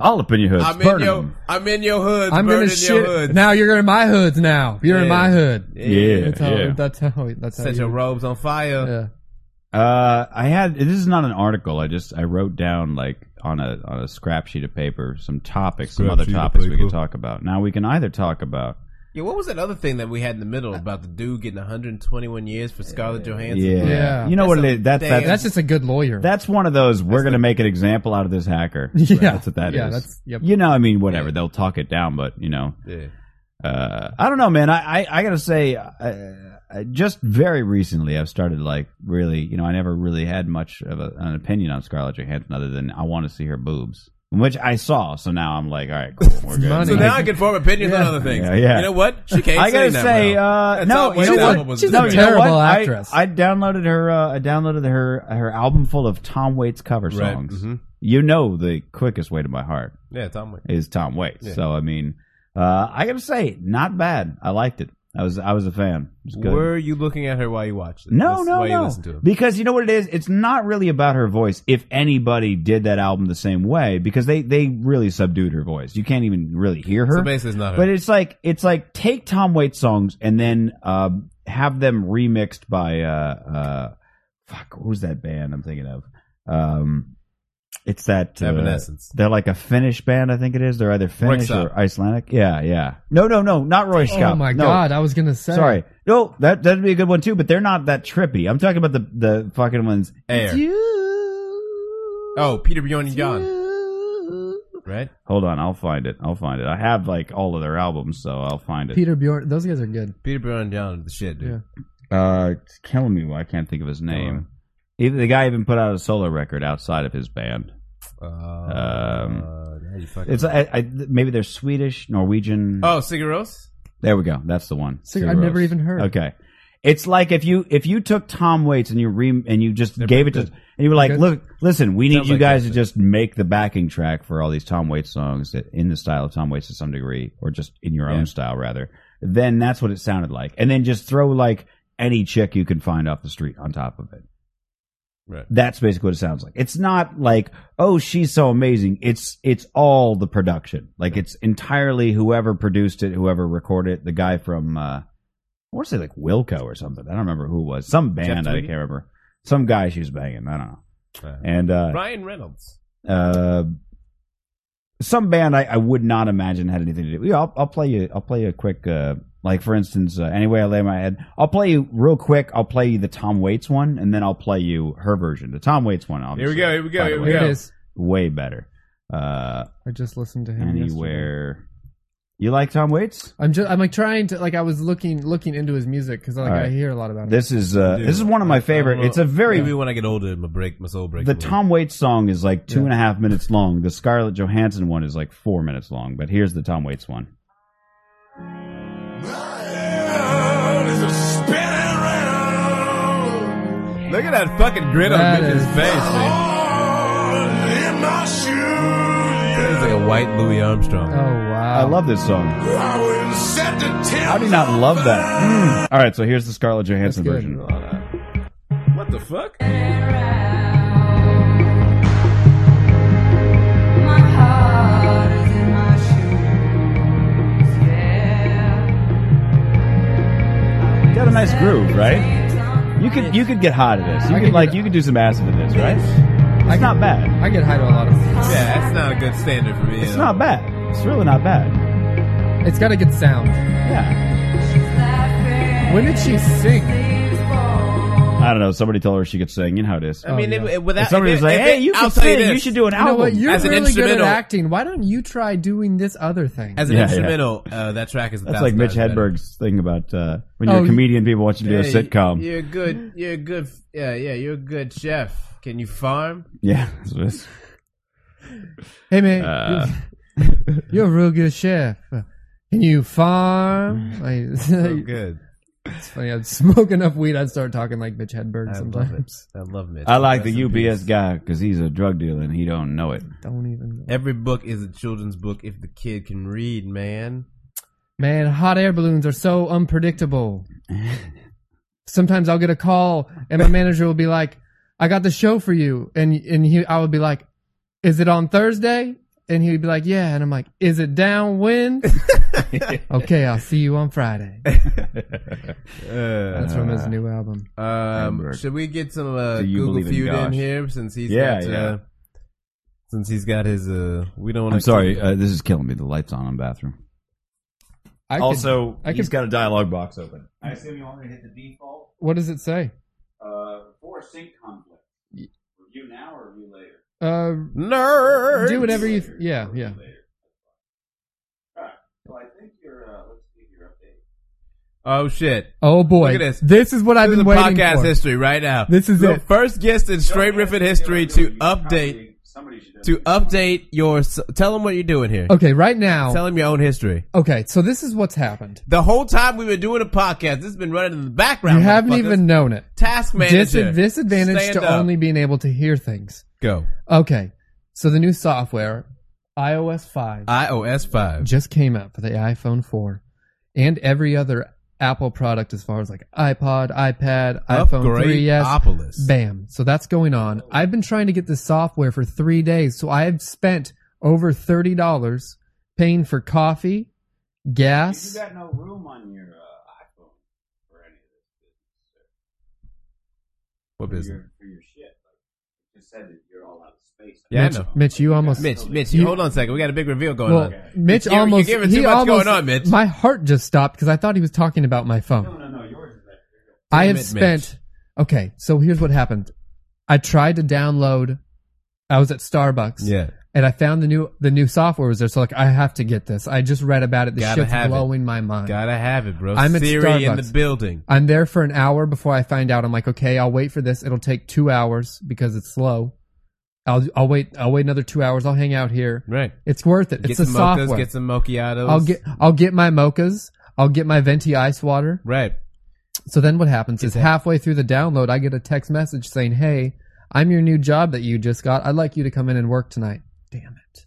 Speaker 5: All up in your hoods.
Speaker 7: I'm
Speaker 5: Burn
Speaker 7: in your,
Speaker 5: them.
Speaker 7: I'm in your hoods.
Speaker 8: I'm gonna
Speaker 7: burning your
Speaker 8: shit.
Speaker 7: hoods.
Speaker 8: Now you're in my hoods. Now you're in
Speaker 7: Yeah.
Speaker 8: my hood.
Speaker 5: Yeah,
Speaker 8: that's how.
Speaker 5: yeah.
Speaker 8: That's how. That's how.
Speaker 7: Set your
Speaker 8: you-
Speaker 7: robes on fire.
Speaker 8: Yeah.
Speaker 5: Uh, I had this is not an article. I just I wrote down like on a on a scrap sheet of paper some topics, some
Speaker 7: Scrap
Speaker 5: other
Speaker 7: sheet of
Speaker 5: topics we
Speaker 7: paper.
Speaker 5: could talk about. Now we can either talk about
Speaker 7: Yeah, what was that other thing that we had in the middle about the dude getting 121 years for Scarlett Johansson?
Speaker 5: yeah, you know what it is. That's
Speaker 7: damn-
Speaker 5: that's,
Speaker 8: That's just a good lawyer.
Speaker 5: that's one of those we're gonna make an example out of this hacker.
Speaker 8: (laughs) Yeah.
Speaker 5: that's what that is.
Speaker 8: Yeah, that's- yep.
Speaker 5: You know, I mean, whatever they'll talk it down, but you know,
Speaker 7: Yeah.
Speaker 5: uh, I don't know, man. I, I, I gotta say, uh, uh, just very recently, I've started like really, you know, I never really had much of a, an opinion on Scarlett Johansson other than I want to see her boobs, which I saw. So now I'm like, all right, cool, we're good.
Speaker 7: So now I can form opinions on other things.
Speaker 5: Yeah, yeah.
Speaker 7: You know what? She can't
Speaker 5: I gotta
Speaker 7: sing that
Speaker 5: say,
Speaker 7: well.
Speaker 5: uh,
Speaker 7: That's
Speaker 5: no,
Speaker 7: all-
Speaker 5: you
Speaker 7: that's
Speaker 5: know
Speaker 7: all
Speaker 5: what?
Speaker 7: it was
Speaker 5: No,
Speaker 7: about.
Speaker 5: you know
Speaker 8: terrible
Speaker 5: what? I-
Speaker 8: actress.
Speaker 5: I, downloaded her. Uh, I downloaded her her album full of Tom Waits cover
Speaker 7: Right,
Speaker 5: songs.
Speaker 7: mhm.
Speaker 5: You know, the quickest way to my heart
Speaker 7: Yeah, Tom Waits.
Speaker 5: is Tom Waits.
Speaker 7: Yeah.
Speaker 5: So I mean, uh, I gotta say, not bad. I liked it. I was I was a fan. It was good.
Speaker 7: Were you looking at her while you watched it?
Speaker 5: no,
Speaker 7: That's
Speaker 5: no,
Speaker 7: why You
Speaker 5: no.
Speaker 7: listen to it.
Speaker 5: Because you know what it is? It's not really about her voice. If anybody did that album the same way, because they they really subdued her voice. You can't even really hear her.
Speaker 7: So basically it's not her.
Speaker 5: But it's like it's like take Tom Waits songs and then um, have them remixed by uh uh fuck who's that band I'm thinking of um it's that uh,
Speaker 7: Evanescence.
Speaker 5: they're like a Finnish band I think it is they're either Finnish
Speaker 7: Roy Scout.
Speaker 5: or Icelandic yeah yeah no no no not Roy Scout
Speaker 8: Oh my
Speaker 5: No.
Speaker 8: god! I was gonna say.
Speaker 5: sorry no that that'd be a good one too but they're not that trippy I'm talking about the the fucking ones
Speaker 7: Air. Oh, Peter Bjorn and John. Right?
Speaker 5: hold on I'll find it I'll find it I have like all of their albums so I'll find it
Speaker 8: Peter Bjorn. Those guys are good.
Speaker 7: Peter Bjorn and John is the shit, dude.
Speaker 8: Yeah.
Speaker 5: Uh, it's killing me. why I can't think of his name. Even the guy even put out a solo record outside of his band.
Speaker 7: Uh,
Speaker 5: Um,
Speaker 7: now you fucking-
Speaker 5: It's I, I, maybe they're Swedish, Norwegian.
Speaker 7: oh, cigaros?
Speaker 5: There we go. That's the one.
Speaker 8: Sig- I've never
Speaker 5: Cigaros.
Speaker 8: even heard.
Speaker 5: Okay. It's like if you if you took Tom Waits and you re and you just gave it to and you were like,
Speaker 8: Good.
Speaker 5: look, listen, we need
Speaker 7: Sounds
Speaker 5: you
Speaker 7: like
Speaker 5: guys
Speaker 7: that,
Speaker 5: to just make the backing track for all these Tom Waits songs that, in the style of Tom Waits to some degree, or just in your
Speaker 7: Yeah.
Speaker 5: own style rather. Then that's what it sounded like, and then just throw like any chick you can find off the street on top of it.
Speaker 7: Right.
Speaker 5: That's basically what it sounds like. It's not like, oh, she's so amazing. It's it's all the production. Like it's entirely whoever produced it, whoever recorded it, the guy from uh I want to say like Wilco or something. I don't remember who it was. Some band I
Speaker 7: Tweedy?
Speaker 5: can't remember. Some guy she was banging. I don't know. And uh,
Speaker 7: Ryan Reynolds.
Speaker 5: uh, some band I, I would not imagine had anything to do. Yeah, I'll, I'll play you. I'll play you a quick. Uh, like for instance, uh, anyway, I lay my head. I'll play you real quick. I'll play you the Tom Waits one, and then I'll play you her version. The Tom Waits one.
Speaker 7: Here
Speaker 5: Obviously,
Speaker 7: we go, here we go,
Speaker 5: by the
Speaker 7: here we
Speaker 5: way,
Speaker 7: go. Here it
Speaker 8: is.
Speaker 5: Way better. Uh,
Speaker 8: I just listened to him.
Speaker 5: anywhere. You like Tom Waits?
Speaker 8: I'm just I'm like trying to like I was looking looking into his music because like
Speaker 5: All right.
Speaker 8: I hear a lot about him.
Speaker 5: This is uh,
Speaker 8: Dude,
Speaker 5: this is one of my favorite.
Speaker 7: Well,
Speaker 5: It's a very
Speaker 7: maybe when I get older, my break, my soul break.
Speaker 5: the Tom Waits song is like two and a half minutes long. The Scarlett Johansson one is like four minutes long. But here's the Tom Waits one.
Speaker 7: Look at that fucking grin on
Speaker 14: That
Speaker 7: Mitch's
Speaker 14: is-
Speaker 7: face, man. He's like a white Louis Armstrong. Oh
Speaker 8: wow!
Speaker 5: I love this song. How do you not love that? Hmm. All right, so here's the Scarlett Johansson version.
Speaker 7: What the fuck?
Speaker 5: Got a nice groove, right? You could you could get high to this. You could like you could do some acid to this, right? It's not bad.
Speaker 8: I get high to a lot of.
Speaker 7: Yeah, that's not a good standard for me.
Speaker 5: It's not bad. It's really not bad.
Speaker 8: It's got a good sound.
Speaker 5: Yeah.
Speaker 8: When did she sing?
Speaker 5: I don't know. Somebody told her she could sing. You know how it is.
Speaker 7: Uh,
Speaker 15: I mean, it, it, without
Speaker 5: If somebody
Speaker 15: if
Speaker 5: was like,
Speaker 15: if
Speaker 5: "Hey, you
Speaker 15: I'll
Speaker 5: can
Speaker 15: tell
Speaker 5: sing.
Speaker 15: this.
Speaker 5: You should do an
Speaker 8: You know what? You're
Speaker 7: As an
Speaker 8: really good at
Speaker 7: instrumental-
Speaker 8: acting. Why don't you try doing this other thing?
Speaker 7: As an instrumental, Uh, that track is. a
Speaker 5: That's like
Speaker 7: thousand
Speaker 5: Mitch
Speaker 7: times better.
Speaker 5: Hedberg's thing about uh, when you're
Speaker 7: Oh,
Speaker 5: a comedian, people want you to do a
Speaker 15: Hey,
Speaker 5: sitcom.
Speaker 15: You're a good. You're a good. Yeah, yeah. You're a good chef. Can you
Speaker 5: (laughs)
Speaker 15: farm?
Speaker 5: (laughs) Yeah. that's what it is.
Speaker 8: Hey man,
Speaker 5: Uh.
Speaker 8: you're (laughs) a real good chef. Can
Speaker 7: (laughs)
Speaker 8: you farm? Like, (laughs)
Speaker 7: So good.
Speaker 8: It's funny. I'd smoke enough weed, I'd start talking like Mitch Hedberg
Speaker 7: I love
Speaker 8: sometimes.
Speaker 7: it. I love Mitch.
Speaker 5: I like the
Speaker 7: Rest in
Speaker 5: UPS guy because he's a drug dealer and he don't know it.
Speaker 8: Don't even. Know.
Speaker 7: Every book is a children's book if the kid can read, man.
Speaker 8: Man, hot air balloons are so
Speaker 7: (laughs)
Speaker 8: unpredictable. Sometimes I'll get a call and my manager will be like, "I got the show for you," and and he, I would be like, "Is it on Thursday?" And he'd be like, "Yeah," and I'm like, "Is
Speaker 7: (laughs)
Speaker 8: it downwind?" okay, I'll see you on Friday. That's from his new album.
Speaker 7: Um,
Speaker 8: Hamburg.
Speaker 7: should we get some uh,
Speaker 8: Do you
Speaker 7: Google
Speaker 8: believe in
Speaker 7: feud in
Speaker 8: gosh?
Speaker 7: here since he's
Speaker 5: Yeah,
Speaker 7: got
Speaker 5: yeah.
Speaker 7: Uh, since he's got his uh, we don't. wanna
Speaker 5: I'm sorry.
Speaker 7: keep-
Speaker 5: Uh, this is killing me. The lights on in the bathroom.
Speaker 8: I could-
Speaker 5: also,
Speaker 8: I
Speaker 5: he's
Speaker 8: could-
Speaker 5: got a dialogue box open.
Speaker 8: I
Speaker 5: assume you want me to hit the default
Speaker 8: What does it say?
Speaker 5: uh, for sync conflict. Review now or review later?
Speaker 8: Uh,
Speaker 7: Nerds!
Speaker 8: Do whatever you. yeah, yeah.
Speaker 5: Well, I think you're. Uh, let's see your update.
Speaker 7: Oh shit!
Speaker 8: Oh boy!
Speaker 7: Look at this.
Speaker 8: This is what I've
Speaker 7: This
Speaker 8: been
Speaker 7: is
Speaker 8: waiting
Speaker 7: podcast
Speaker 8: for.
Speaker 7: history right now.
Speaker 8: This is
Speaker 7: the
Speaker 8: it.
Speaker 7: first guest in straight riffing history to update to update your. s- Tell them what you're doing here.
Speaker 8: Okay, right now.
Speaker 7: Tell them your own history.
Speaker 8: Okay, so this is what's happened.
Speaker 7: The whole time we've been doing a podcast, this has been running in the background.
Speaker 8: you haven't
Speaker 7: motherfuckers.
Speaker 8: even known it.
Speaker 7: Task manager.
Speaker 8: Dis- disadvantage
Speaker 7: Stand
Speaker 8: to
Speaker 7: up.
Speaker 8: only being able to hear things.
Speaker 7: Go.
Speaker 8: Okay, so the new software, iOS five,
Speaker 7: iOS five.
Speaker 8: just came out for the iPhone four, and every other Apple product as far as like iPod, iPad, iPhone
Speaker 7: Upgrade
Speaker 8: 3s.
Speaker 7: Opolis.
Speaker 8: Bam. So that's going on. I've been trying to get this software for three days, so I have spent over thirty dollars paying for coffee, gas.
Speaker 5: got no room on your uh, iPhone for any of this
Speaker 7: What
Speaker 5: for
Speaker 7: business?
Speaker 5: Your, for your shit. Like, you said that you're all out of space.
Speaker 7: Yeah,
Speaker 8: Mitch,
Speaker 7: I know.
Speaker 8: Mitch, you almost
Speaker 7: Mitch, Mitch, you, hold on a second. We got a big reveal going
Speaker 8: well,
Speaker 7: on.
Speaker 8: Mitch
Speaker 7: You're- you're
Speaker 8: almost
Speaker 7: giving
Speaker 8: he
Speaker 7: too much
Speaker 8: almost,
Speaker 7: going on, Mitch.
Speaker 8: My heart just stopped because I thought he was talking about my phone. No, no, no, yours is that. I
Speaker 7: Damn
Speaker 8: have
Speaker 7: it,
Speaker 8: spent. Okay, so here's what happened. I tried to download. I was at Starbucks.
Speaker 7: Yeah.
Speaker 8: And I found the new the new software was there, so like I have to get this. I just read about it. This
Speaker 7: Gotta
Speaker 8: shit's
Speaker 7: have it.
Speaker 8: blowing my mind.
Speaker 7: Gotta have it, bro.
Speaker 8: I'm at
Speaker 7: Siri in
Speaker 8: Starbucks.
Speaker 7: the building.
Speaker 8: I'm there for an hour before I find out. I'm like, okay, I'll wait for this. It'll take two hours because it's slow. I'll I'll wait. I'll wait another two hours. I'll hang out here.
Speaker 7: Right.
Speaker 8: It's worth it.
Speaker 7: Get
Speaker 8: it's the
Speaker 7: some mochas,
Speaker 8: software.
Speaker 7: get some mochiatos.
Speaker 8: I'll get I'll get my mochas. I'll get my venti ice water.
Speaker 7: Right.
Speaker 8: So then what happens is halfway through the download, I get a text message saying, "Hey, I'm your new job that you just got. I'd like you to come in and work tonight."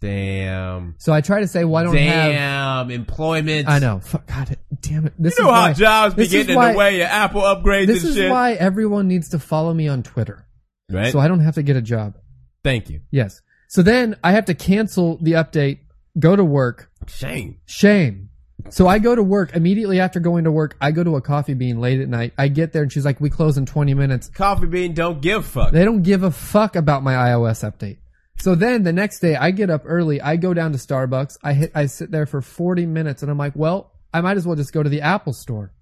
Speaker 7: Damn.
Speaker 8: So I try to say, "Well, I don't
Speaker 7: Damn.
Speaker 8: have."
Speaker 7: Employment.
Speaker 8: I know. Fuck, God damn it. This
Speaker 7: you
Speaker 8: is
Speaker 7: know how
Speaker 8: why-
Speaker 7: jobs be
Speaker 8: this is
Speaker 7: getting in
Speaker 8: why-
Speaker 7: the way of Apple upgrades
Speaker 8: This
Speaker 7: and
Speaker 8: is
Speaker 7: shit.
Speaker 8: why everyone needs to follow me on Twitter,
Speaker 7: Right.
Speaker 8: so I don't have to get a job.
Speaker 7: Thank you.
Speaker 8: Yes. So then I have to cancel the update, go to work.
Speaker 7: Shame.
Speaker 8: Shame. So I go to work immediately after going to work. I go to a coffee bean late at night. I get there and she's like, "We close in twenty minutes."
Speaker 7: Coffee Bean don't give a fuck.
Speaker 8: They don't give a fuck about my iOS update. So then the next day I get up early, I go down to Starbucks, I hit I sit there for 40 minutes and I'm like, "Well, I might as well just go to the Apple store."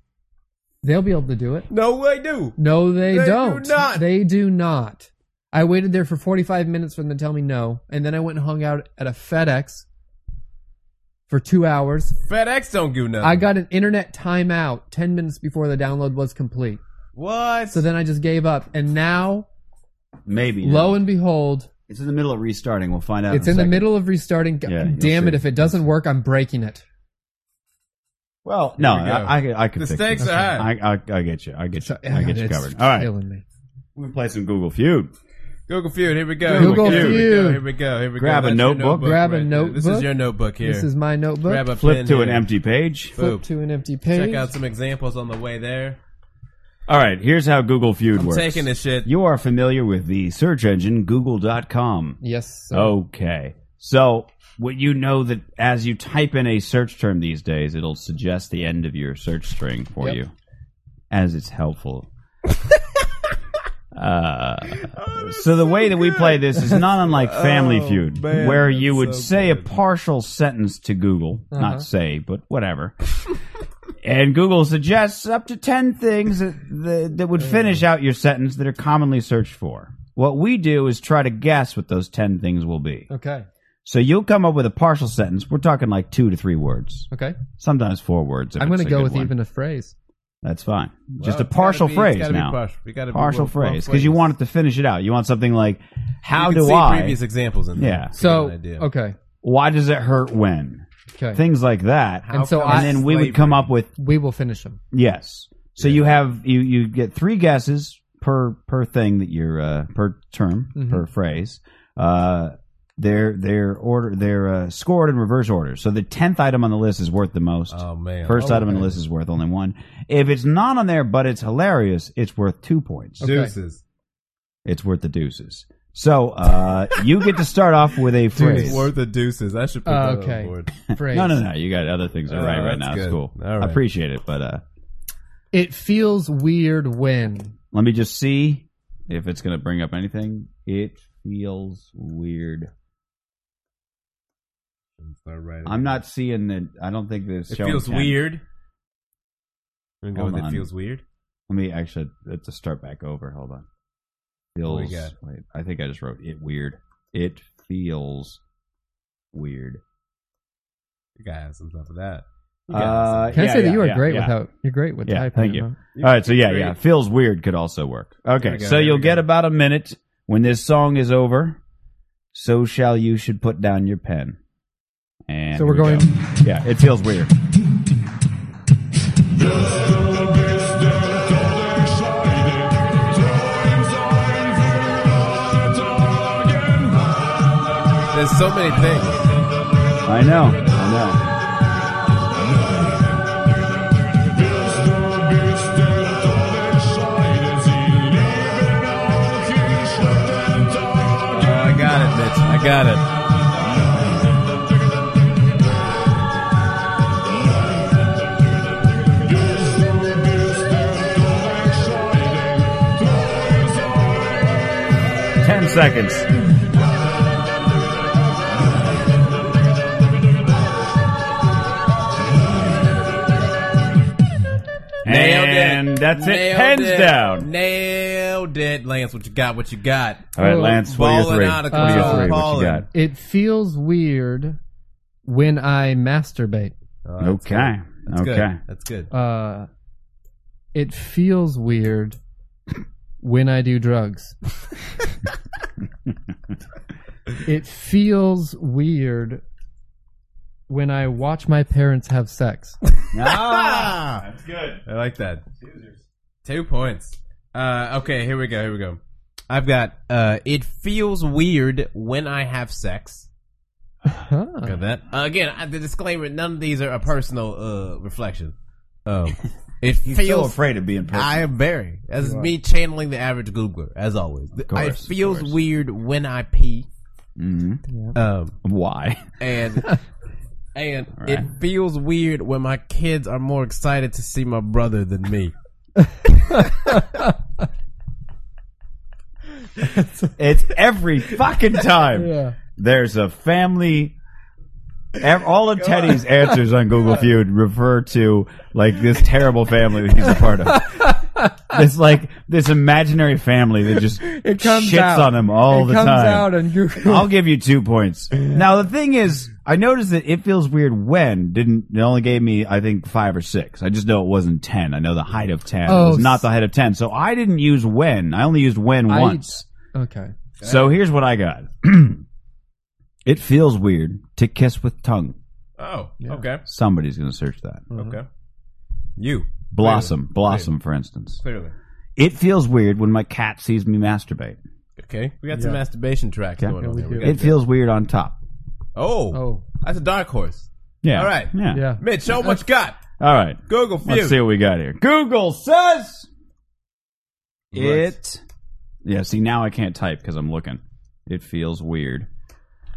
Speaker 8: They'll be able to do it.
Speaker 7: No, they do.
Speaker 8: No, they,
Speaker 7: They do
Speaker 8: don't.
Speaker 7: not.
Speaker 8: They do not. I waited there for 45 minutes for them to tell me no, and then I went and hung out at a FedEx for 2 hours.
Speaker 7: FedEx don't give nothing.
Speaker 8: I got an internet timeout 10 minutes before the download was complete.
Speaker 7: What?
Speaker 8: So then I just gave up and now
Speaker 5: Maybe.
Speaker 8: lo and behold
Speaker 5: It's in the middle of restarting. We'll find out.
Speaker 8: it's
Speaker 5: in,
Speaker 8: in
Speaker 5: a
Speaker 8: the
Speaker 5: second.
Speaker 8: middle of restarting. God
Speaker 5: Yeah, you'll
Speaker 8: damn it!
Speaker 5: see.
Speaker 8: If it doesn't work, I'm breaking it.
Speaker 7: Well,
Speaker 5: No,
Speaker 7: here we go.
Speaker 5: I, I, I could
Speaker 7: The
Speaker 5: fix
Speaker 7: stakes
Speaker 5: it.
Speaker 7: are high.
Speaker 5: I, I, I get you. I get you. I get you
Speaker 8: It's
Speaker 5: covered. All right.
Speaker 8: killing me.
Speaker 5: We play some Google Feud.
Speaker 7: Google Feud. Here we go.
Speaker 8: Google
Speaker 7: here we
Speaker 8: Feud.
Speaker 7: go, Here we go. Here we go.
Speaker 5: Grab a
Speaker 7: That's your
Speaker 5: notebook.
Speaker 8: Grab a
Speaker 7: right there.
Speaker 8: notebook.
Speaker 7: This is your notebook here.
Speaker 8: This is my notebook.
Speaker 7: Grab a
Speaker 5: Flip
Speaker 7: pen
Speaker 5: to
Speaker 7: here.
Speaker 5: an empty page.
Speaker 8: Flip
Speaker 7: Boop.
Speaker 8: to an empty page.
Speaker 7: Check out some examples on the way there.
Speaker 5: All right. Here's how Google Feud
Speaker 7: I'm
Speaker 5: works.
Speaker 7: taking this shit.
Speaker 5: You are familiar with the search engine Google.com.
Speaker 8: Yes.
Speaker 5: Oh.
Speaker 8: sir.
Speaker 5: Okay. So, what you know that as you type in a search term these days, it'll suggest the end of your search string for
Speaker 8: Yep.
Speaker 5: you, as
Speaker 7: (laughs)
Speaker 5: it's helpful. uh, so the way that we play this is
Speaker 7: (laughs)
Speaker 5: not unlike Family
Speaker 7: Oh,
Speaker 5: Feud,
Speaker 7: man,
Speaker 5: where you
Speaker 7: that's
Speaker 5: would
Speaker 7: so
Speaker 5: say a partial sentence to Google,
Speaker 8: Uh-huh.
Speaker 5: not say, but whatever. And Google suggests up to 10 things that, that, that would finish out your sentence that are commonly searched for. What we do is try to guess what those 10 things will be.
Speaker 8: Okay.
Speaker 5: So you'll come up with a partial sentence. We're talking like two to three words,
Speaker 8: Okay.
Speaker 5: sometimes four words. if
Speaker 8: I'm gonna
Speaker 5: it's a
Speaker 8: go
Speaker 5: good
Speaker 8: with
Speaker 5: one.
Speaker 8: even a phrase.
Speaker 5: That's fine. Just
Speaker 7: Well,
Speaker 5: a
Speaker 7: it's gotta
Speaker 5: partial
Speaker 7: be- it's
Speaker 5: phrase
Speaker 7: gotta be
Speaker 5: now.
Speaker 7: partial. We gotta be
Speaker 5: partial
Speaker 7: both- both
Speaker 5: phrase because you
Speaker 7: ways.
Speaker 5: want it to finish it out. You want something like, "How
Speaker 7: you can
Speaker 5: do
Speaker 7: see
Speaker 5: I?"
Speaker 7: Previous examples in there.
Speaker 5: Yeah.
Speaker 7: to
Speaker 8: So
Speaker 7: get an idea.
Speaker 8: okay.
Speaker 5: Why does it hurt when?
Speaker 8: Okay.
Speaker 5: Things like that.
Speaker 8: And so
Speaker 7: come
Speaker 8: I-
Speaker 5: and then we would come up with
Speaker 8: we will finish
Speaker 5: (laughs)
Speaker 8: them.
Speaker 5: yes. So you have you you get three guesses per per thing that you're uh, per term
Speaker 7: Mm-hmm.
Speaker 5: per phrase. Uh, they're they're order they're uh, scored in reverse order. So the tenth item on the list is worth the most.
Speaker 7: Oh man.
Speaker 5: First
Speaker 8: Oh,
Speaker 5: item on the
Speaker 8: okay.
Speaker 5: list is worth only one. If it's not on there, but it's hilarious, it's worth two points.
Speaker 8: Okay.
Speaker 7: Deuces.
Speaker 5: It's worth the deuces. So uh, you get to start off
Speaker 7: (laughs)
Speaker 5: with a phrase.
Speaker 7: It's worth the deuces. I should put
Speaker 8: Uh,
Speaker 7: that
Speaker 8: okay.
Speaker 7: on board.
Speaker 8: Phrase.
Speaker 5: No, no, no. You got other things that are
Speaker 7: Oh,
Speaker 5: right
Speaker 7: that's
Speaker 5: right now. It's
Speaker 7: good.
Speaker 5: cool.
Speaker 7: All right.
Speaker 5: I appreciate it, but uh,
Speaker 8: It feels weird when.
Speaker 5: let me just see if it's going to bring up anything. It feels weird.
Speaker 7: All right.
Speaker 5: I'm not seeing the. I don't think this.
Speaker 7: It
Speaker 5: showing
Speaker 7: feels
Speaker 5: 10.
Speaker 7: weird. I'm gonna go
Speaker 5: Hold
Speaker 7: with
Speaker 5: on.
Speaker 7: it feels weird.
Speaker 5: Let me actually let's just start back over. Hold on.
Speaker 7: What we
Speaker 5: Feels.
Speaker 7: got?
Speaker 5: Wait, I think I just wrote it weird. It feels weird.
Speaker 7: You gotta have some stuff for that. You gotta have
Speaker 5: Uh,
Speaker 7: some-
Speaker 8: Can
Speaker 5: yeah,
Speaker 8: I say
Speaker 5: yeah,
Speaker 8: that you are
Speaker 5: yeah,
Speaker 8: great
Speaker 5: yeah.
Speaker 8: without? You're great with
Speaker 5: Yeah,
Speaker 8: typing.
Speaker 5: thank you.
Speaker 8: huh?
Speaker 5: All right, so yeah,
Speaker 7: Great.
Speaker 5: yeah, feels weird could also work.
Speaker 7: we
Speaker 5: Okay,
Speaker 7: go,
Speaker 5: so
Speaker 7: there
Speaker 5: you'll
Speaker 7: we
Speaker 5: get
Speaker 7: go.
Speaker 5: about a minute when this song is over. So shall you should put down your pen. And
Speaker 8: So we're
Speaker 5: here we
Speaker 8: going-
Speaker 5: go. Yeah, it feels weird.
Speaker 7: There's so many things.
Speaker 5: I know. I know.
Speaker 7: Oh, I got it, Mitch. I got it.
Speaker 5: Ten seconds.
Speaker 7: Nailed it.
Speaker 5: and that's it.
Speaker 7: Nailed
Speaker 5: Pens
Speaker 7: it.
Speaker 5: down.
Speaker 7: Nailed it, Lance. What you got? What you got?
Speaker 5: All right, Lance. What are your
Speaker 7: Balling
Speaker 5: three?
Speaker 7: out of
Speaker 5: What are your
Speaker 8: control.
Speaker 5: three? What you
Speaker 7: Balling.
Speaker 5: got?
Speaker 8: It feels weird when I masturbate.
Speaker 7: Oh, that's
Speaker 5: Okay.
Speaker 7: That's good.
Speaker 5: Okay.
Speaker 7: That's good.
Speaker 8: Uh, it feels weird when I do drugs. it feels weird when I watch my parents have sex.
Speaker 7: Ah, that's good. I like that. Two points. Uh, okay, here we go. Here we go. I've got. Uh, it feels weird when I have sex.
Speaker 8: Huh.
Speaker 7: Got that. Uh, again, I, the disclaimer: none of these are a personal uh, reflection.
Speaker 5: (laughs)
Speaker 7: Um, it
Speaker 5: He's so
Speaker 7: feels.
Speaker 5: afraid of (laughs) being personal.
Speaker 7: I am very. That's me channeling the average Googler, as always.
Speaker 5: course,
Speaker 7: it
Speaker 5: of
Speaker 7: feels
Speaker 5: course.
Speaker 7: weird when I pee.
Speaker 5: Mhm.
Speaker 7: Um,
Speaker 5: (laughs) Why?
Speaker 7: and And it feels weird when my kids are more excited to see my brother than me.
Speaker 5: it's every fucking time.
Speaker 7: Yeah.
Speaker 5: There's a family. ev- All of Teddy's answers on Google Feud refer to like this terrible family that he's a part of. It's like this imaginary family that just
Speaker 8: It comes
Speaker 5: shits
Speaker 8: out.
Speaker 5: on him all
Speaker 8: It
Speaker 5: the
Speaker 8: comes
Speaker 5: time.
Speaker 8: out on Google.
Speaker 5: I'll give you two points. Now the thing is, I noticed that it feels weird when didn't it only gave me I think five or six. I just know it wasn't ten. I know the height of ten. it
Speaker 8: Oh,
Speaker 5: was not the height of ten. So I didn't use when. I only used when
Speaker 8: (laughs) I-
Speaker 5: once.
Speaker 8: Okay.
Speaker 5: So here's what I got. (clears throat) it feels weird to kiss with tongue.
Speaker 7: Oh, okay.
Speaker 5: Somebody's going to search that.
Speaker 9: Mm-hmm.
Speaker 7: Okay. You.
Speaker 5: Blossom,
Speaker 7: Clearly.
Speaker 5: Blossom,
Speaker 7: Clearly.
Speaker 5: for instance.
Speaker 7: Clearly.
Speaker 5: It feels weird when my cat sees me masturbate.
Speaker 7: Okay. We got some
Speaker 5: Yeah.
Speaker 7: masturbation tracks
Speaker 5: Okay?
Speaker 7: going on here. We got
Speaker 5: It feels weird on top.
Speaker 7: Oh. That's a dark horse.
Speaker 5: Yeah.
Speaker 7: All right.
Speaker 5: Yeah. Yeah.
Speaker 7: Mitch, show what you got.
Speaker 5: All right.
Speaker 7: Google
Speaker 5: Let's
Speaker 7: Feud.
Speaker 5: see what we got here. Google says it. Yeah. See, now I can't type because I'm looking. It feels weird.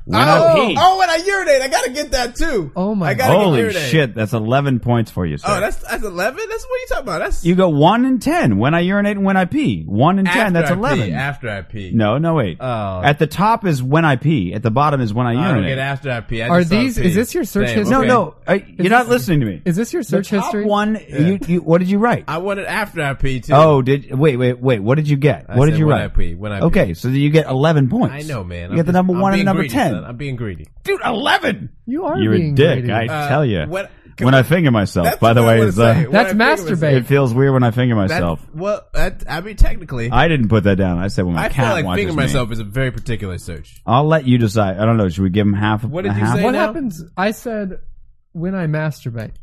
Speaker 5: When I
Speaker 7: oh,
Speaker 5: pee.
Speaker 7: oh, and I urinate. I gotta get that too.
Speaker 8: Oh my!
Speaker 7: I gotta get
Speaker 5: Holy
Speaker 7: urinate.
Speaker 5: shit! That's 11 points for you. Sir.
Speaker 7: Oh, that's that's eleven. That's what you talking about. That's
Speaker 5: You go one and ten when I urinate and when I pee. One and ten,
Speaker 7: After
Speaker 5: that's
Speaker 7: I pee,
Speaker 5: eleven.
Speaker 7: after I pee.
Speaker 5: No, no, wait.
Speaker 7: Oh.
Speaker 5: At the top is when I pee. At the bottom is when I
Speaker 7: I don't
Speaker 5: urinate.
Speaker 7: get after I pee. I
Speaker 8: Are
Speaker 7: just saw
Speaker 8: these?
Speaker 7: pee.
Speaker 8: Is this your search
Speaker 7: Damn,
Speaker 8: history?
Speaker 5: no,
Speaker 7: okay.
Speaker 5: no, I, you're not listening to me.
Speaker 8: Is this your
Speaker 5: The
Speaker 8: search
Speaker 5: top
Speaker 8: history?
Speaker 5: One,
Speaker 7: Yeah.
Speaker 5: you, you, what did you write?
Speaker 7: I wanted after I pee too.
Speaker 5: Oh, did wait, wait, wait. What did you get?
Speaker 7: I
Speaker 5: what did
Speaker 7: said
Speaker 5: you
Speaker 7: when
Speaker 5: write?
Speaker 7: I pee, when I pee.
Speaker 5: okay, so you get eleven points.
Speaker 7: I know, man.
Speaker 5: You get the number
Speaker 7: I'm
Speaker 5: one
Speaker 7: being
Speaker 5: and number
Speaker 7: greedy,
Speaker 5: ten,
Speaker 7: son. I'm being greedy.
Speaker 5: dude. Eleven.
Speaker 8: You are
Speaker 5: You're a
Speaker 8: being
Speaker 5: dick.
Speaker 8: greedy.
Speaker 5: I
Speaker 7: Uh,
Speaker 5: tell you.
Speaker 7: what-
Speaker 5: when I finger myself,
Speaker 7: That's
Speaker 5: by the
Speaker 7: what I
Speaker 5: way,
Speaker 7: wanna
Speaker 5: is uh,
Speaker 7: say. What
Speaker 8: That's
Speaker 7: I figured was-
Speaker 8: masturbate.
Speaker 5: it feels weird when I finger
Speaker 7: That-
Speaker 5: myself.
Speaker 7: Well, that, I mean, technically,
Speaker 5: I didn't put that down. I said when my
Speaker 7: I feel
Speaker 5: cat
Speaker 7: like
Speaker 5: watches
Speaker 7: finger
Speaker 5: me.
Speaker 7: myself is a very particular search.
Speaker 5: I'll let you decide. I don't know. Should we give him half?
Speaker 7: What did
Speaker 5: a
Speaker 7: you
Speaker 5: half?
Speaker 7: say?
Speaker 8: What
Speaker 7: now?
Speaker 8: happens? I said when I masturbate.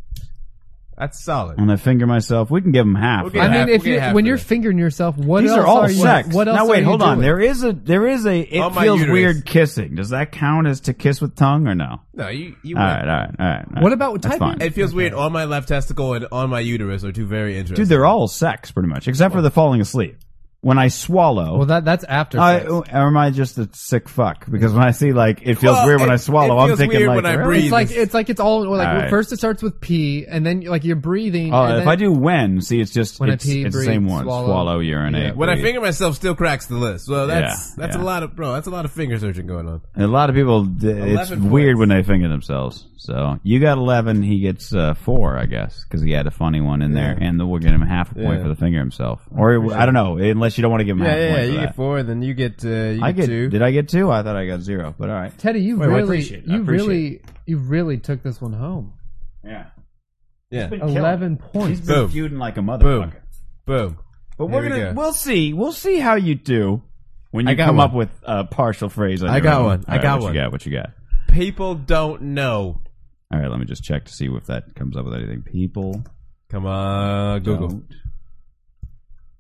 Speaker 7: That's solid.
Speaker 5: When I finger myself, we can give him half.
Speaker 7: We'll give
Speaker 8: I
Speaker 5: right?
Speaker 7: half-
Speaker 8: mean, if
Speaker 7: we'll
Speaker 8: you
Speaker 7: get half
Speaker 8: when
Speaker 7: of
Speaker 8: you're
Speaker 7: it.
Speaker 8: fingering yourself, what
Speaker 5: These
Speaker 8: else
Speaker 5: are all
Speaker 8: you?
Speaker 5: sex.
Speaker 8: What else
Speaker 5: now
Speaker 8: are
Speaker 5: wait,
Speaker 8: you
Speaker 5: hold on.
Speaker 8: doing?
Speaker 5: There is a there is a it
Speaker 7: On my
Speaker 5: feels
Speaker 7: uterus.
Speaker 5: weird kissing. Does that count as to kiss with tongue or no?
Speaker 7: No, you. you
Speaker 5: All
Speaker 7: win.
Speaker 5: right, all right, all right. all
Speaker 8: What
Speaker 5: right.
Speaker 8: about
Speaker 5: That's
Speaker 8: typing?
Speaker 5: fine.
Speaker 7: It feels weird on my left testicle and on my uterus are two very interesting.
Speaker 5: Dude, they're all sex pretty much, except for the falling asleep. When I swallow,
Speaker 8: Well, that that's after.
Speaker 5: I,
Speaker 8: sex.
Speaker 5: or am I just a sick fuck? Because when I see like it feels
Speaker 7: Well,
Speaker 5: weird when
Speaker 7: it-
Speaker 5: I swallow,
Speaker 7: it
Speaker 5: I'm
Speaker 7: feels
Speaker 5: thinking
Speaker 7: weird
Speaker 5: like
Speaker 7: when I
Speaker 5: really?
Speaker 7: breathe.
Speaker 8: It's like it's like it's all like
Speaker 5: All right.
Speaker 8: first it starts with pee and then like you're breathing.
Speaker 5: Oh,
Speaker 8: and
Speaker 5: if
Speaker 8: then-
Speaker 5: I do when, see, it's just
Speaker 8: When I
Speaker 5: it's,
Speaker 8: pee,
Speaker 5: it's the
Speaker 8: breathe,
Speaker 5: same one: swallow,
Speaker 8: swallow.
Speaker 5: urinate.
Speaker 8: Yeah.
Speaker 7: When I
Speaker 5: breathe.
Speaker 7: finger myself, still cracks the list. Well, that's
Speaker 5: Yeah,
Speaker 7: that's a
Speaker 5: yeah.
Speaker 7: lot of bro. That's a lot of finger searching going on.
Speaker 5: a lot of people, d- it's
Speaker 7: 11
Speaker 5: weird
Speaker 7: points.
Speaker 5: when they finger themselves. So you got eleven, he gets uh, four, I guess, because he had a funny one in there, and then we'll get him half a point
Speaker 7: Yeah.
Speaker 5: for the finger himself. Or I don't know, unless you don't want to give him half a point. for that.
Speaker 7: four, then you get uh, you
Speaker 5: I get. Did I get two? I thought I got zero, but all right.
Speaker 8: Teddy, you
Speaker 5: Wait, I
Speaker 8: really,
Speaker 5: appreciate it. I
Speaker 8: you
Speaker 5: appreciate
Speaker 8: really, you really took this one home.
Speaker 5: Yeah.
Speaker 7: Yeah.
Speaker 8: Eleven
Speaker 5: He's
Speaker 8: points.
Speaker 5: been
Speaker 7: Boom.
Speaker 5: feuding like a motherfucker.
Speaker 7: Boom. Boom.
Speaker 5: But
Speaker 7: Here
Speaker 5: we're
Speaker 7: we
Speaker 5: gonna
Speaker 7: go.
Speaker 5: we'll see. We'll see how you do when you
Speaker 7: I got
Speaker 5: come
Speaker 7: one.
Speaker 5: up with a partial phrase. On
Speaker 7: I
Speaker 5: your
Speaker 7: got
Speaker 5: own.
Speaker 7: one.
Speaker 5: All
Speaker 7: I
Speaker 5: right,
Speaker 7: got
Speaker 5: what
Speaker 7: one.
Speaker 5: You got what you got.
Speaker 7: People don't know.
Speaker 5: All right, let me just check to see if that comes up with anything. People
Speaker 7: Come on, Google.
Speaker 5: don't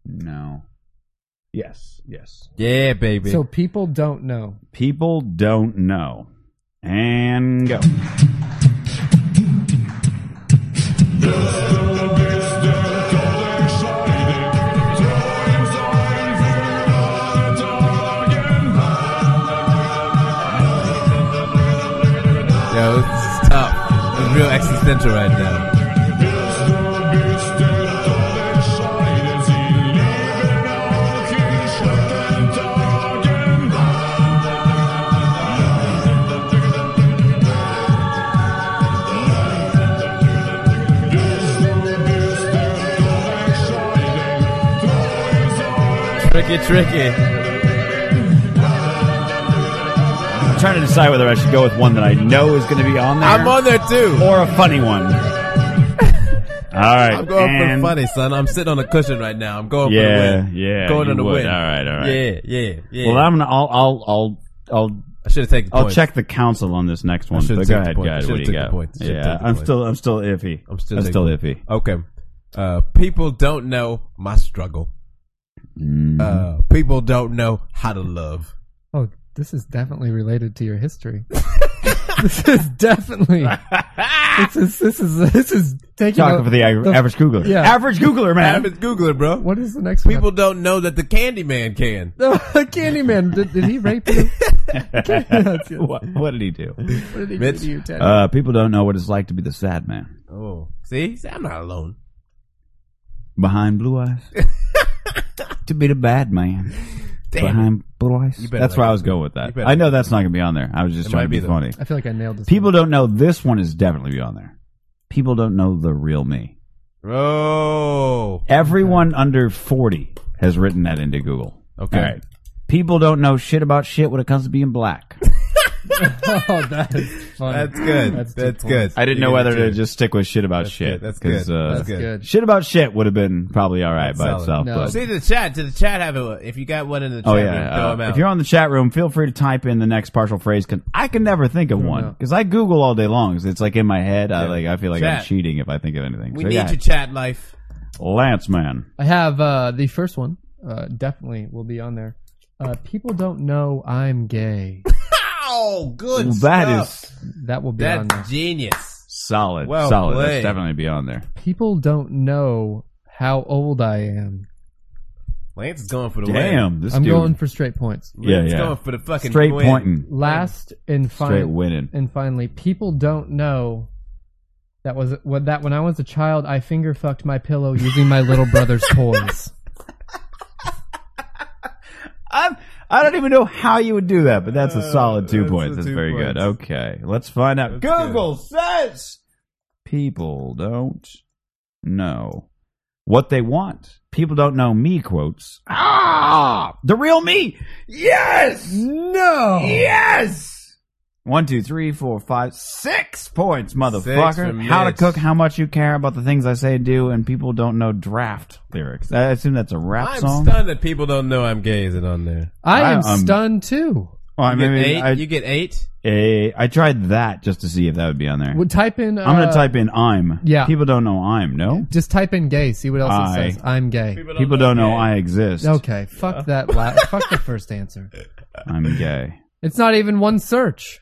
Speaker 5: know. Yes, yes.
Speaker 7: Yeah, baby.
Speaker 8: So people don't know.
Speaker 5: People don't know. And go.
Speaker 7: Yo, this is tough. It's real existential right now. Tricky, tricky.
Speaker 5: I'm trying to decide whether I should go with one that I know is going to be on there,
Speaker 7: I'm on Oh, there too.
Speaker 5: or a
Speaker 7: (laughs)
Speaker 5: funny one. All right,
Speaker 7: I'm going
Speaker 5: and
Speaker 7: for funny, son. I'm sitting on a cushion right now. I'm going
Speaker 5: Yeah,
Speaker 7: for the win.
Speaker 5: yeah,
Speaker 7: Going
Speaker 5: you
Speaker 7: on the
Speaker 5: would.
Speaker 7: win.
Speaker 5: All right, all right.
Speaker 7: Yeah, yeah, yeah.
Speaker 5: Well, I'm gonna. I'll. I'll. I'll. I'll
Speaker 7: I should have taken the
Speaker 5: I'll
Speaker 7: points.
Speaker 5: check the council on this next one.
Speaker 7: should've
Speaker 5: But
Speaker 7: took
Speaker 5: go
Speaker 7: the
Speaker 5: ahead,
Speaker 7: point. I
Speaker 5: guys. What
Speaker 7: should've
Speaker 5: do you
Speaker 7: took the
Speaker 5: got?
Speaker 7: point. I should've
Speaker 5: Yeah,
Speaker 7: taken the
Speaker 5: I'm
Speaker 7: point.
Speaker 5: still. I'm still iffy.
Speaker 7: I'm still
Speaker 5: I'm
Speaker 7: taking
Speaker 5: still
Speaker 7: the
Speaker 5: iffy.
Speaker 7: Okay. Uh, people don't know my struggle.
Speaker 5: Mm.
Speaker 7: Uh, people don't know how to love.
Speaker 8: Oh, this is definitely related to your (laughs) history. this is definitely. this is this is this is Thank
Speaker 5: Talking
Speaker 7: (laughs)
Speaker 8: you.
Speaker 5: for the a- average Googler. Average Googler, man.
Speaker 7: Average Googler, bro.
Speaker 8: What is the next one? (laughs)
Speaker 7: People don't know that the Candyman can.
Speaker 8: Candyman, did, did he rape
Speaker 5: (laughs)
Speaker 8: you? (laughs)
Speaker 5: what, what did he do?
Speaker 8: What did he
Speaker 7: Mitch?
Speaker 8: do to you, Ted?
Speaker 5: Uh, people don't know what it's like to be the sad man
Speaker 7: Oh, see, See, I'm not alone.
Speaker 5: behind blue eyes. (laughs) to be the bad man
Speaker 7: Damn
Speaker 5: behind blue eyes.
Speaker 7: You better
Speaker 5: That's
Speaker 7: like
Speaker 5: where I
Speaker 7: it.
Speaker 5: was going with
Speaker 7: You
Speaker 5: that.
Speaker 7: better
Speaker 5: I know that's not going to be on there. I was just
Speaker 7: It
Speaker 5: trying
Speaker 7: might
Speaker 5: to be,
Speaker 7: be, though.
Speaker 5: funny.
Speaker 8: I feel like I nailed this.
Speaker 5: People don't know this one is definitely be on there. People don't know the real me.
Speaker 7: Bro.
Speaker 5: Everyone under 40 has written that into Google.
Speaker 7: Okay.
Speaker 5: All right. People don't know shit about shit when it comes to being black.
Speaker 8: (laughs) oh, that is funny.
Speaker 7: That's good. That's,
Speaker 8: two
Speaker 7: good.
Speaker 8: points.
Speaker 5: (laughs) I didn't know
Speaker 7: You get
Speaker 5: whether
Speaker 7: it,
Speaker 5: to
Speaker 7: too.
Speaker 5: just stick with shit about
Speaker 7: That's
Speaker 5: shit.
Speaker 7: good. That's
Speaker 5: 'cause,
Speaker 7: good.
Speaker 5: uh,
Speaker 7: That's good.
Speaker 5: Shit about shit would have been probably all right by
Speaker 7: Solid.
Speaker 5: itself.
Speaker 8: No.
Speaker 5: but-
Speaker 7: See the chat. To the chat, have it. If you got one in the chat,
Speaker 5: Oh
Speaker 7: we can
Speaker 5: yeah!
Speaker 7: throw
Speaker 5: uh,
Speaker 7: them out.
Speaker 5: if you're on the chat room, feel free to type in the next partial phrase. Cause I can never think of one because I Google all day long. 'cause It's like in my head. I like. I feel like I'm
Speaker 7: Chat.
Speaker 5: cheating if I think of anything.
Speaker 7: we
Speaker 5: so,
Speaker 7: need
Speaker 5: yeah.
Speaker 7: your chat life.
Speaker 5: Lance man.
Speaker 8: I have uh, the first one. Uh, definitely will be on there. Uh, people don't know I'm gay.
Speaker 7: Oh, good.
Speaker 5: Well, that
Speaker 7: stuff.
Speaker 5: is
Speaker 8: That will be on there.
Speaker 7: that's genius.
Speaker 5: solid.
Speaker 7: Well
Speaker 5: solid. That's
Speaker 7: played.
Speaker 5: definitely be on there.
Speaker 8: People don't know how old I am.
Speaker 7: Lance is going for the
Speaker 5: Damn, this
Speaker 8: I'm
Speaker 5: dude.
Speaker 8: going for straight points.
Speaker 7: win.
Speaker 5: yeah,
Speaker 7: Lance
Speaker 5: yeah.
Speaker 7: going for the fucking
Speaker 5: Straight
Speaker 7: win.
Speaker 5: pointing.
Speaker 8: Last and finally,
Speaker 5: Straight winning.
Speaker 8: And finally, people don't know that was what that when I was a child, I finger fucked my pillow using my little brother's
Speaker 5: (laughs)
Speaker 8: toys.
Speaker 5: I'm. I don't even know how you would do that, but that's a solid two points. That's
Speaker 7: Uh, two
Speaker 5: very good.
Speaker 7: points.
Speaker 5: Okay, let's find out. Google says people don't know what they want. People don't know me quotes. Ah, the real me. Yes. No. Yes. One, two, three, four, five, six points, motherfucker.
Speaker 7: for
Speaker 5: how to
Speaker 7: Mitch.
Speaker 5: cook, how much you care about the things I say and do, and people don't know draft lyrics. I assume that's a rap
Speaker 7: I'm
Speaker 5: song.
Speaker 7: stunned that people don't know I'm gay. Is it on there?
Speaker 8: I am
Speaker 5: I- I'm-
Speaker 8: stunned too.
Speaker 5: Well, I
Speaker 7: You get
Speaker 5: mean,
Speaker 7: eight.
Speaker 5: I-
Speaker 7: you get eight.
Speaker 5: Eh, I tried that just to see if that would be on there.
Speaker 8: Would type in. Uh,
Speaker 5: I'm gonna type in I'm.
Speaker 8: yeah.
Speaker 5: People don't know I'm. No.
Speaker 8: Just type in gay. See what else
Speaker 5: I-
Speaker 8: it says. I'm gay.
Speaker 5: People don't know I exist.
Speaker 8: Okay, fuck that. La- fuck the first answer.
Speaker 5: I'm gay.
Speaker 8: It's not even one search.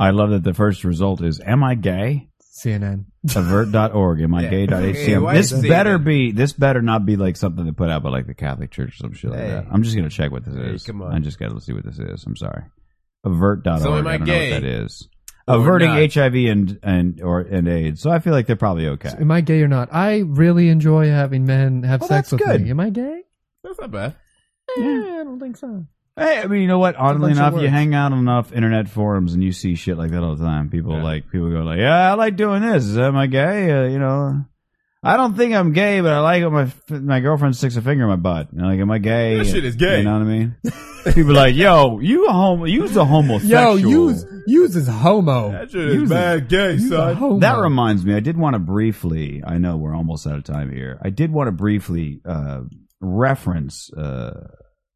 Speaker 5: I love that the first result is Am I gay?
Speaker 8: CNN.
Speaker 5: Avert.org. Am I
Speaker 7: Yeah. Hey,
Speaker 5: gay.hcm?
Speaker 7: why
Speaker 5: this
Speaker 7: is it-
Speaker 5: better be. This better not be like something they put out by like the Catholic Church or some shit
Speaker 7: Hey.
Speaker 5: like that. I'm just gonna check what this
Speaker 7: Hey,
Speaker 5: is.
Speaker 7: come on.
Speaker 5: I just gotta see what this is. I'm sorry. Avert.org.
Speaker 7: So am
Speaker 5: I
Speaker 7: I
Speaker 5: don't
Speaker 7: gay?
Speaker 5: know what that is.
Speaker 7: Or
Speaker 5: Averting
Speaker 7: not.
Speaker 5: HIV and and or and AIDS. So I feel like they're probably okay.
Speaker 8: Am I gay or not? I really enjoy having men have
Speaker 5: Well,
Speaker 8: sex
Speaker 5: that's
Speaker 8: with
Speaker 5: good.
Speaker 8: me. Am I gay?
Speaker 7: That's not bad.
Speaker 8: Yeah, I don't think so.
Speaker 5: Hey, I mean, you know what? Oddly
Speaker 8: bunch of
Speaker 5: enough, you
Speaker 8: words.
Speaker 5: hang out on enough internet forums and you see shit like that all the time. People like people go like, "Yeah, I like doing this. Am I gay? Uh, you know, I don't think I'm gay, but I like it when my my girlfriend sticks a finger in my butt. And like, am I gay?
Speaker 7: That shit is gay.
Speaker 5: You know what
Speaker 7: (laughs)
Speaker 5: I mean? people like, yo, you a homo, you's a homosexual.
Speaker 8: use is homo.
Speaker 7: That shit is bad gay, son.
Speaker 8: Oh,
Speaker 5: That reminds me, I did want to briefly. I know we're almost out of time here. I did want to briefly uh, reference uh,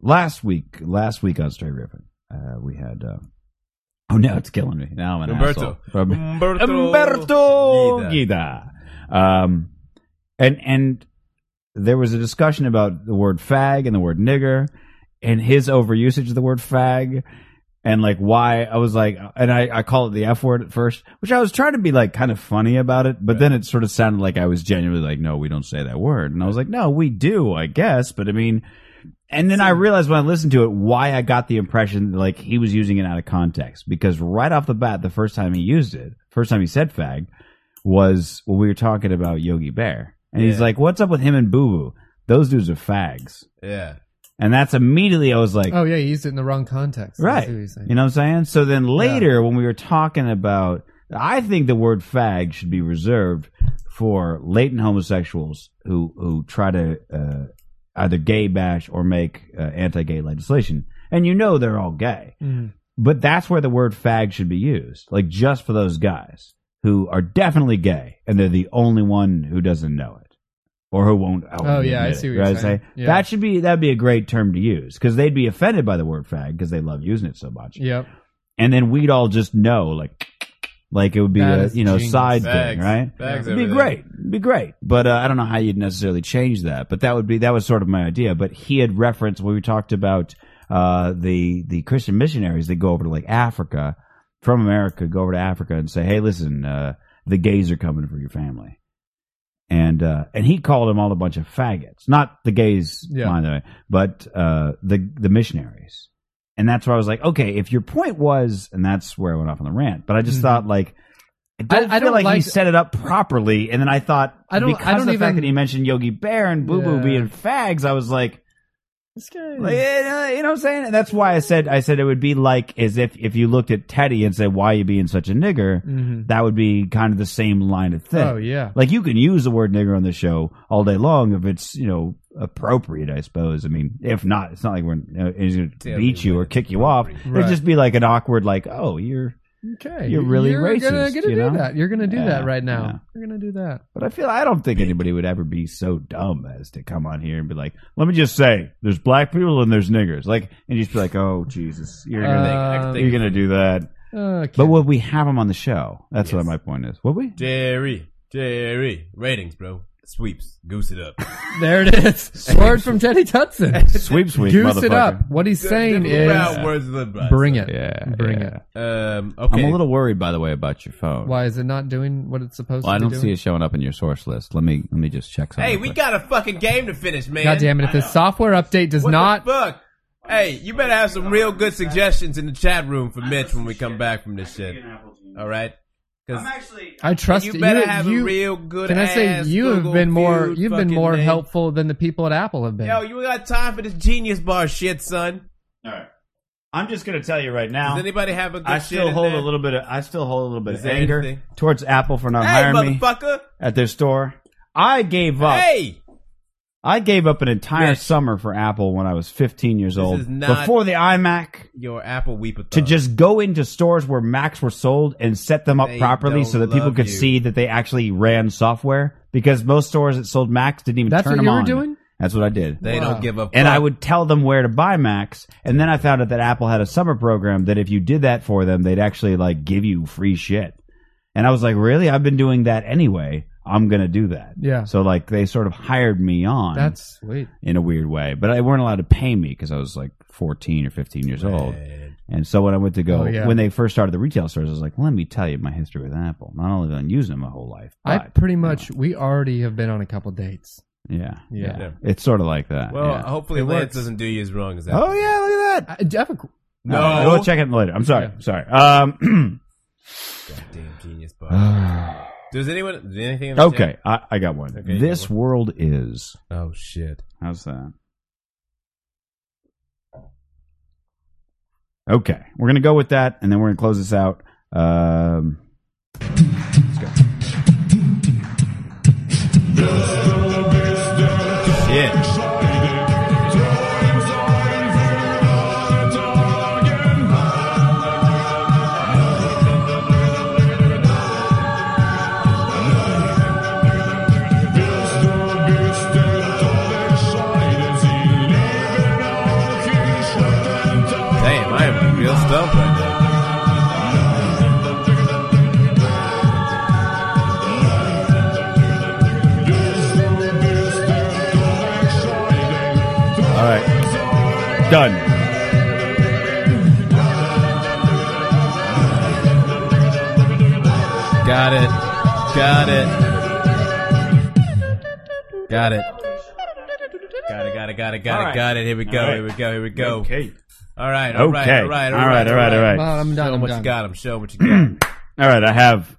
Speaker 5: last week. Last week on Straight Riffin, uh, we had. Uh, oh no, it's killing me. Now I'm an
Speaker 7: Umberto.
Speaker 5: asshole.
Speaker 7: Umberto. Guida.
Speaker 5: Umberto Guida. Um, and and there was a discussion about the word fag and the word nigger and his overusage of the word fag and like why I was like and I, I call it the F word at first, which I was trying to be like kind of funny about it, but then it sort of sounded like I was genuinely like, No, we don't say that word. And I was like, No, we do, I guess, but I mean and then I realized when I listened to it why I got the impression that, like he was using it out of context because right off the bat, the first time he used it, first time he said fag, was when we were talking about Yogi Bear, and he's
Speaker 7: Yeah.
Speaker 5: like, "What's up with him and Boo Boo? Those dudes are fags."
Speaker 7: Yeah.
Speaker 5: And that's immediately I was like,
Speaker 8: Oh yeah, you used it in the wrong context. I
Speaker 5: right.
Speaker 8: see what you're saying.
Speaker 5: You know what I'm saying? So then later when we were talking about I think the word fag should be reserved for latent homosexuals who who try to uh, either gay bash or make uh, anti-gay legislation. And you know they're all gay.
Speaker 8: Mhm.
Speaker 5: But that's where the word fag should be used. Like just for those guys who are definitely gay and they're the only one who doesn't know it or who won't.
Speaker 8: Oh, yeah, I
Speaker 5: admit
Speaker 8: see
Speaker 5: it.
Speaker 8: what you're
Speaker 5: Right?
Speaker 8: saying.
Speaker 5: Say,
Speaker 8: Yeah.
Speaker 5: That should be that'd be a great term to use because they'd be offended by the word fag because they love using it so much.
Speaker 8: Yep.
Speaker 5: And then we'd all just know like like it would be
Speaker 8: That
Speaker 5: a
Speaker 8: is
Speaker 5: you know
Speaker 8: genius.
Speaker 5: side thing,
Speaker 7: Fags.
Speaker 5: right?
Speaker 7: Fags
Speaker 5: It'd be
Speaker 7: everything.
Speaker 5: great. It'd be great. But uh, I don't know how you'd necessarily change that. But that would be that was sort of my idea. But he had referenced when we talked about uh, the the Christian missionaries that go over to like Africa from America, go over to Africa and say, hey, listen, uh, the gays are coming for your family. And uh, and he called them all a bunch of faggots, not the gays,
Speaker 16: Yeah.
Speaker 5: by the way, but uh, the the missionaries. And that's where I was like, okay, if your point was, and that's where I went off on the rant. But I just thought like, I don't,
Speaker 16: Mm-hmm. I
Speaker 5: feel
Speaker 16: don't
Speaker 5: like,
Speaker 16: like-
Speaker 5: he set it up properly. And then I thought,
Speaker 16: I don't- I
Speaker 5: because
Speaker 16: don't
Speaker 5: of the fact
Speaker 16: even-
Speaker 5: that he mentioned Yogi Bear and Boo Boo
Speaker 16: Yeah. Hmm.
Speaker 5: being fags, I was like,
Speaker 16: This
Speaker 5: like, eh, eh, you know what I'm saying? And that's why I said I said it would be like as if if you looked at Teddy and said, "Why you being such a nigger?"
Speaker 8: mm-hmm.
Speaker 16: Mhm.
Speaker 5: That would be kind of the same line of thing.
Speaker 16: Oh, yeah.
Speaker 5: like you can use the word nigger on the show all day long if it's you know appropriate. I suppose. I mean, if not, it's not like we're uh, he's gonna beat you or kick you off.
Speaker 8: Right.
Speaker 5: It'd just be like an awkward, like, "Oh, you're
Speaker 8: Okay.
Speaker 5: you're really
Speaker 8: You're
Speaker 5: racist."
Speaker 8: gonna- gonna
Speaker 5: you
Speaker 8: do
Speaker 5: know?
Speaker 8: that. You're gonna do that
Speaker 5: Yeah,
Speaker 8: right now.
Speaker 5: yeah.
Speaker 8: You're gonna do that.
Speaker 5: But I feel I don't think anybody would ever be so dumb as to come on here and be like, "Let me just say, there's black people and there's niggers." Like, and you just be like, "Oh Jesus, you're gonna
Speaker 8: Uh,
Speaker 16: Um,
Speaker 5: you're gonna do that."
Speaker 16: Okay.
Speaker 5: But would we have him on the show? That's what my point is. Would we?
Speaker 7: Jerry, Jerry, ratings, bro. Sweeps, goose it
Speaker 8: (laughs)
Speaker 7: up.
Speaker 8: There it is. Word from Teddy Tutson.
Speaker 5: Sweeps week,
Speaker 8: Goose it
Speaker 5: motherfucker.
Speaker 8: up. What he's
Speaker 7: Good-
Speaker 8: saying
Speaker 7: good
Speaker 8: is,
Speaker 7: crowd words of advice.
Speaker 8: bring it.
Speaker 16: Yeah,
Speaker 8: bring
Speaker 16: yeah.
Speaker 8: it.
Speaker 7: Um,
Speaker 16: I'm
Speaker 7: okay.
Speaker 16: a little worried, by the way, about your phone.
Speaker 8: Why is it not doing what it's supposed
Speaker 16: Well, I
Speaker 8: to be
Speaker 16: don't
Speaker 8: doing?
Speaker 16: see it showing up in your source list. Let me let me just check something.
Speaker 7: Hey, we got a fucking game to finish, man.
Speaker 8: God damn it! If the software update does
Speaker 7: What the
Speaker 8: not,
Speaker 7: fuck? Hey, you better have some real good suggestions in the chat room for Mitch when we come back from this shit. All right? Because
Speaker 8: I trust
Speaker 7: you.
Speaker 8: it.
Speaker 7: Better have a real good.
Speaker 8: Can I say
Speaker 7: ass
Speaker 8: you have
Speaker 7: Google
Speaker 8: been more?
Speaker 7: feud
Speaker 8: You've been
Speaker 7: fucking
Speaker 8: more
Speaker 7: name.
Speaker 8: helpful than the people at Apple have been.
Speaker 7: Yo, you got time for this genius bar shit, son?
Speaker 5: All right. I'm just gonna tell you right now.
Speaker 7: Does anybody have a good
Speaker 5: I
Speaker 7: shit
Speaker 5: still
Speaker 7: in
Speaker 5: hold
Speaker 7: there?
Speaker 5: a little bit of I still hold a little bit
Speaker 7: Is
Speaker 5: of
Speaker 7: there
Speaker 5: anger
Speaker 7: anything?
Speaker 5: towards Apple for not
Speaker 7: Hey,
Speaker 5: hiring me
Speaker 7: motherfucker!
Speaker 5: at their store. I gave up.
Speaker 7: Hey!
Speaker 5: I gave up an entire summer for Apple when I was 15 years old.
Speaker 7: This is not
Speaker 5: before the iMac,
Speaker 7: your Apple weeper.
Speaker 5: to just go into stores where Macs were sold and set them up
Speaker 7: They
Speaker 5: properly so
Speaker 7: don't
Speaker 5: that people
Speaker 7: love
Speaker 5: could
Speaker 7: you.
Speaker 5: see that they actually ran software because most stores that sold Macs didn't even
Speaker 7: That's
Speaker 5: turn
Speaker 7: what
Speaker 5: them
Speaker 7: you were
Speaker 5: on.
Speaker 7: doing?
Speaker 5: That's what I did.
Speaker 7: They don't Wow. give a fuck.
Speaker 5: And I would tell them where to buy Macs, and then I found out that Apple had a summer program that if you did that for them, they'd actually like give you free shit. And I was like, really? I've been doing that anyway. I'm gonna do that.
Speaker 8: Yeah.
Speaker 5: So like they sort of hired me on
Speaker 8: That's sweet.
Speaker 5: in a weird way, but I weren't allowed to pay me because I was like 14 or 15 years old. And so when I went to go,
Speaker 8: Oh, yeah.
Speaker 5: when they first started the retail stores, I was like, let me tell you my history with Apple. Not only have I been using it my whole life,
Speaker 8: I
Speaker 5: but
Speaker 8: pretty much we already have been on a couple dates.
Speaker 5: yeah,
Speaker 8: Yeah. oh,
Speaker 5: yeah, It's sort of like that.
Speaker 7: Well,
Speaker 5: yeah.
Speaker 7: hopefully
Speaker 5: It
Speaker 7: Lance
Speaker 5: works.
Speaker 7: doesn't do you as wrong as that.
Speaker 5: Oh, yeah, look at that.
Speaker 8: I, do you have a,
Speaker 5: No,
Speaker 7: No.
Speaker 5: we'll check it later. I'm sorry. Sorry. Um,
Speaker 7: Goddamn genius bar.
Speaker 8: (sighs)
Speaker 7: Does anyone? Does anything? in the
Speaker 5: (clears throat) okay,
Speaker 7: chat?
Speaker 5: I, I got one.
Speaker 7: Okay, you got
Speaker 5: this world is.
Speaker 7: Oh shit.
Speaker 5: How's that? Okay, we're gonna go with that, and then we're gonna close this out. Um, let's go.
Speaker 7: Damn, I am real stumped right now.
Speaker 5: All right, done.
Speaker 7: Got it. Got it. Got it. Got it. Got it. Got it. Got
Speaker 16: All
Speaker 7: it.
Speaker 16: right.
Speaker 7: Got it. Here we go.
Speaker 16: All right.
Speaker 7: Here we go. Here we go.
Speaker 16: Okay.
Speaker 7: All right. All right.
Speaker 5: Okay.
Speaker 7: All right.
Speaker 5: All right, all right, all right.
Speaker 8: Well, I'm
Speaker 7: Show
Speaker 8: done,
Speaker 7: 'em
Speaker 8: I'm
Speaker 7: what
Speaker 8: done.
Speaker 7: you got. I'm showing what you got.
Speaker 5: All right, I have.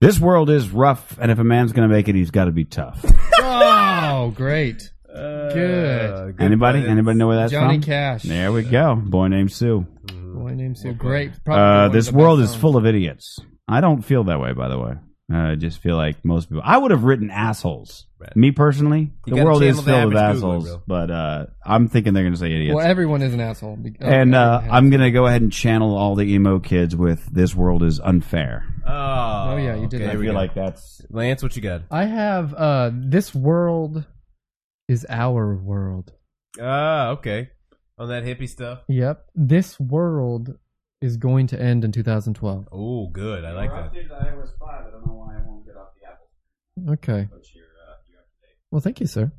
Speaker 5: This world is rough, and if a man's gonna make it, he's got to be tough.
Speaker 8: oh, great. Good.
Speaker 5: anybody? Anybody know where that's
Speaker 8: Johnny
Speaker 5: from?
Speaker 8: Cash.
Speaker 5: There we go. Boy named Sue.
Speaker 8: Boy named Sue. Great. Probably
Speaker 5: Uh,
Speaker 8: one of
Speaker 5: this
Speaker 8: the
Speaker 5: world
Speaker 8: best
Speaker 5: is full of idiots. I don't feel that way, by the way. Uh, I just feel like most people. I would have written assholes. Me personally, the
Speaker 8: You gotta
Speaker 5: world is
Speaker 8: channel the
Speaker 5: filled with
Speaker 8: average Googler,
Speaker 5: assholes, but uh, I'm thinking they're going to say idiots.
Speaker 8: Well, everyone is an asshole. Be- oh,
Speaker 5: and uh,
Speaker 8: everyone has-
Speaker 5: I'm going to go ahead and channel all the emo kids with "This world is unfair."
Speaker 7: Oh.
Speaker 8: Oh, yeah, you did
Speaker 7: okay,
Speaker 8: that.
Speaker 7: here we
Speaker 8: I feel
Speaker 7: go.
Speaker 5: like that's
Speaker 7: Lance. What you got?
Speaker 8: I have uh, this world is our world.
Speaker 7: Ah, okay. On that hippie stuff.
Speaker 8: Yep. This world is going to end in 2012.
Speaker 7: Oh, good. I
Speaker 5: uh,
Speaker 7: like that.
Speaker 8: Okay. Well, thank uh, you, sir.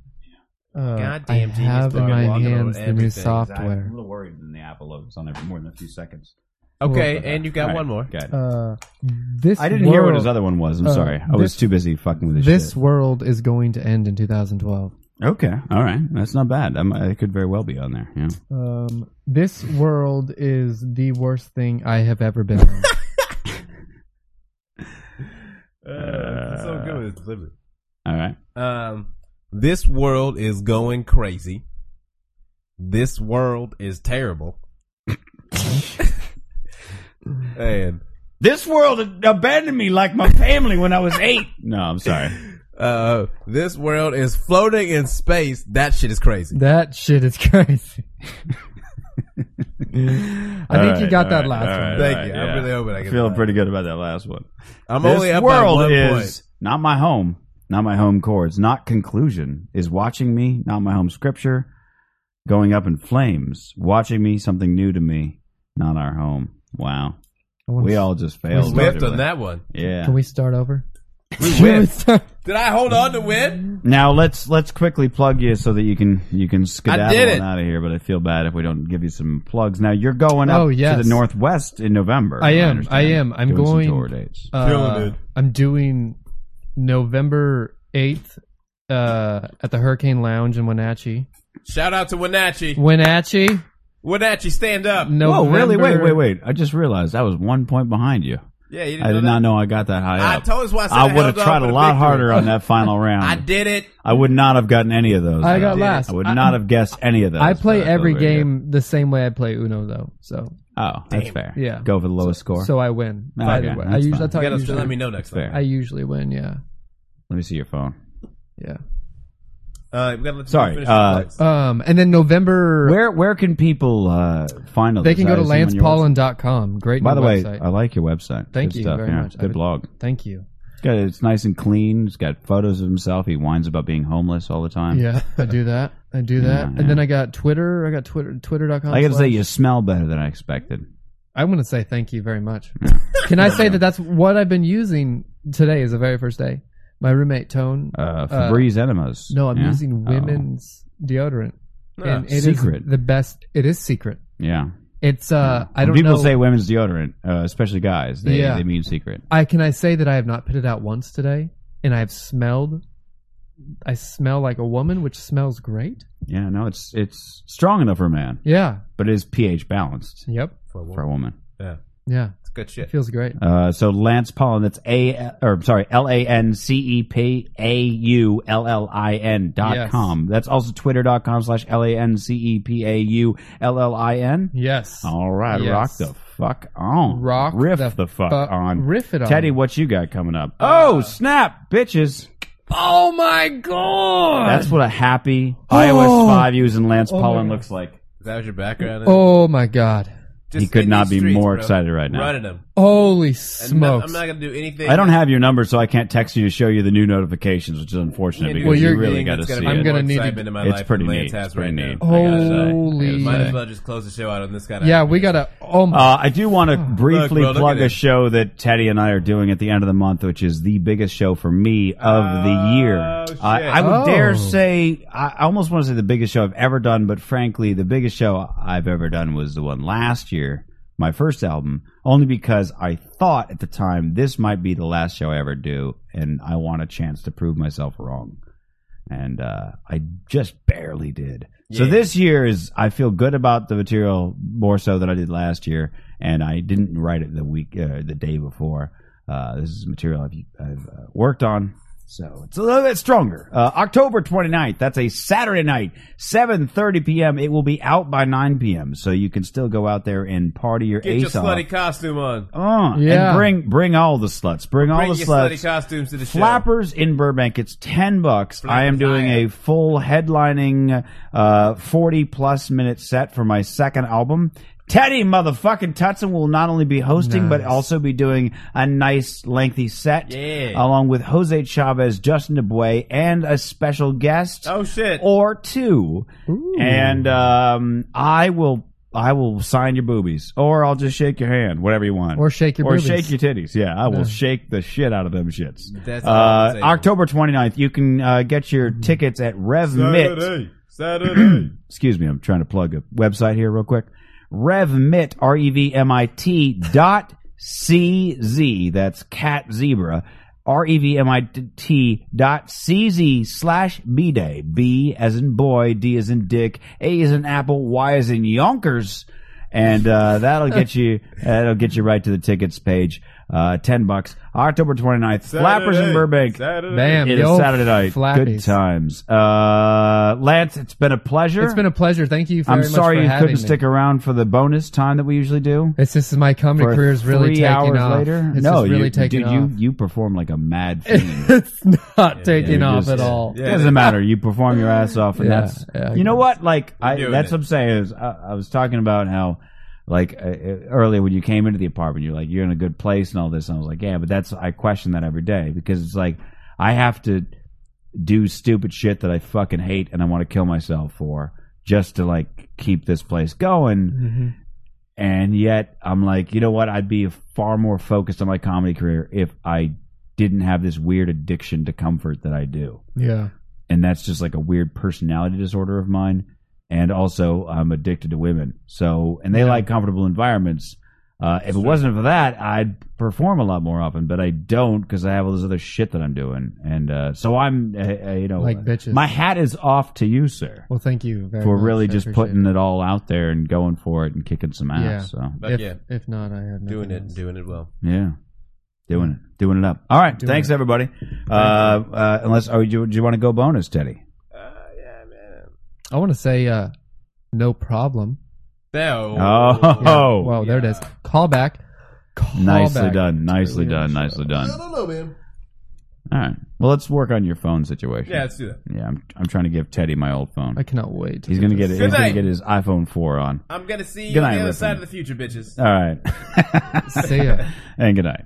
Speaker 8: Uh,
Speaker 5: Goddamn
Speaker 8: I
Speaker 5: genius
Speaker 8: have in
Speaker 5: bar
Speaker 8: my
Speaker 5: walking over
Speaker 8: hands the new
Speaker 5: everything.
Speaker 8: software.
Speaker 5: I'm a little worried when the app loads on every more than a few seconds.
Speaker 15: Okay, and you got
Speaker 5: All right,
Speaker 15: one more.
Speaker 5: got it.
Speaker 8: Uh, this
Speaker 5: I didn't hear what
Speaker 8: world-
Speaker 5: his other one was. I'm
Speaker 8: uh,
Speaker 5: sorry. I was
Speaker 8: this-
Speaker 5: too busy fucking with this.
Speaker 8: This
Speaker 5: shit.
Speaker 8: world is going to end in 2012.
Speaker 5: Okay. All right. That's not bad. I'm, I could very well be on there. Yeah.
Speaker 8: Um, this world is the worst thing I have ever been
Speaker 5: (laughs)
Speaker 8: on. Uh,
Speaker 15: it's so good. It's delivered.
Speaker 5: All right.
Speaker 15: Um, this world is going crazy. This world is
Speaker 7: (laughs)
Speaker 15: terrible. and
Speaker 5: this world abandoned me like my family when I was eight. (laughs) No, I'm sorry.
Speaker 15: Uh, this world is floating in space. That shit is crazy.
Speaker 8: that shit is crazy. (laughs) I think you got that last one.
Speaker 15: Thank you. I'm really hoping I get
Speaker 5: feel
Speaker 15: that.
Speaker 5: pretty good about that last one.
Speaker 15: I'm
Speaker 5: this
Speaker 15: only up by
Speaker 5: world
Speaker 15: one
Speaker 5: is
Speaker 15: point.
Speaker 5: not my home, not my home chords, not conclusion is watching me, not my home scripture, going up in flames, watching me, something new to me, not our home. Wow,
Speaker 8: I wanna
Speaker 5: we
Speaker 8: s-
Speaker 5: all just
Speaker 8: we
Speaker 5: failed.
Speaker 15: whiffed
Speaker 5: miserably.
Speaker 15: on that one.
Speaker 5: Yeah.
Speaker 8: Can we start over?
Speaker 15: Did I hold on to win?
Speaker 5: Now let's let's quickly plug you so that you can you can
Speaker 15: did
Speaker 5: skedaddle
Speaker 15: it.
Speaker 5: on out of here. But I feel bad if we don't give you some plugs. Now you're going up
Speaker 8: Oh,
Speaker 5: to
Speaker 8: yes.
Speaker 5: the Northwest in November.
Speaker 8: I
Speaker 5: if
Speaker 8: am. I
Speaker 5: understand.
Speaker 8: am. I'm
Speaker 5: Doing some
Speaker 8: going.
Speaker 5: tour dates.
Speaker 8: uh,
Speaker 5: Killing it.
Speaker 8: I'm doing November 8th uh, at the Hurricane Lounge in Wenatchee.
Speaker 15: Shout out to Wenatchee.
Speaker 8: Wenatchee.
Speaker 15: Wenatchee, stand up.
Speaker 5: Whoa, really? Wait, wait, wait! I just realized I was one point behind you.
Speaker 15: Yeah, you didn't
Speaker 5: I
Speaker 15: know
Speaker 5: did
Speaker 15: that?
Speaker 5: not know I got that high
Speaker 15: I
Speaker 5: up.
Speaker 15: told us why I said I
Speaker 5: would have
Speaker 15: held on
Speaker 5: tried
Speaker 15: for
Speaker 5: a
Speaker 15: the
Speaker 5: lot
Speaker 15: victory.
Speaker 5: harder on that final
Speaker 15: (laughs)
Speaker 5: round.
Speaker 15: I did it.
Speaker 5: I would not have gotten any of those.
Speaker 8: I got
Speaker 5: though.
Speaker 8: last.
Speaker 5: I would
Speaker 8: I-
Speaker 5: not have guessed any of those.
Speaker 8: I play
Speaker 5: but feel
Speaker 8: every
Speaker 5: very good.
Speaker 8: game the same way I play Uno, though. So
Speaker 5: Oh, that's fair.
Speaker 8: Yeah.
Speaker 5: go for the lowest score.
Speaker 8: so I win.
Speaker 5: Oh, Okay,
Speaker 8: By the way, I
Speaker 5: that's
Speaker 8: usually,
Speaker 5: fine.
Speaker 8: that's how I
Speaker 15: You gotta
Speaker 8: usually-
Speaker 15: let me know next
Speaker 5: Fair. time.
Speaker 8: I usually win. Yeah.
Speaker 5: Let me see your phone.
Speaker 8: Yeah.
Speaker 15: Uh, we gotta let you
Speaker 5: Sorry,
Speaker 15: finish
Speaker 5: uh,
Speaker 15: the plugs.
Speaker 8: Um, and then November,
Speaker 5: Where where can people uh, find all
Speaker 8: they
Speaker 5: this?
Speaker 8: can go
Speaker 5: I
Speaker 8: to
Speaker 5: assume on your website.
Speaker 8: lancepaulin.com. Great
Speaker 5: By
Speaker 8: new
Speaker 5: the way, uh,
Speaker 8: website.
Speaker 5: I like your website.
Speaker 8: Thank
Speaker 5: Good
Speaker 8: you
Speaker 5: stuff,
Speaker 8: very
Speaker 5: yeah.
Speaker 8: much. I
Speaker 5: Good
Speaker 8: would-
Speaker 5: blog.
Speaker 8: Thank you.
Speaker 5: It's got- it's nice and clean. It's got photos of himself. He whines about being homeless all the time.
Speaker 8: Yeah, I do that. I do that.
Speaker 5: Mm, Yeah,
Speaker 8: And then I got Twitter. I got Twitter. Twitter.com.
Speaker 5: I got to say,
Speaker 8: slash-
Speaker 5: you smell better than I expected.
Speaker 8: I want to say thank you
Speaker 5: (laughs)
Speaker 8: very much. Can I say that that's what I've been using today is the very first day. My roommate Tone
Speaker 5: Uh, Febreze enemas.
Speaker 8: No, I'm
Speaker 5: Yeah?
Speaker 8: using
Speaker 5: Oh. Ah,
Speaker 8: women's deodorant. And it is
Speaker 5: Secret.
Speaker 8: the best. It is secret.
Speaker 5: Yeah.
Speaker 8: It's uh I
Speaker 5: When
Speaker 8: don't
Speaker 5: people
Speaker 8: know.
Speaker 5: say women's deodorant, uh, especially guys. They,
Speaker 8: Yeah.
Speaker 5: they mean secret.
Speaker 8: I can I say that I have not put it out once today and I've smelled I smell like a woman which smells great.
Speaker 5: Yeah, no, it's it's strong enough for a man.
Speaker 8: Yeah.
Speaker 5: But it is pH balanced
Speaker 8: Yep.
Speaker 15: For a
Speaker 5: for a woman.
Speaker 15: Yeah.
Speaker 8: Yeah.
Speaker 15: It's good shit.
Speaker 8: It feels great.
Speaker 5: Uh, so Lance Paulin, that's A, or sorry, L A N C E P A U L L I N dot
Speaker 8: Yes.
Speaker 5: com. That's also twitter dot com slash L A N C E P A U L L I N.
Speaker 8: Yes.
Speaker 5: All right,
Speaker 8: Yes.
Speaker 5: rock the fuck on.
Speaker 8: Rock
Speaker 5: Oh, riff
Speaker 8: the
Speaker 5: the, fuck
Speaker 8: fu-
Speaker 5: on.
Speaker 8: riff it on. Uh,
Speaker 5: Teddy, what you got coming up? Oh, snap, bitches.
Speaker 8: Oh my god.
Speaker 5: That's what a happy
Speaker 8: uh,
Speaker 5: iOS
Speaker 8: Oh.
Speaker 5: 5 using Lance
Speaker 8: Oh my
Speaker 5: Paulin
Speaker 8: God.
Speaker 5: looks like.
Speaker 15: That was your background.
Speaker 8: Oh my god.
Speaker 15: Just
Speaker 5: He could
Speaker 15: in
Speaker 5: not
Speaker 15: these
Speaker 5: be more
Speaker 15: bro.
Speaker 5: excited right now.
Speaker 15: Running them.
Speaker 8: Holy
Speaker 15: And no-
Speaker 8: smokes.
Speaker 15: I'm not gonna do anything.
Speaker 5: I don't have your number, so I can't text you to show you the new notifications, which is unfortunate
Speaker 15: Yeah,
Speaker 5: because
Speaker 8: well,
Speaker 5: you
Speaker 8: you're-
Speaker 5: really
Speaker 15: Anything
Speaker 5: got to
Speaker 15: that's
Speaker 5: see
Speaker 15: gonna be
Speaker 5: it.
Speaker 8: I'm
Speaker 15: more
Speaker 8: gonna need
Speaker 15: excitement
Speaker 8: to-
Speaker 15: in my
Speaker 5: It's
Speaker 15: life
Speaker 5: pretty
Speaker 15: than
Speaker 5: neat.
Speaker 15: Lance
Speaker 5: It's
Speaker 15: has
Speaker 5: pretty
Speaker 15: right
Speaker 5: neat.
Speaker 15: now.
Speaker 5: I gotta say.
Speaker 8: Holy-
Speaker 5: I gotta
Speaker 15: Might
Speaker 5: say.
Speaker 15: as well just close the show out on this kind of.
Speaker 8: yeah, we got to Oh my
Speaker 5: Uh, I do want to briefly
Speaker 15: bro, look
Speaker 5: plug
Speaker 15: at
Speaker 5: a
Speaker 15: it.
Speaker 5: show that Teddy and I are doing at the end of the month, which is the biggest show for me of
Speaker 15: Oh,
Speaker 5: the year.
Speaker 15: shit.
Speaker 5: I, I would
Speaker 8: Oh.
Speaker 5: dare say, I I almost want to say the biggest show I've ever done, but frankly, the biggest show I've ever done was the one last year, my first album, only because I thought at the time this might be the last show I ever do, and I want a chance to prove myself wrong and uh, I just barely did. So
Speaker 15: Yeah.
Speaker 5: this year is I feel good about the material more so than I did last year, and I didn't write it the week uh, the day before. Uh, this is material I've, I've uh, worked on, so it's a little bit stronger. Uh, October 29th, that's a Saturday night, 7:30 p.m. It will be out by 9 p.m., so you can still go out there and party your
Speaker 15: Get your
Speaker 5: ace off.
Speaker 15: slutty costume on.
Speaker 5: Uh,
Speaker 8: Yeah.
Speaker 5: and bring bring all the sluts, bring, all
Speaker 15: Bring
Speaker 5: the
Speaker 15: your
Speaker 5: sluts.
Speaker 15: slutty costumes to the show.
Speaker 5: Flappers in Burbank. It's ten bucks. I am
Speaker 15: Flappers,
Speaker 5: doing
Speaker 15: I am.
Speaker 5: a full headlining, uh, forty plus minute set for my second album. Teddy motherfucking Tutson will not only be hosting but
Speaker 8: Nice.
Speaker 5: also be doing a nice lengthy set
Speaker 15: Yeah.
Speaker 5: along with Jose Chavez, Justin DeBoy, and a special guest
Speaker 15: Oh shit.
Speaker 5: or two. And um, I will I will sign your boobies, or I'll just shake your hand, whatever you want,
Speaker 8: Or shake your
Speaker 5: or
Speaker 8: boobies.
Speaker 5: shake your titties. Yeah, I will
Speaker 8: No.
Speaker 5: shake the shit out of them shits.
Speaker 15: That's
Speaker 5: uh,
Speaker 15: all I'm
Speaker 5: October 29th, you can uh, get your tickets at RevMit.
Speaker 15: Saturday. Saturday.
Speaker 5: (clears throat) Excuse me, I'm trying to plug a website here real quick. revmit, E R-E-V-M-I-T dot C-Z. That's cat zebra. E R-E-V-M-I-T dot C-Z slash B-Day. B as in boy, D as in dick, A as in apple, Y as in yonkers. And, uh, that'll get
Speaker 15: (laughs)
Speaker 5: you, that'll get you right to the tickets page. Uh, 10 bucks. October 29th. Flappers in
Speaker 15: Saturday.
Speaker 5: Burbank.
Speaker 15: Saturday.
Speaker 8: Bam,
Speaker 5: It
Speaker 8: the
Speaker 5: is
Speaker 8: old
Speaker 5: Saturday night. Good
Speaker 8: flappies.
Speaker 5: times. Uh, Lance, it's been a pleasure.
Speaker 8: It's been a pleasure. Thank you very
Speaker 5: I'm
Speaker 8: much
Speaker 5: sorry
Speaker 8: for
Speaker 5: you
Speaker 8: having
Speaker 5: couldn't
Speaker 8: me.
Speaker 5: stick around for the bonus time that we usually do.
Speaker 8: It's just my comedy
Speaker 5: For
Speaker 8: career is really
Speaker 5: three
Speaker 8: taking
Speaker 5: hours
Speaker 8: off.
Speaker 5: later.
Speaker 8: It's
Speaker 5: no,
Speaker 8: just really
Speaker 5: you,
Speaker 8: taking
Speaker 5: dude, (laughs)
Speaker 8: off.
Speaker 5: you you perform like a mad
Speaker 8: (laughs)
Speaker 5: fiend.
Speaker 8: it's not taking
Speaker 5: You're
Speaker 8: off
Speaker 5: just-
Speaker 8: at all.
Speaker 5: It doesn't matter. You perform your ass off, and
Speaker 8: Yeah,
Speaker 5: that's
Speaker 8: yeah, I
Speaker 5: you know what? Like I,
Speaker 8: doing
Speaker 5: that's
Speaker 8: it.
Speaker 5: what I'm saying. Is I, I was talking about how. Like uh, uh, earlier when you came into the apartment, you're like you're in a good place and all this. And I was like, yeah, but that's I question that every day because it's like I have to do stupid shit that I fucking hate and I want to kill myself for just to like keep this place going.
Speaker 8: Mm-hmm.
Speaker 5: And yet I'm like, you know what? I'd be far more focused on my comedy career if I didn't have this weird addiction to comfort that I do
Speaker 8: Yeah.
Speaker 5: and that's just like a weird personality disorder of mine. And also, I'm addicted to women. So, and they like comfortable environments. Uh, if it wasn't for that, I'd perform a lot more often, but I don't because I have all this other shit that I'm doing. And uh, so I'm, uh, uh, you know,
Speaker 8: Like bitches.
Speaker 5: My hat is off to you, sir,
Speaker 8: Well, thank you very
Speaker 5: for
Speaker 8: much.
Speaker 5: really
Speaker 8: I
Speaker 5: just
Speaker 8: appreciate
Speaker 5: putting it. all out there and going for it and kicking some ass.
Speaker 8: Yeah.
Speaker 5: So,
Speaker 15: But
Speaker 8: if,
Speaker 15: yeah.
Speaker 8: if not, I have
Speaker 15: doing
Speaker 8: nothing
Speaker 15: it,
Speaker 8: else.
Speaker 15: doing it well.
Speaker 5: yeah, doing it, doing it up. All right,
Speaker 8: Doing
Speaker 5: thanks
Speaker 8: it.
Speaker 5: everybody. Uh, uh, unless, oh, do, you- do you want to go bonus, Teddy?
Speaker 8: I want to say uh, no problem.
Speaker 15: No.
Speaker 5: Oh.
Speaker 8: Yeah. Well, there it is. Call back. Call
Speaker 5: Nicely
Speaker 8: back.
Speaker 5: done. Nicely done. Nicely done.
Speaker 15: I don't know, man.
Speaker 5: All right. Well, let's work on your phone situation.
Speaker 15: Yeah, let's do that.
Speaker 5: Yeah, I'm, I'm trying to give Teddy my old phone.
Speaker 8: I cannot wait.
Speaker 5: He's gonna get it.
Speaker 15: Good
Speaker 5: He's gonna
Speaker 15: night.
Speaker 5: get his iPhone four on.
Speaker 15: I'm gonna see you
Speaker 5: Good
Speaker 15: on
Speaker 5: night,
Speaker 15: the other
Speaker 5: listen.
Speaker 15: side of the future, bitches.
Speaker 5: All right.
Speaker 15: (laughs)
Speaker 8: See ya.
Speaker 5: And good night.